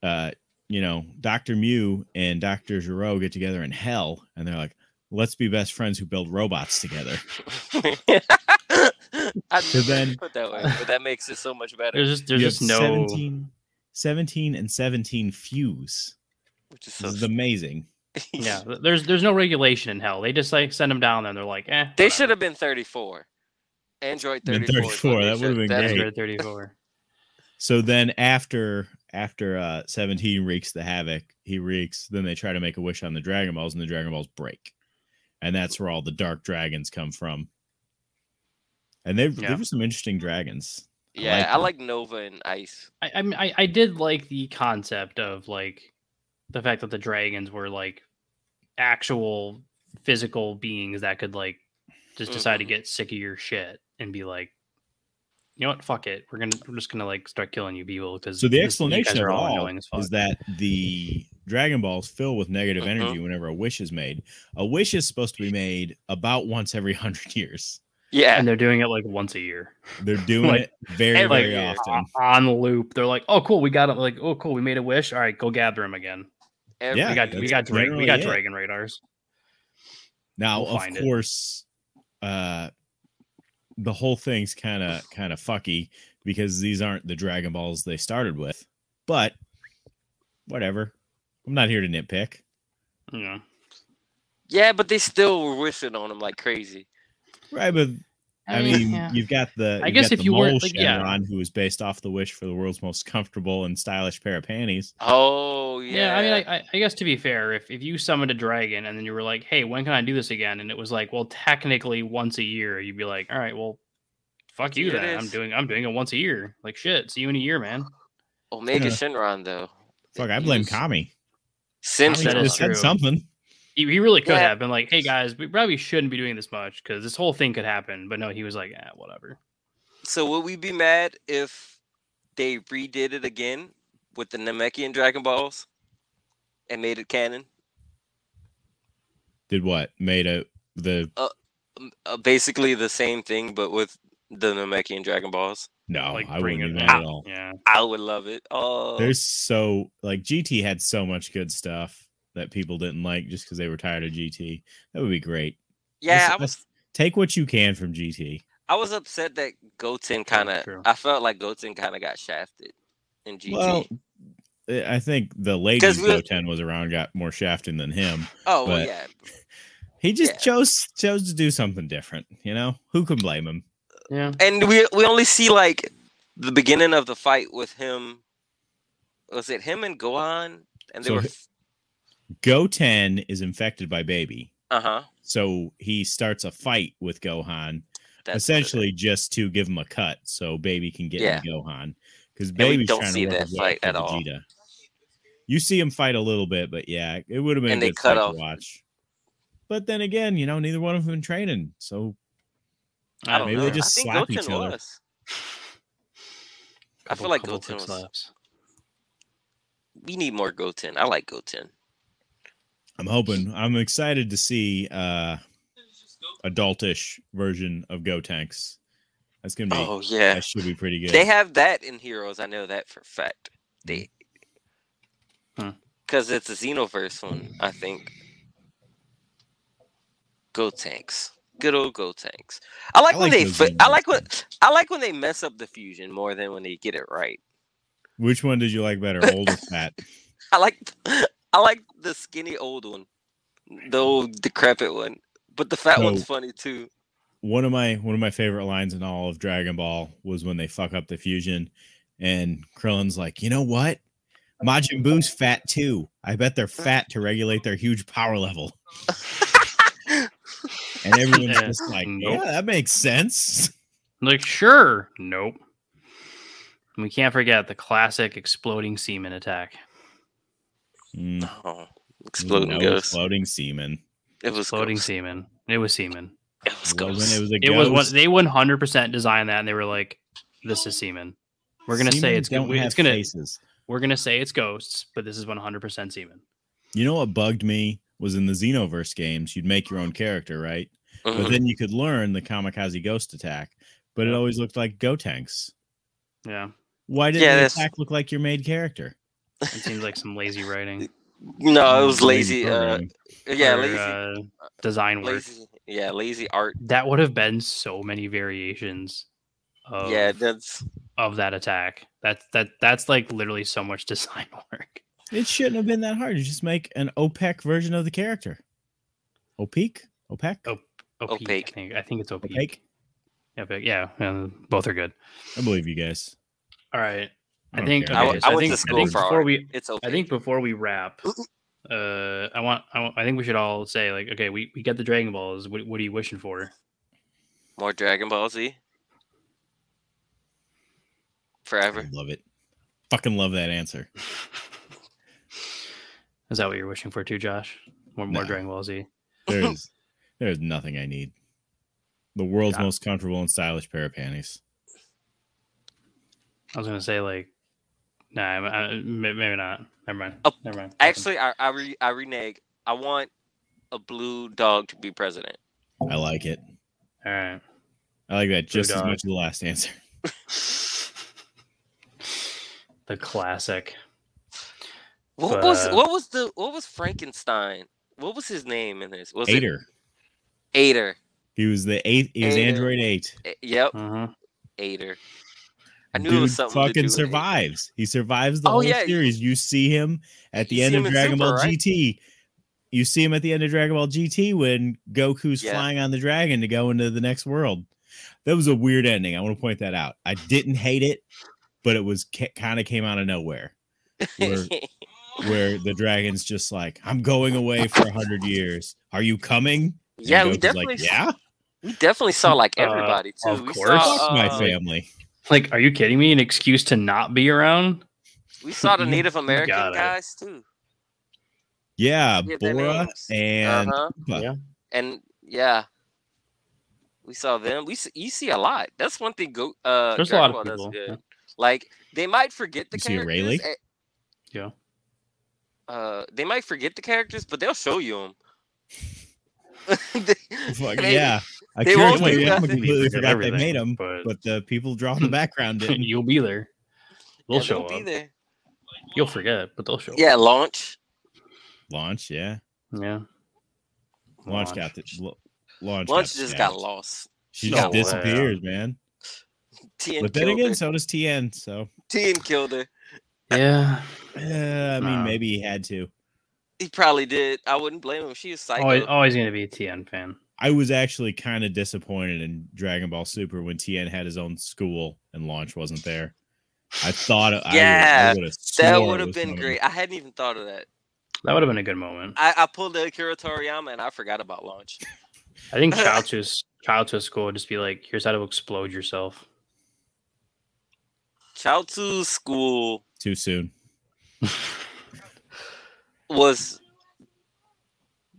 [SPEAKER 6] uh you know, Dr. Mew and Dr. Giro get together in hell and they're like, let's be best friends who build robots together.
[SPEAKER 8] I
[SPEAKER 6] So then-
[SPEAKER 8] then, put that way, but that makes it so much better,
[SPEAKER 9] There's just there's
[SPEAKER 6] You
[SPEAKER 9] just
[SPEAKER 6] have
[SPEAKER 9] no
[SPEAKER 6] 17, 17 and 17 fuse.
[SPEAKER 8] which is so.
[SPEAKER 6] This is amazing.
[SPEAKER 9] yeah. th- There's there's no regulation in hell. They just like send them down there. and They're like, eh.
[SPEAKER 8] They should have been 34. Android
[SPEAKER 6] Been
[SPEAKER 8] 34. is what
[SPEAKER 6] 34,
[SPEAKER 8] they
[SPEAKER 6] that would've
[SPEAKER 8] should-
[SPEAKER 6] been
[SPEAKER 8] that-
[SPEAKER 6] great.
[SPEAKER 9] thirty four.
[SPEAKER 6] So then after after uh 17 wreaks the havoc, he wreaks, then they try to make a wish on the Dragon Balls and the Dragon Balls break. And that's where all the dark dragons come from. And they
[SPEAKER 9] Yeah.
[SPEAKER 6] there were some interesting dragons. I
[SPEAKER 8] Yeah,
[SPEAKER 6] like
[SPEAKER 8] I
[SPEAKER 6] that.
[SPEAKER 8] like Nova and Ice.
[SPEAKER 9] I, I mean, I, I did like the concept of like the fact that the dragons were like actual physical beings that could like just decide to
[SPEAKER 8] Mhm.
[SPEAKER 9] get sick of your shit and be like, you know what, fuck it, we're gonna we're just gonna like start killing you people because
[SPEAKER 6] So the explanation of all is that the Dragon Balls fill with negative
[SPEAKER 8] Mhm.
[SPEAKER 9] Mm-hmm.
[SPEAKER 6] energy whenever a wish is made. A wish is supposed to be made about once every hundred years.
[SPEAKER 8] Yeah,
[SPEAKER 9] and they're doing it like once a year,
[SPEAKER 6] They're doing
[SPEAKER 9] Like,
[SPEAKER 6] it very,
[SPEAKER 9] like
[SPEAKER 6] very often.
[SPEAKER 9] on loop. They're like, oh cool, we got it. Like, oh cool, we made a wish. All right, go gather them again.
[SPEAKER 8] every-
[SPEAKER 6] Yeah,
[SPEAKER 9] we got we
[SPEAKER 6] that's
[SPEAKER 9] got dragon
[SPEAKER 6] generally
[SPEAKER 9] we got
[SPEAKER 6] it.
[SPEAKER 9] dragon radars.
[SPEAKER 6] Now,
[SPEAKER 9] We'll
[SPEAKER 6] of
[SPEAKER 9] find it.
[SPEAKER 6] course, uh, the whole thing's kind of kind of fucky because these aren't the Dragon Balls they started with. But whatever, I'm not here to nitpick.
[SPEAKER 9] Yeah.
[SPEAKER 8] yeah, but they still were wishing on him like crazy.
[SPEAKER 6] Right, but I mean, you've got the
[SPEAKER 9] I
[SPEAKER 6] you've
[SPEAKER 9] guess
[SPEAKER 6] got
[SPEAKER 9] if
[SPEAKER 6] the
[SPEAKER 9] you weren't,
[SPEAKER 6] mole
[SPEAKER 9] like, yeah.
[SPEAKER 6] Shenron, who is based off the wish for the world's most comfortable and stylish pair of panties.
[SPEAKER 8] Oh
[SPEAKER 9] Yeah,
[SPEAKER 8] yeah.
[SPEAKER 9] I mean, I- I, I guess to be fair, if, if you summoned a dragon and then you were like, "Hey, when can I do this again?" and it was like, "Well, technically once a year," you'd be like, "All right, well, fuck you
[SPEAKER 8] Here it
[SPEAKER 9] then. I'm
[SPEAKER 8] is."
[SPEAKER 9] doing I'm doing it once a year. Like shit. See you in a year, man."
[SPEAKER 8] Omega
[SPEAKER 6] Yeah.
[SPEAKER 8] Shinron though.
[SPEAKER 6] Fuck, I
[SPEAKER 8] He
[SPEAKER 6] blame
[SPEAKER 8] was-
[SPEAKER 6] Kami.
[SPEAKER 8] Sin
[SPEAKER 9] Kami That
[SPEAKER 6] He
[SPEAKER 9] is
[SPEAKER 6] just
[SPEAKER 8] Shinron.
[SPEAKER 6] said
[SPEAKER 9] true.
[SPEAKER 6] something.
[SPEAKER 9] He, he really could
[SPEAKER 8] Yeah.
[SPEAKER 9] have been like, "Hey guys, we probably shouldn't be doing this much because this whole thing could happen." But no, he was like, "Ah, whatever."
[SPEAKER 8] So would we be mad if they redid it again with the Namekian Dragon Balls and made it canon?
[SPEAKER 6] Did what? Made a the
[SPEAKER 8] M- Uh, basically the same thing, but with the Namekian Dragon Balls.
[SPEAKER 6] no?
[SPEAKER 9] like
[SPEAKER 6] Oh, I wouldn't be
[SPEAKER 9] bringing
[SPEAKER 6] mad at all.
[SPEAKER 9] Yeah,
[SPEAKER 8] I would love it. Oh,
[SPEAKER 6] There's so like GT had so much good stuff that people didn't like just because they were tired of GT. That would be great.
[SPEAKER 8] yeah.
[SPEAKER 6] That's-
[SPEAKER 8] I was
[SPEAKER 6] that's- Take what you can from GT.
[SPEAKER 8] I was upset that Goten
[SPEAKER 9] Yeah,
[SPEAKER 8] kind of.
[SPEAKER 9] true.
[SPEAKER 8] I felt like Goten kind of got shafted in GT.
[SPEAKER 6] Well, eh, I I think the ladies
[SPEAKER 8] we-
[SPEAKER 6] Goten was around got more shafting than him.
[SPEAKER 8] oh well,
[SPEAKER 6] but-
[SPEAKER 8] yeah.
[SPEAKER 6] He just
[SPEAKER 8] Yeah.
[SPEAKER 6] chose chose to do something different. You know who can blame him?
[SPEAKER 9] yeah.
[SPEAKER 8] And we we only see like the beginning of the fight with him. Was it him and Gohan? And they
[SPEAKER 6] So
[SPEAKER 8] were.
[SPEAKER 6] hi- Goten is infected by baby,
[SPEAKER 8] Uh huh.
[SPEAKER 6] so he starts a fight with Gohan,
[SPEAKER 8] That's what it is.
[SPEAKER 6] essentially just to give him a cut so baby can get
[SPEAKER 8] Yeah.
[SPEAKER 6] into Gohan because
[SPEAKER 8] we
[SPEAKER 6] baby's
[SPEAKER 8] don't
[SPEAKER 6] trying
[SPEAKER 8] see
[SPEAKER 6] to work
[SPEAKER 8] that
[SPEAKER 6] his way
[SPEAKER 8] fight
[SPEAKER 6] up to
[SPEAKER 8] at all.
[SPEAKER 6] Vegeta. You see him fight a little bit, but yeah, it would have been
[SPEAKER 8] And
[SPEAKER 6] a
[SPEAKER 8] they
[SPEAKER 6] good
[SPEAKER 8] cut
[SPEAKER 6] fight
[SPEAKER 8] off-
[SPEAKER 6] to watch. But then again, you know, neither one of them been training, so
[SPEAKER 8] I don't
[SPEAKER 6] maybe
[SPEAKER 8] know.
[SPEAKER 6] they just
[SPEAKER 8] I think
[SPEAKER 6] slap each
[SPEAKER 8] Goten
[SPEAKER 6] other.
[SPEAKER 8] was. I feel like Goten
[SPEAKER 9] quick
[SPEAKER 8] was-
[SPEAKER 9] slaps.
[SPEAKER 8] We need more Goten. I like Goten.
[SPEAKER 6] I'm hoping. I'm excited to see uh adultish version of Gotenks. That's gonna be
[SPEAKER 8] Oh yeah.
[SPEAKER 6] that should be pretty good.
[SPEAKER 8] They have that in Heroes. I know that for a fact. They,
[SPEAKER 6] Mm.
[SPEAKER 9] Hmm.
[SPEAKER 8] because it's a Xenoverse one, I think. Go tanks, good old Go tanks. I like
[SPEAKER 6] I
[SPEAKER 8] when
[SPEAKER 6] like
[SPEAKER 8] they.
[SPEAKER 6] those
[SPEAKER 8] Fi- I like
[SPEAKER 6] Xenoverse
[SPEAKER 8] when I like when they mess up the fusion more than when they get it right.
[SPEAKER 6] Which one did you like better, old or fat?
[SPEAKER 8] I like I like the skinny old one, the old decrepit one, but the fat one's
[SPEAKER 6] So-
[SPEAKER 8] funny too.
[SPEAKER 6] one of my one of my favorite lines in all of Dragon Ball was when they fuck up the fusion, and Krillin's like, you know what? Majin Buu's fat too. I bet they're fat to regulate their huge power level. and everyone's
[SPEAKER 9] Yeah.
[SPEAKER 6] just like,
[SPEAKER 9] Nope.
[SPEAKER 6] yeah, that makes sense.
[SPEAKER 9] Like, sure. Nope. And we can't forget the classic exploding semen attack.
[SPEAKER 6] Mm,
[SPEAKER 8] Oh, exploding
[SPEAKER 6] no
[SPEAKER 8] ghost.
[SPEAKER 6] Exploding semen.
[SPEAKER 8] It was
[SPEAKER 9] Exploding
[SPEAKER 8] ghost.
[SPEAKER 9] semen. It was semen.
[SPEAKER 8] It was
[SPEAKER 6] It
[SPEAKER 8] ghost.
[SPEAKER 6] wasn't- It was a
[SPEAKER 9] It was what
[SPEAKER 6] ghost.
[SPEAKER 9] they 100% designed that, and they were like, "This is semen. We're gonna say
[SPEAKER 6] Semen
[SPEAKER 9] it's gonna
[SPEAKER 6] don't have
[SPEAKER 9] it's gonna
[SPEAKER 6] faces.
[SPEAKER 9] we're gonna say it's ghosts, but this is 100% semen."
[SPEAKER 6] You know what bugged me was in the Xenoverse games, you'd make your own character, right?
[SPEAKER 8] Mhm.
[SPEAKER 6] But then you could learn the kamikaze ghost attack, but it always looked like Go Tanks.
[SPEAKER 9] Yeah,
[SPEAKER 6] Why didn't
[SPEAKER 8] Yeah,
[SPEAKER 6] the
[SPEAKER 8] that's-
[SPEAKER 6] attack look like your main character?
[SPEAKER 9] it seems like some lazy writing.
[SPEAKER 8] No, Oh, it was lazy. Uh,
[SPEAKER 6] programming.
[SPEAKER 8] yeah,
[SPEAKER 9] or,
[SPEAKER 8] lazy,
[SPEAKER 9] uh, design work.
[SPEAKER 8] lazy. Yeah, lazy art.
[SPEAKER 9] That would have been so many variations. Of,
[SPEAKER 8] Yeah, that's
[SPEAKER 9] of that attack. That's that that's like literally so much design work.
[SPEAKER 6] it shouldn't have been that hard. You just make an opaque version of the character. Opaque, opaque,
[SPEAKER 9] Oh,
[SPEAKER 8] Opaque.
[SPEAKER 9] Opaque. I think I think it's opaque.
[SPEAKER 6] opaque.
[SPEAKER 9] Opaque, Yeah, yeah, both are good.
[SPEAKER 6] I believe you guys.
[SPEAKER 9] All right. I
[SPEAKER 6] don't
[SPEAKER 9] think
[SPEAKER 6] care.
[SPEAKER 8] I
[SPEAKER 9] okay,
[SPEAKER 8] w-
[SPEAKER 9] so
[SPEAKER 8] I went
[SPEAKER 9] think,
[SPEAKER 8] to school
[SPEAKER 9] think
[SPEAKER 8] for
[SPEAKER 9] before
[SPEAKER 8] art.
[SPEAKER 9] we
[SPEAKER 8] it's okay.
[SPEAKER 9] I think before we wrap uh I want I, want, I think we should all say like okay, we, we get the Dragon Balls. What, what are you wishing for?
[SPEAKER 8] more Dragon Ball Z.
[SPEAKER 6] I
[SPEAKER 8] Forever.
[SPEAKER 6] love it. Fucking love that answer.
[SPEAKER 9] Is that what you're wishing for too, Josh? More more
[SPEAKER 6] No.
[SPEAKER 9] Dragon Ball Z.
[SPEAKER 6] There is there is nothing I need. The world's
[SPEAKER 9] God.
[SPEAKER 6] most comfortable and stylish pair of panties.
[SPEAKER 9] I was gonna say like nah, I, I, may- maybe not. Never mind.
[SPEAKER 8] Oh,
[SPEAKER 9] Never mind.
[SPEAKER 8] Actually, I I, re, I renege. I want a blue dog to be president.
[SPEAKER 6] I like it.
[SPEAKER 9] all right.
[SPEAKER 6] I like that just as
[SPEAKER 9] dog.
[SPEAKER 6] much as the last answer.
[SPEAKER 9] The classic.
[SPEAKER 8] What was
[SPEAKER 9] But- uh,
[SPEAKER 8] what was the what was Frankenstein? What was his name in this? Was it
[SPEAKER 6] Ader.
[SPEAKER 8] Ader?
[SPEAKER 6] He was the eighth. He was
[SPEAKER 8] Ader.
[SPEAKER 6] Android eight.
[SPEAKER 8] A- Eh, Yep,
[SPEAKER 9] Uh-huh.
[SPEAKER 8] Ader. I knew
[SPEAKER 6] Dude
[SPEAKER 8] it was something. to do
[SPEAKER 6] fucking
[SPEAKER 8] with Ader.
[SPEAKER 6] survives. He survives the
[SPEAKER 8] Oh,
[SPEAKER 6] whole
[SPEAKER 8] yeah.
[SPEAKER 6] series. You see him at the
[SPEAKER 8] You
[SPEAKER 6] end
[SPEAKER 8] see
[SPEAKER 6] of
[SPEAKER 8] him in
[SPEAKER 6] Dragon
[SPEAKER 8] Super,
[SPEAKER 6] Ball
[SPEAKER 8] right?
[SPEAKER 6] GT. You see him at the end of Dragon Ball GT when Goku's
[SPEAKER 8] Yeah.
[SPEAKER 6] flying on the dragon to go into the next world. That was a weird ending. I want to point that out. I didn't hate it, but it was kind of came out of nowhere. Where, where the dragon's just like, I'm going away for a hundred years. Are you coming? And
[SPEAKER 8] yeah, we
[SPEAKER 6] Goku's
[SPEAKER 8] definitely
[SPEAKER 6] like, yeah,
[SPEAKER 8] we definitely saw like
[SPEAKER 9] Uh,
[SPEAKER 8] everybody too.
[SPEAKER 9] of
[SPEAKER 8] we
[SPEAKER 9] course.
[SPEAKER 8] saw,
[SPEAKER 6] fuck my
[SPEAKER 8] uh,
[SPEAKER 6] family.
[SPEAKER 9] Like, are you kidding me? An excuse to not be around?
[SPEAKER 8] We saw the
[SPEAKER 6] You
[SPEAKER 8] Native American
[SPEAKER 9] got it.
[SPEAKER 8] guys too.
[SPEAKER 6] Yeah,
[SPEAKER 8] yeah, their
[SPEAKER 6] Bora
[SPEAKER 8] names.
[SPEAKER 6] and
[SPEAKER 8] uh-huh.
[SPEAKER 6] Koopa.
[SPEAKER 9] Yeah.
[SPEAKER 8] and yeah, we saw them. We see, you see a lot. That's one thing. Go uh,
[SPEAKER 9] There's a lot
[SPEAKER 8] Dragon
[SPEAKER 9] of
[SPEAKER 8] Ball does
[SPEAKER 9] people.
[SPEAKER 8] good.
[SPEAKER 9] yeah.
[SPEAKER 8] Like they might forget the
[SPEAKER 6] You see a
[SPEAKER 8] characters.
[SPEAKER 6] Rayleigh?
[SPEAKER 8] a-
[SPEAKER 9] Yeah.
[SPEAKER 8] Uh, they might forget the characters, but they'll show you them.
[SPEAKER 6] Fuck,
[SPEAKER 8] They-
[SPEAKER 6] yeah. I
[SPEAKER 8] they
[SPEAKER 6] can't
[SPEAKER 8] won't do
[SPEAKER 6] believe I
[SPEAKER 8] nothing.
[SPEAKER 6] completely
[SPEAKER 9] Forget
[SPEAKER 6] forgot they
[SPEAKER 9] everything,
[SPEAKER 6] made them,
[SPEAKER 9] but,
[SPEAKER 6] but the people draw in the background didn't.
[SPEAKER 9] you'll be there. They'll
[SPEAKER 8] yeah,
[SPEAKER 9] show
[SPEAKER 8] they'll Be
[SPEAKER 9] up.
[SPEAKER 8] there.
[SPEAKER 9] You'll forget, but they'll show
[SPEAKER 8] Yeah, launch.
[SPEAKER 6] Launch, yeah.
[SPEAKER 9] up. Yeah.
[SPEAKER 6] Launch, got the lo- launch.
[SPEAKER 8] Launch just got
[SPEAKER 6] stabbed.
[SPEAKER 8] lost.
[SPEAKER 6] She
[SPEAKER 9] No
[SPEAKER 6] just
[SPEAKER 9] way.
[SPEAKER 6] disappears, man.
[SPEAKER 8] TN
[SPEAKER 6] But then
[SPEAKER 8] killed
[SPEAKER 6] again,
[SPEAKER 8] her.
[SPEAKER 6] so does TN. So
[SPEAKER 8] TN killed her.
[SPEAKER 9] Yeah.
[SPEAKER 6] uh, I mean,
[SPEAKER 9] Nah.
[SPEAKER 6] maybe he had to.
[SPEAKER 8] He probably did. I wouldn't blame him.
[SPEAKER 6] Oh,
[SPEAKER 8] She was psycho.
[SPEAKER 9] Always, always going to be a TN fan.
[SPEAKER 6] I was actually kind of disappointed in Dragon Ball Super when TN had his own school and Launch wasn't there. I thought I- I
[SPEAKER 8] Yeah,
[SPEAKER 6] would,
[SPEAKER 8] that would have been great. I hadn't even thought of that.
[SPEAKER 9] That would have been a good moment.
[SPEAKER 8] I, I pulled the Akira Toriyama and I forgot about launch.
[SPEAKER 9] I think child to s- child to school would just be like, here's how to explode yourself.
[SPEAKER 8] Child to School
[SPEAKER 6] Too soon.
[SPEAKER 8] was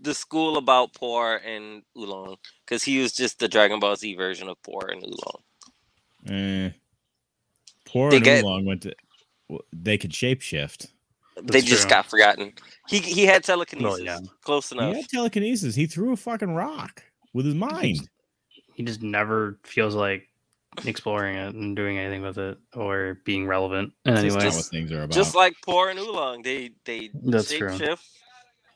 [SPEAKER 8] the school about Por and Oolong because he was just the Dragon Ball Z version of Por and Oolong.
[SPEAKER 6] Eh. Poor
[SPEAKER 8] They
[SPEAKER 6] and
[SPEAKER 8] get-
[SPEAKER 6] Oolong went to. w- They could shapeshift.
[SPEAKER 8] they
[SPEAKER 9] That's
[SPEAKER 8] just
[SPEAKER 9] true.
[SPEAKER 8] got forgotten. He he had telekinesis.
[SPEAKER 9] yeah.
[SPEAKER 8] Close
[SPEAKER 6] He
[SPEAKER 8] enough.
[SPEAKER 6] had telekinesis. He threw a fucking rock with his mind.
[SPEAKER 9] He just never feels like exploring it and doing anything with it or being relevant in any
[SPEAKER 6] That's
[SPEAKER 9] way.
[SPEAKER 6] not what things are about.
[SPEAKER 8] Just like Por and Oolong, they they
[SPEAKER 9] That's true.
[SPEAKER 8] shapeshift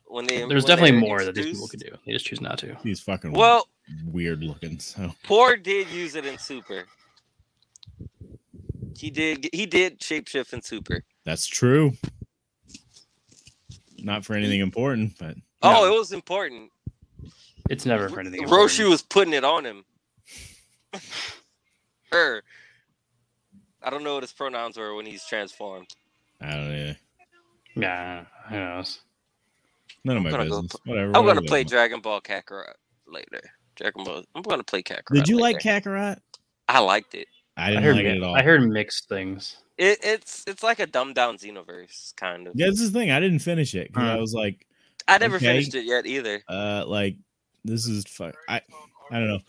[SPEAKER 8] when they.
[SPEAKER 9] There's
[SPEAKER 8] when
[SPEAKER 9] definitely
[SPEAKER 8] they're
[SPEAKER 9] more that these people could
[SPEAKER 8] introduced.
[SPEAKER 9] do. They just choose not to.
[SPEAKER 6] He's fucking
[SPEAKER 8] Well,
[SPEAKER 6] weird looking. So
[SPEAKER 8] Por did use it in Super. He did. He did shapeshift in Super.
[SPEAKER 6] that's true. Not for anything important, but
[SPEAKER 8] Oh, it was important.
[SPEAKER 9] It's never for anything.
[SPEAKER 8] Roshi
[SPEAKER 9] important.
[SPEAKER 8] was putting it on him. Her. I don't know what his pronouns were when he's transformed.
[SPEAKER 6] I don't know.
[SPEAKER 9] Nah, who knows?
[SPEAKER 6] None of my
[SPEAKER 8] gonna go
[SPEAKER 6] business. Whatever.
[SPEAKER 8] I'm
[SPEAKER 6] whatever
[SPEAKER 8] gonna
[SPEAKER 6] they
[SPEAKER 8] play
[SPEAKER 6] want.
[SPEAKER 8] Dragon Ball Kakarot later. Dragon Ball. I'm gonna play Kakarot.
[SPEAKER 6] Did you
[SPEAKER 8] later.
[SPEAKER 6] like Kakarot?
[SPEAKER 8] I liked it.
[SPEAKER 6] I
[SPEAKER 9] I
[SPEAKER 6] didn't
[SPEAKER 9] heard,
[SPEAKER 6] like it
[SPEAKER 9] mi-
[SPEAKER 6] at all.
[SPEAKER 9] I heard mixed things.
[SPEAKER 8] it. It's it's like a dumbed down Xenoverse kind of.
[SPEAKER 6] Yeah, this is the thing. I didn't finish it 'cause I
[SPEAKER 8] Uh-huh.
[SPEAKER 9] Huh.
[SPEAKER 6] was like,
[SPEAKER 8] I never
[SPEAKER 6] okay.
[SPEAKER 8] finished it yet either.
[SPEAKER 6] uh, like this is fuck. I I don't know.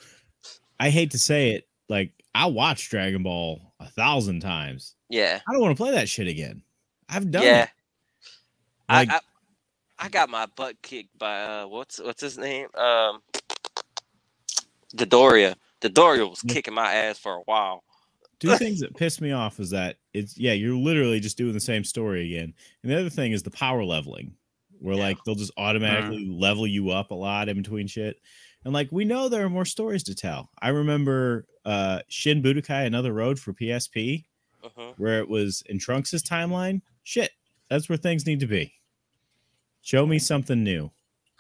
[SPEAKER 6] I hate to say it. Like I watched Dragon Ball a thousand times.
[SPEAKER 8] Yeah.
[SPEAKER 6] I don't want to play that shit again. I've done
[SPEAKER 8] yeah.
[SPEAKER 6] it. Like,
[SPEAKER 8] I, I I got my butt kicked by uh what's what's his name? Um Dodoria. Dodoria was
[SPEAKER 6] Yeah.
[SPEAKER 8] kicking my ass for a while.
[SPEAKER 6] two things that piss me off is that it's yeah, you're literally just doing the same story again. And the other thing is the power leveling, where
[SPEAKER 8] Yeah. Mm-hmm.
[SPEAKER 6] like they'll just automatically level you up a lot in between shit. And like we know there are more stories to tell. I remember uh Shin Budokai Another Road for PSP,
[SPEAKER 8] Mhm.
[SPEAKER 6] where it was in Trunks' timeline. Shit, that's where things need to be. Show me something new.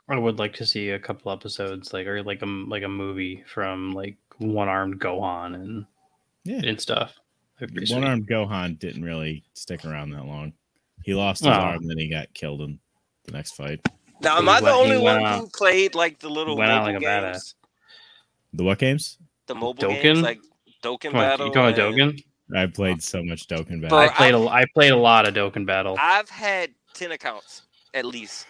[SPEAKER 9] I would like to see a couple episodes, like or like a m- like a movie from like One Armed Gohan and
[SPEAKER 6] Yeah.
[SPEAKER 9] and stuff. That'd be pretty
[SPEAKER 6] One
[SPEAKER 9] sweet.
[SPEAKER 6] armed Gohan didn't really stick around that long. He lost his
[SPEAKER 9] Aw.
[SPEAKER 6] arm, then he got killed in the next fight.
[SPEAKER 8] Now am
[SPEAKER 9] He
[SPEAKER 8] I the
[SPEAKER 9] went- he
[SPEAKER 8] only
[SPEAKER 9] went
[SPEAKER 8] one
[SPEAKER 9] out-
[SPEAKER 8] who played like the little
[SPEAKER 9] went out
[SPEAKER 8] mobile
[SPEAKER 9] like a badass.
[SPEAKER 8] games?
[SPEAKER 6] The what games?
[SPEAKER 8] The mobile games
[SPEAKER 9] Dokken?
[SPEAKER 8] like Dokken
[SPEAKER 9] Come on,
[SPEAKER 8] Battle.
[SPEAKER 9] you talking
[SPEAKER 8] and-
[SPEAKER 9] Dogen?
[SPEAKER 6] I played so much Dokken back.
[SPEAKER 8] Bro,
[SPEAKER 9] I played a, I played a lot of Doken Battle.
[SPEAKER 8] I've had ten accounts at least.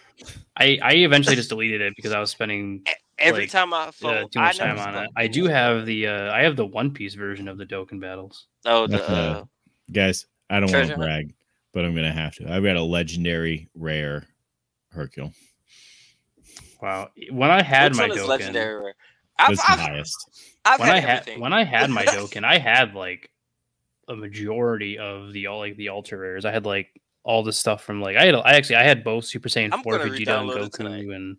[SPEAKER 9] I, I eventually just deleted it because I was spending
[SPEAKER 8] Every
[SPEAKER 9] Like,
[SPEAKER 8] time I
[SPEAKER 9] uh,
[SPEAKER 8] phone,
[SPEAKER 9] too much
[SPEAKER 8] I never
[SPEAKER 9] time on it.
[SPEAKER 8] spoke
[SPEAKER 9] I
[SPEAKER 8] to
[SPEAKER 9] do
[SPEAKER 8] you.
[SPEAKER 9] have the uh, I have the One Piece version of the Doken battles.
[SPEAKER 8] Oh, the
[SPEAKER 6] That's, uh,
[SPEAKER 8] uh,
[SPEAKER 6] Guys, I don't want
[SPEAKER 8] Treasure
[SPEAKER 6] to
[SPEAKER 8] Hunt?
[SPEAKER 6] brag, but I'm gonna have to. I've got a legendary rare Hercule.
[SPEAKER 9] Wow, when I had
[SPEAKER 8] which
[SPEAKER 9] my
[SPEAKER 8] one is
[SPEAKER 9] Doken,
[SPEAKER 8] legendary? rare? I've,
[SPEAKER 6] That's the
[SPEAKER 8] I've,
[SPEAKER 6] highest.
[SPEAKER 8] I've
[SPEAKER 9] when
[SPEAKER 8] had
[SPEAKER 9] I had
[SPEAKER 8] everything.
[SPEAKER 9] when I had my Doken, I had like a majority of the all like the ultra rares. I had like all the stuff from like I had I actually I had both Super Saiyan
[SPEAKER 8] I'm
[SPEAKER 9] four
[SPEAKER 8] gonna
[SPEAKER 9] Vegeta and
[SPEAKER 8] re-download it
[SPEAKER 9] Goku
[SPEAKER 8] tonight.
[SPEAKER 9] and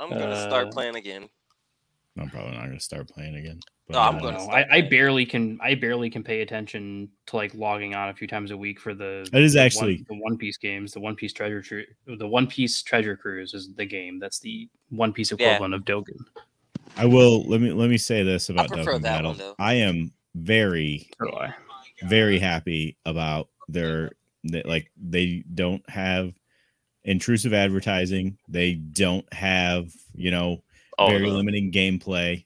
[SPEAKER 8] I'm gonna start
[SPEAKER 9] uh,
[SPEAKER 8] playing again.
[SPEAKER 6] I'm probably not gonna start playing again. but,
[SPEAKER 8] No, I'm
[SPEAKER 6] uh,
[SPEAKER 9] I
[SPEAKER 8] gonna
[SPEAKER 9] don't know.
[SPEAKER 8] stop
[SPEAKER 9] I, I
[SPEAKER 8] that.
[SPEAKER 9] barely can I barely can pay attention to like logging on a few times a week for the
[SPEAKER 6] That is
[SPEAKER 9] the One-
[SPEAKER 6] actually-
[SPEAKER 9] the One Piece games, the One Piece Treasure Tru- the One Piece Treasure Cruise is the game. That's the One Piece
[SPEAKER 8] Yeah.
[SPEAKER 9] equivalent of Dogen.
[SPEAKER 6] I will let me let me say this about
[SPEAKER 8] prefer
[SPEAKER 6] Dokken
[SPEAKER 8] that
[SPEAKER 6] Battle.
[SPEAKER 8] one, though.
[SPEAKER 6] I am very very happy about their that like they don't have intrusive advertising. They don't have you know
[SPEAKER 8] Oh,
[SPEAKER 6] very
[SPEAKER 8] no.
[SPEAKER 6] limiting gameplay.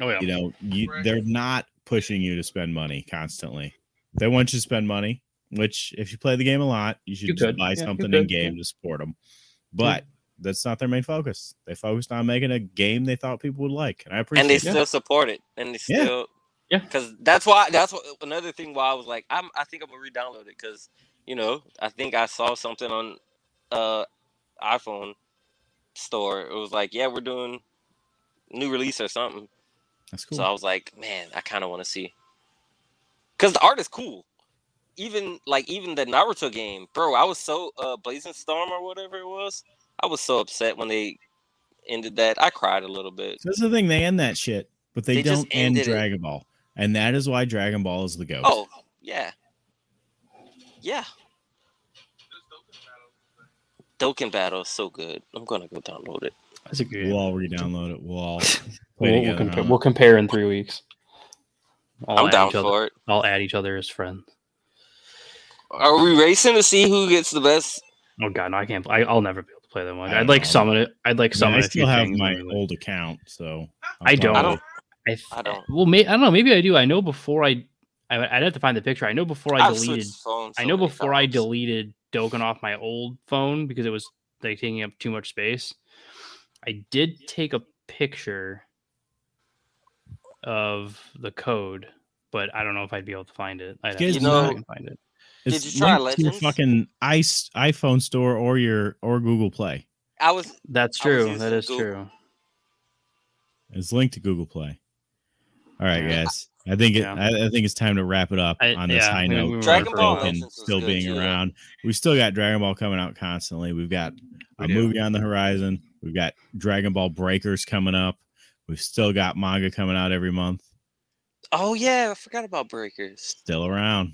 [SPEAKER 9] Oh yeah.
[SPEAKER 6] you know you, they're not pushing you to spend money constantly they want you to spend money which if you play the game a lot you should
[SPEAKER 9] You
[SPEAKER 6] just
[SPEAKER 9] could,
[SPEAKER 6] buy
[SPEAKER 9] yeah, you
[SPEAKER 6] something
[SPEAKER 9] could,
[SPEAKER 6] in game to support them but that's not their main focus they focused on making a game they thought people would like and i appreciate
[SPEAKER 8] and they
[SPEAKER 6] it
[SPEAKER 8] still support it, and they
[SPEAKER 6] Yeah.
[SPEAKER 8] still
[SPEAKER 9] Yeah.
[SPEAKER 8] because that's why that's what, another thing why I was like, I'm I think I'm gonna re-download it because you know I think I saw something on uh iPhone store. It was like, yeah, we're doing new release or something.
[SPEAKER 6] that's cool
[SPEAKER 8] So I was like, man, I kind of want to see because the art is cool. Even like even the Naruto game, bro. I was so uh Blazing Storm or whatever it was. I was so upset when they ended that. I cried a little bit.
[SPEAKER 6] that's the thing they end that shit but they,
[SPEAKER 8] They just
[SPEAKER 6] don't end
[SPEAKER 8] ended it.
[SPEAKER 6] dragon ball and that is why dragon ball is the go
[SPEAKER 8] Oh, yeah. Yeah. Dokken Battle is so good. I'm gonna go download it.
[SPEAKER 9] That's a good
[SPEAKER 6] we'll all re-download it we'll all play
[SPEAKER 9] We'll, we'll,
[SPEAKER 6] together
[SPEAKER 9] compare,
[SPEAKER 6] on
[SPEAKER 9] we'll compare in three weeks. I'll
[SPEAKER 8] I'm
[SPEAKER 9] add
[SPEAKER 8] down
[SPEAKER 9] each other.
[SPEAKER 8] for it.
[SPEAKER 9] I'll add each other as friends.
[SPEAKER 8] Are we racing to see who gets the best?
[SPEAKER 9] Oh god, no, I can't. I, I'll never be able to play that one.
[SPEAKER 6] I don't
[SPEAKER 9] I'd like
[SPEAKER 6] know.
[SPEAKER 9] summon it. I'd like
[SPEAKER 6] it. I, mean,
[SPEAKER 9] summon.
[SPEAKER 6] I
[SPEAKER 9] a few
[SPEAKER 6] still have
[SPEAKER 9] things
[SPEAKER 6] my
[SPEAKER 9] and, like,
[SPEAKER 6] old account so I'm
[SPEAKER 9] I
[SPEAKER 6] fine
[SPEAKER 9] don't.
[SPEAKER 6] with
[SPEAKER 8] I
[SPEAKER 6] it.
[SPEAKER 8] don't.
[SPEAKER 9] I, th-
[SPEAKER 8] I don't.
[SPEAKER 9] Well, may, I don't know. Maybe I do. I know before I, I would have to find the picture. I know before I
[SPEAKER 8] I've switched
[SPEAKER 9] deleted.
[SPEAKER 8] phones Ah,
[SPEAKER 9] I
[SPEAKER 8] so
[SPEAKER 9] know
[SPEAKER 8] many
[SPEAKER 9] before I
[SPEAKER 8] times.
[SPEAKER 9] deleted Dogen off my old phone because it was like taking up too much space. I did take a picture of the code, but I don't know if I'd be able to find it. I'd have
[SPEAKER 6] You
[SPEAKER 9] to see if I
[SPEAKER 8] know-
[SPEAKER 9] can find it.
[SPEAKER 8] Did
[SPEAKER 6] It's
[SPEAKER 8] you try
[SPEAKER 6] linked to your
[SPEAKER 8] Legends?
[SPEAKER 6] fucking ice iPhone store or your or Google Play.
[SPEAKER 8] I was
[SPEAKER 9] That's
[SPEAKER 8] I was
[SPEAKER 9] true. That
[SPEAKER 8] using
[SPEAKER 9] is
[SPEAKER 8] Google.
[SPEAKER 9] true.
[SPEAKER 6] It's linked to Google Play. All right,
[SPEAKER 9] Yeah.
[SPEAKER 6] guys. I think it,
[SPEAKER 9] Yeah.
[SPEAKER 6] I, I think it's time to wrap it up
[SPEAKER 9] I-
[SPEAKER 6] on this
[SPEAKER 9] yeah,
[SPEAKER 6] high
[SPEAKER 9] we-
[SPEAKER 6] note.
[SPEAKER 9] we were
[SPEAKER 8] Dragon
[SPEAKER 6] for
[SPEAKER 8] Ball
[SPEAKER 6] Oaken
[SPEAKER 8] Legends was
[SPEAKER 6] still
[SPEAKER 8] good,
[SPEAKER 6] being
[SPEAKER 8] too, though.
[SPEAKER 6] around. We've still got Dragon Ball coming out constantly. We've got a
[SPEAKER 9] do.
[SPEAKER 6] movie on the horizon. We've got Dragon Ball Breakers coming up. We've still got manga coming out every month.
[SPEAKER 8] oh yeah, I forgot about breakers.
[SPEAKER 6] Still around.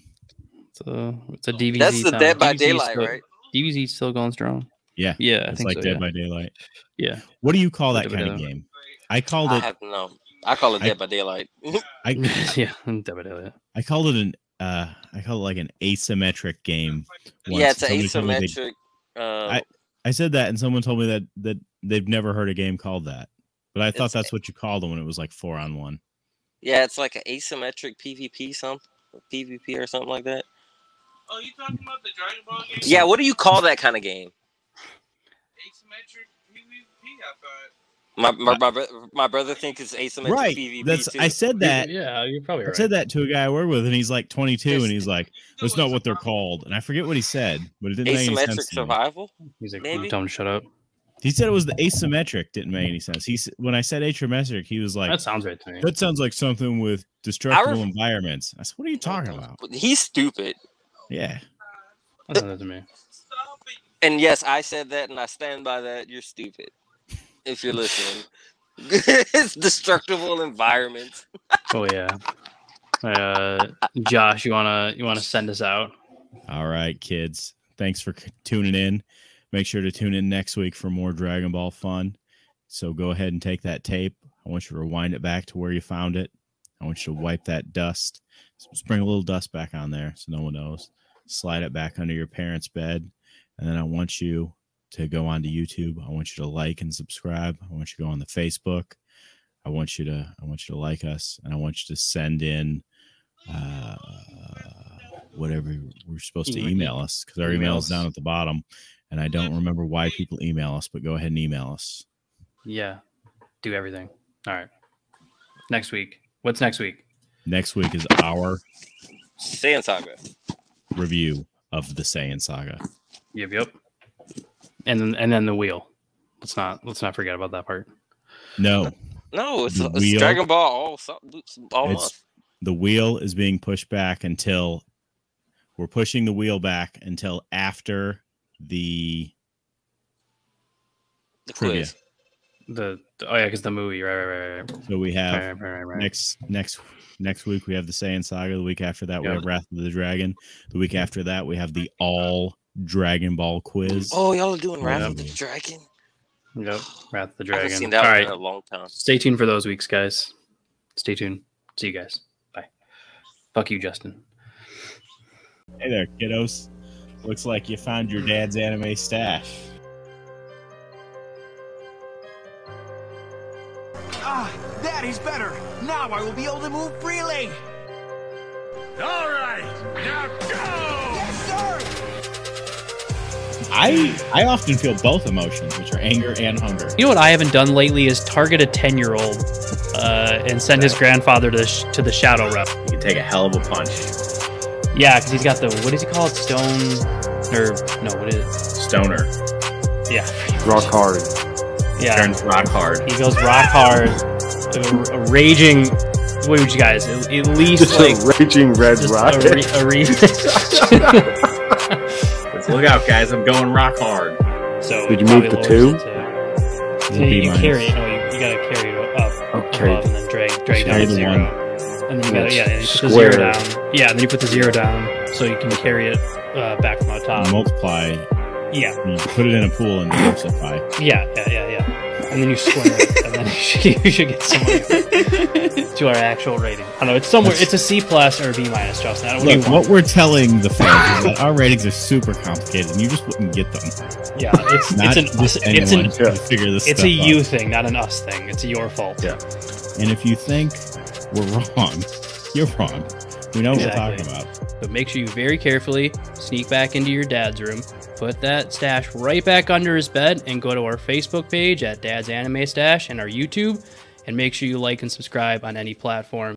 [SPEAKER 9] It's a, it's a DVD.
[SPEAKER 8] That's the
[SPEAKER 9] time.
[SPEAKER 8] Dead by
[SPEAKER 9] DVD's
[SPEAKER 8] Daylight,
[SPEAKER 9] still-
[SPEAKER 8] right?
[SPEAKER 9] DBZ still going strong.
[SPEAKER 6] Yeah,
[SPEAKER 9] Yeah, I
[SPEAKER 6] it's
[SPEAKER 9] think
[SPEAKER 6] like
[SPEAKER 9] so,
[SPEAKER 6] Dead
[SPEAKER 9] yeah.
[SPEAKER 6] by Daylight.
[SPEAKER 9] Yeah.
[SPEAKER 6] What do you call that
[SPEAKER 9] Or Dead by
[SPEAKER 6] kind of
[SPEAKER 9] Daylight.
[SPEAKER 6] game? I called
[SPEAKER 8] I
[SPEAKER 6] it.
[SPEAKER 8] have no. I call it
[SPEAKER 6] I-
[SPEAKER 8] Dead by Daylight.
[SPEAKER 6] I
[SPEAKER 9] yeah, definitely.
[SPEAKER 6] I called it an. Uh, I call it like an asymmetric game. once,
[SPEAKER 8] yeah, it's an
[SPEAKER 6] and somebody told me they-
[SPEAKER 8] asymmetric. Uh,
[SPEAKER 6] I said that, and someone told me that that they've never heard a game called that. But I thought
[SPEAKER 8] It's-
[SPEAKER 6] that's what you called them when it was like four on one.
[SPEAKER 8] yeah, it's like an asymmetric PvP, some PvP or something like that.
[SPEAKER 3] Oh, you talking about the Dragon Ball game?
[SPEAKER 8] Yeah, what do you call that kind of game?
[SPEAKER 3] Asymmetric PvP, I thought.
[SPEAKER 8] My my, my, bro- my brother thinks it's asymmetric
[SPEAKER 6] Right.
[SPEAKER 8] PvP
[SPEAKER 6] That's.
[SPEAKER 8] too.
[SPEAKER 6] I said that.
[SPEAKER 9] Yeah, you're probably
[SPEAKER 6] I
[SPEAKER 9] right.
[SPEAKER 6] said that to a guy I work with, and he's like 22, and he's like, "That's
[SPEAKER 3] That's
[SPEAKER 6] not what they're called." And I forget what he said, but it didn't make any
[SPEAKER 8] asymmetric
[SPEAKER 6] sense. to me.
[SPEAKER 8] survival.
[SPEAKER 9] He's like,
[SPEAKER 8] Maybe.
[SPEAKER 9] don't shut up.
[SPEAKER 6] He said it was the asymmetric. Didn't make any sense. He s- when I said asymmetric, he was like,
[SPEAKER 9] that sounds right to me.
[SPEAKER 6] That sounds like something with destructible environments. I said, what are you talking about?
[SPEAKER 8] He's stupid.
[SPEAKER 6] Yeah.
[SPEAKER 9] That sounds right to me.
[SPEAKER 3] Stop it.
[SPEAKER 8] And yes, I said that, and I stand by that. You're stupid. If you're listening, it's destructible environments.
[SPEAKER 9] Oh yeah. Uh, Josh, you wanna you wanna send us out?
[SPEAKER 6] All right, kids. Thanks for c- tuning in. Make sure to tune in next week for more Dragon Ball fun. So go ahead and take that tape. I want you to rewind it back to where you found it. I want you to wipe that dust. Spring a little dust back on there so no one knows. Slide it back under your parents' bed. And then I want you to go onto YouTube. I want you to like and subscribe. I want you to go on the Facebook. I want you to I want you to like us and I want you to send in uh, whatever we're supposed to
[SPEAKER 9] Email.
[SPEAKER 6] email us because our email is
[SPEAKER 9] Emails.
[SPEAKER 6] down at the bottom and I don't remember why people email us, but go ahead and email us.
[SPEAKER 9] Yeah. Do everything. All right. Next week. What's next week?
[SPEAKER 6] Next week is our
[SPEAKER 8] Saiyan Saga.
[SPEAKER 6] review of the Saiyan Saga.
[SPEAKER 9] Yep, yep. And then and then the wheel. Let's not let's not forget about that part.
[SPEAKER 6] No,
[SPEAKER 8] No, it's,
[SPEAKER 6] The
[SPEAKER 8] it's
[SPEAKER 6] wheel.
[SPEAKER 8] Dragon Ball all so- all
[SPEAKER 6] It's-
[SPEAKER 8] month.
[SPEAKER 6] the wheel is being pushed back until we're pushing the wheel back until after the
[SPEAKER 8] The
[SPEAKER 6] trivia.
[SPEAKER 8] quiz.
[SPEAKER 9] The oh yeah, because the movie, right, right, right, right,
[SPEAKER 6] so we have
[SPEAKER 9] right, right, right, right, right.
[SPEAKER 6] Oh. next next next week we have the Saiyan Saga. The week after that we
[SPEAKER 9] Yeah.
[SPEAKER 6] have Wrath of the Dragon. The week after that we have the all Dragon Ball quiz.
[SPEAKER 8] Oh, y'all are doing
[SPEAKER 6] Yeah,
[SPEAKER 8] Wrath of the
[SPEAKER 6] man.
[SPEAKER 8] Dragon.
[SPEAKER 9] Yep, Wrath of the
[SPEAKER 8] I haven't
[SPEAKER 9] Dragon.
[SPEAKER 8] seen
[SPEAKER 9] All
[SPEAKER 8] that one
[SPEAKER 9] right,
[SPEAKER 8] in a long time.
[SPEAKER 9] stay tuned for those weeks, guys. Stay tuned. See you guys. Bye. Fuck you, Justin.
[SPEAKER 6] Hey there, kiddos. Looks like you found your dad's anime stash.
[SPEAKER 1] Ah, that is better. Now I will be able to move freely.
[SPEAKER 2] All right, now go!
[SPEAKER 1] Yes, sir.
[SPEAKER 6] I I often feel both emotions, which are anger and hunger.
[SPEAKER 9] You know what I haven't done lately is target a ten year old uh, and send his grandfather to the, sh- to the shadow rep.
[SPEAKER 10] You can take a hell of a punch.
[SPEAKER 9] Yeah, because he's got the what does he call it? Stone or no? What is
[SPEAKER 10] Stoner.
[SPEAKER 9] it? Yeah,
[SPEAKER 7] Rock hard.
[SPEAKER 9] yeah.
[SPEAKER 10] Turns rock hard.
[SPEAKER 9] He goes rock hard, a, a raging. What would you guys? At, at least
[SPEAKER 7] Just
[SPEAKER 9] like
[SPEAKER 7] a raging red
[SPEAKER 9] just
[SPEAKER 7] rock.
[SPEAKER 9] a, re, a re-
[SPEAKER 10] Let's look out, guys. I'm going rock hard.
[SPEAKER 9] So
[SPEAKER 7] Did you move
[SPEAKER 9] probably
[SPEAKER 7] the
[SPEAKER 9] lowers
[SPEAKER 7] two?
[SPEAKER 9] it to-
[SPEAKER 6] It'll
[SPEAKER 9] Yeah,
[SPEAKER 6] be
[SPEAKER 9] you
[SPEAKER 6] minus. Oh,
[SPEAKER 9] carry it. No, Oh, you, you gotta carry it up,
[SPEAKER 7] Okay.
[SPEAKER 9] above, and then drag drag
[SPEAKER 6] Carry
[SPEAKER 9] down to
[SPEAKER 6] the
[SPEAKER 9] zero.
[SPEAKER 6] one.
[SPEAKER 9] And then you gotta, yeah, and you put the
[SPEAKER 7] Square.
[SPEAKER 9] zero down. Yeah, and then you put the zero down so you can carry it uh, back from the top.
[SPEAKER 6] multiply.
[SPEAKER 9] Yeah,
[SPEAKER 6] You put it in a pool and diversify.
[SPEAKER 9] yeah, yeah, yeah, yeah. And then you square it, and then you should, you should get somewhere to our actual rating. I don't know. It's somewhere. It's a C plus or a B minus, Justin. I don't, what do
[SPEAKER 6] Look,
[SPEAKER 9] you want?
[SPEAKER 6] what we're telling the fans is that our ratings are super complicated, and you just wouldn't get them.
[SPEAKER 9] yeah, it's
[SPEAKER 6] Not
[SPEAKER 9] it's an us,
[SPEAKER 6] just
[SPEAKER 9] it's
[SPEAKER 6] anyone
[SPEAKER 9] an
[SPEAKER 6] can figure this
[SPEAKER 9] it's
[SPEAKER 6] stuff
[SPEAKER 9] a
[SPEAKER 6] out.
[SPEAKER 9] you thing, not an us thing. It's your fault.
[SPEAKER 10] Yeah.
[SPEAKER 6] And if you think we're wrong, you're wrong. We know
[SPEAKER 9] Exactly.
[SPEAKER 6] what we're talking about.
[SPEAKER 9] But make sure you very carefully sneak back into your dad's room, put that stash right back under his bed, and go to our Facebook page at Dad's Anime Stash and our YouTube, and make sure you like and subscribe on any platform.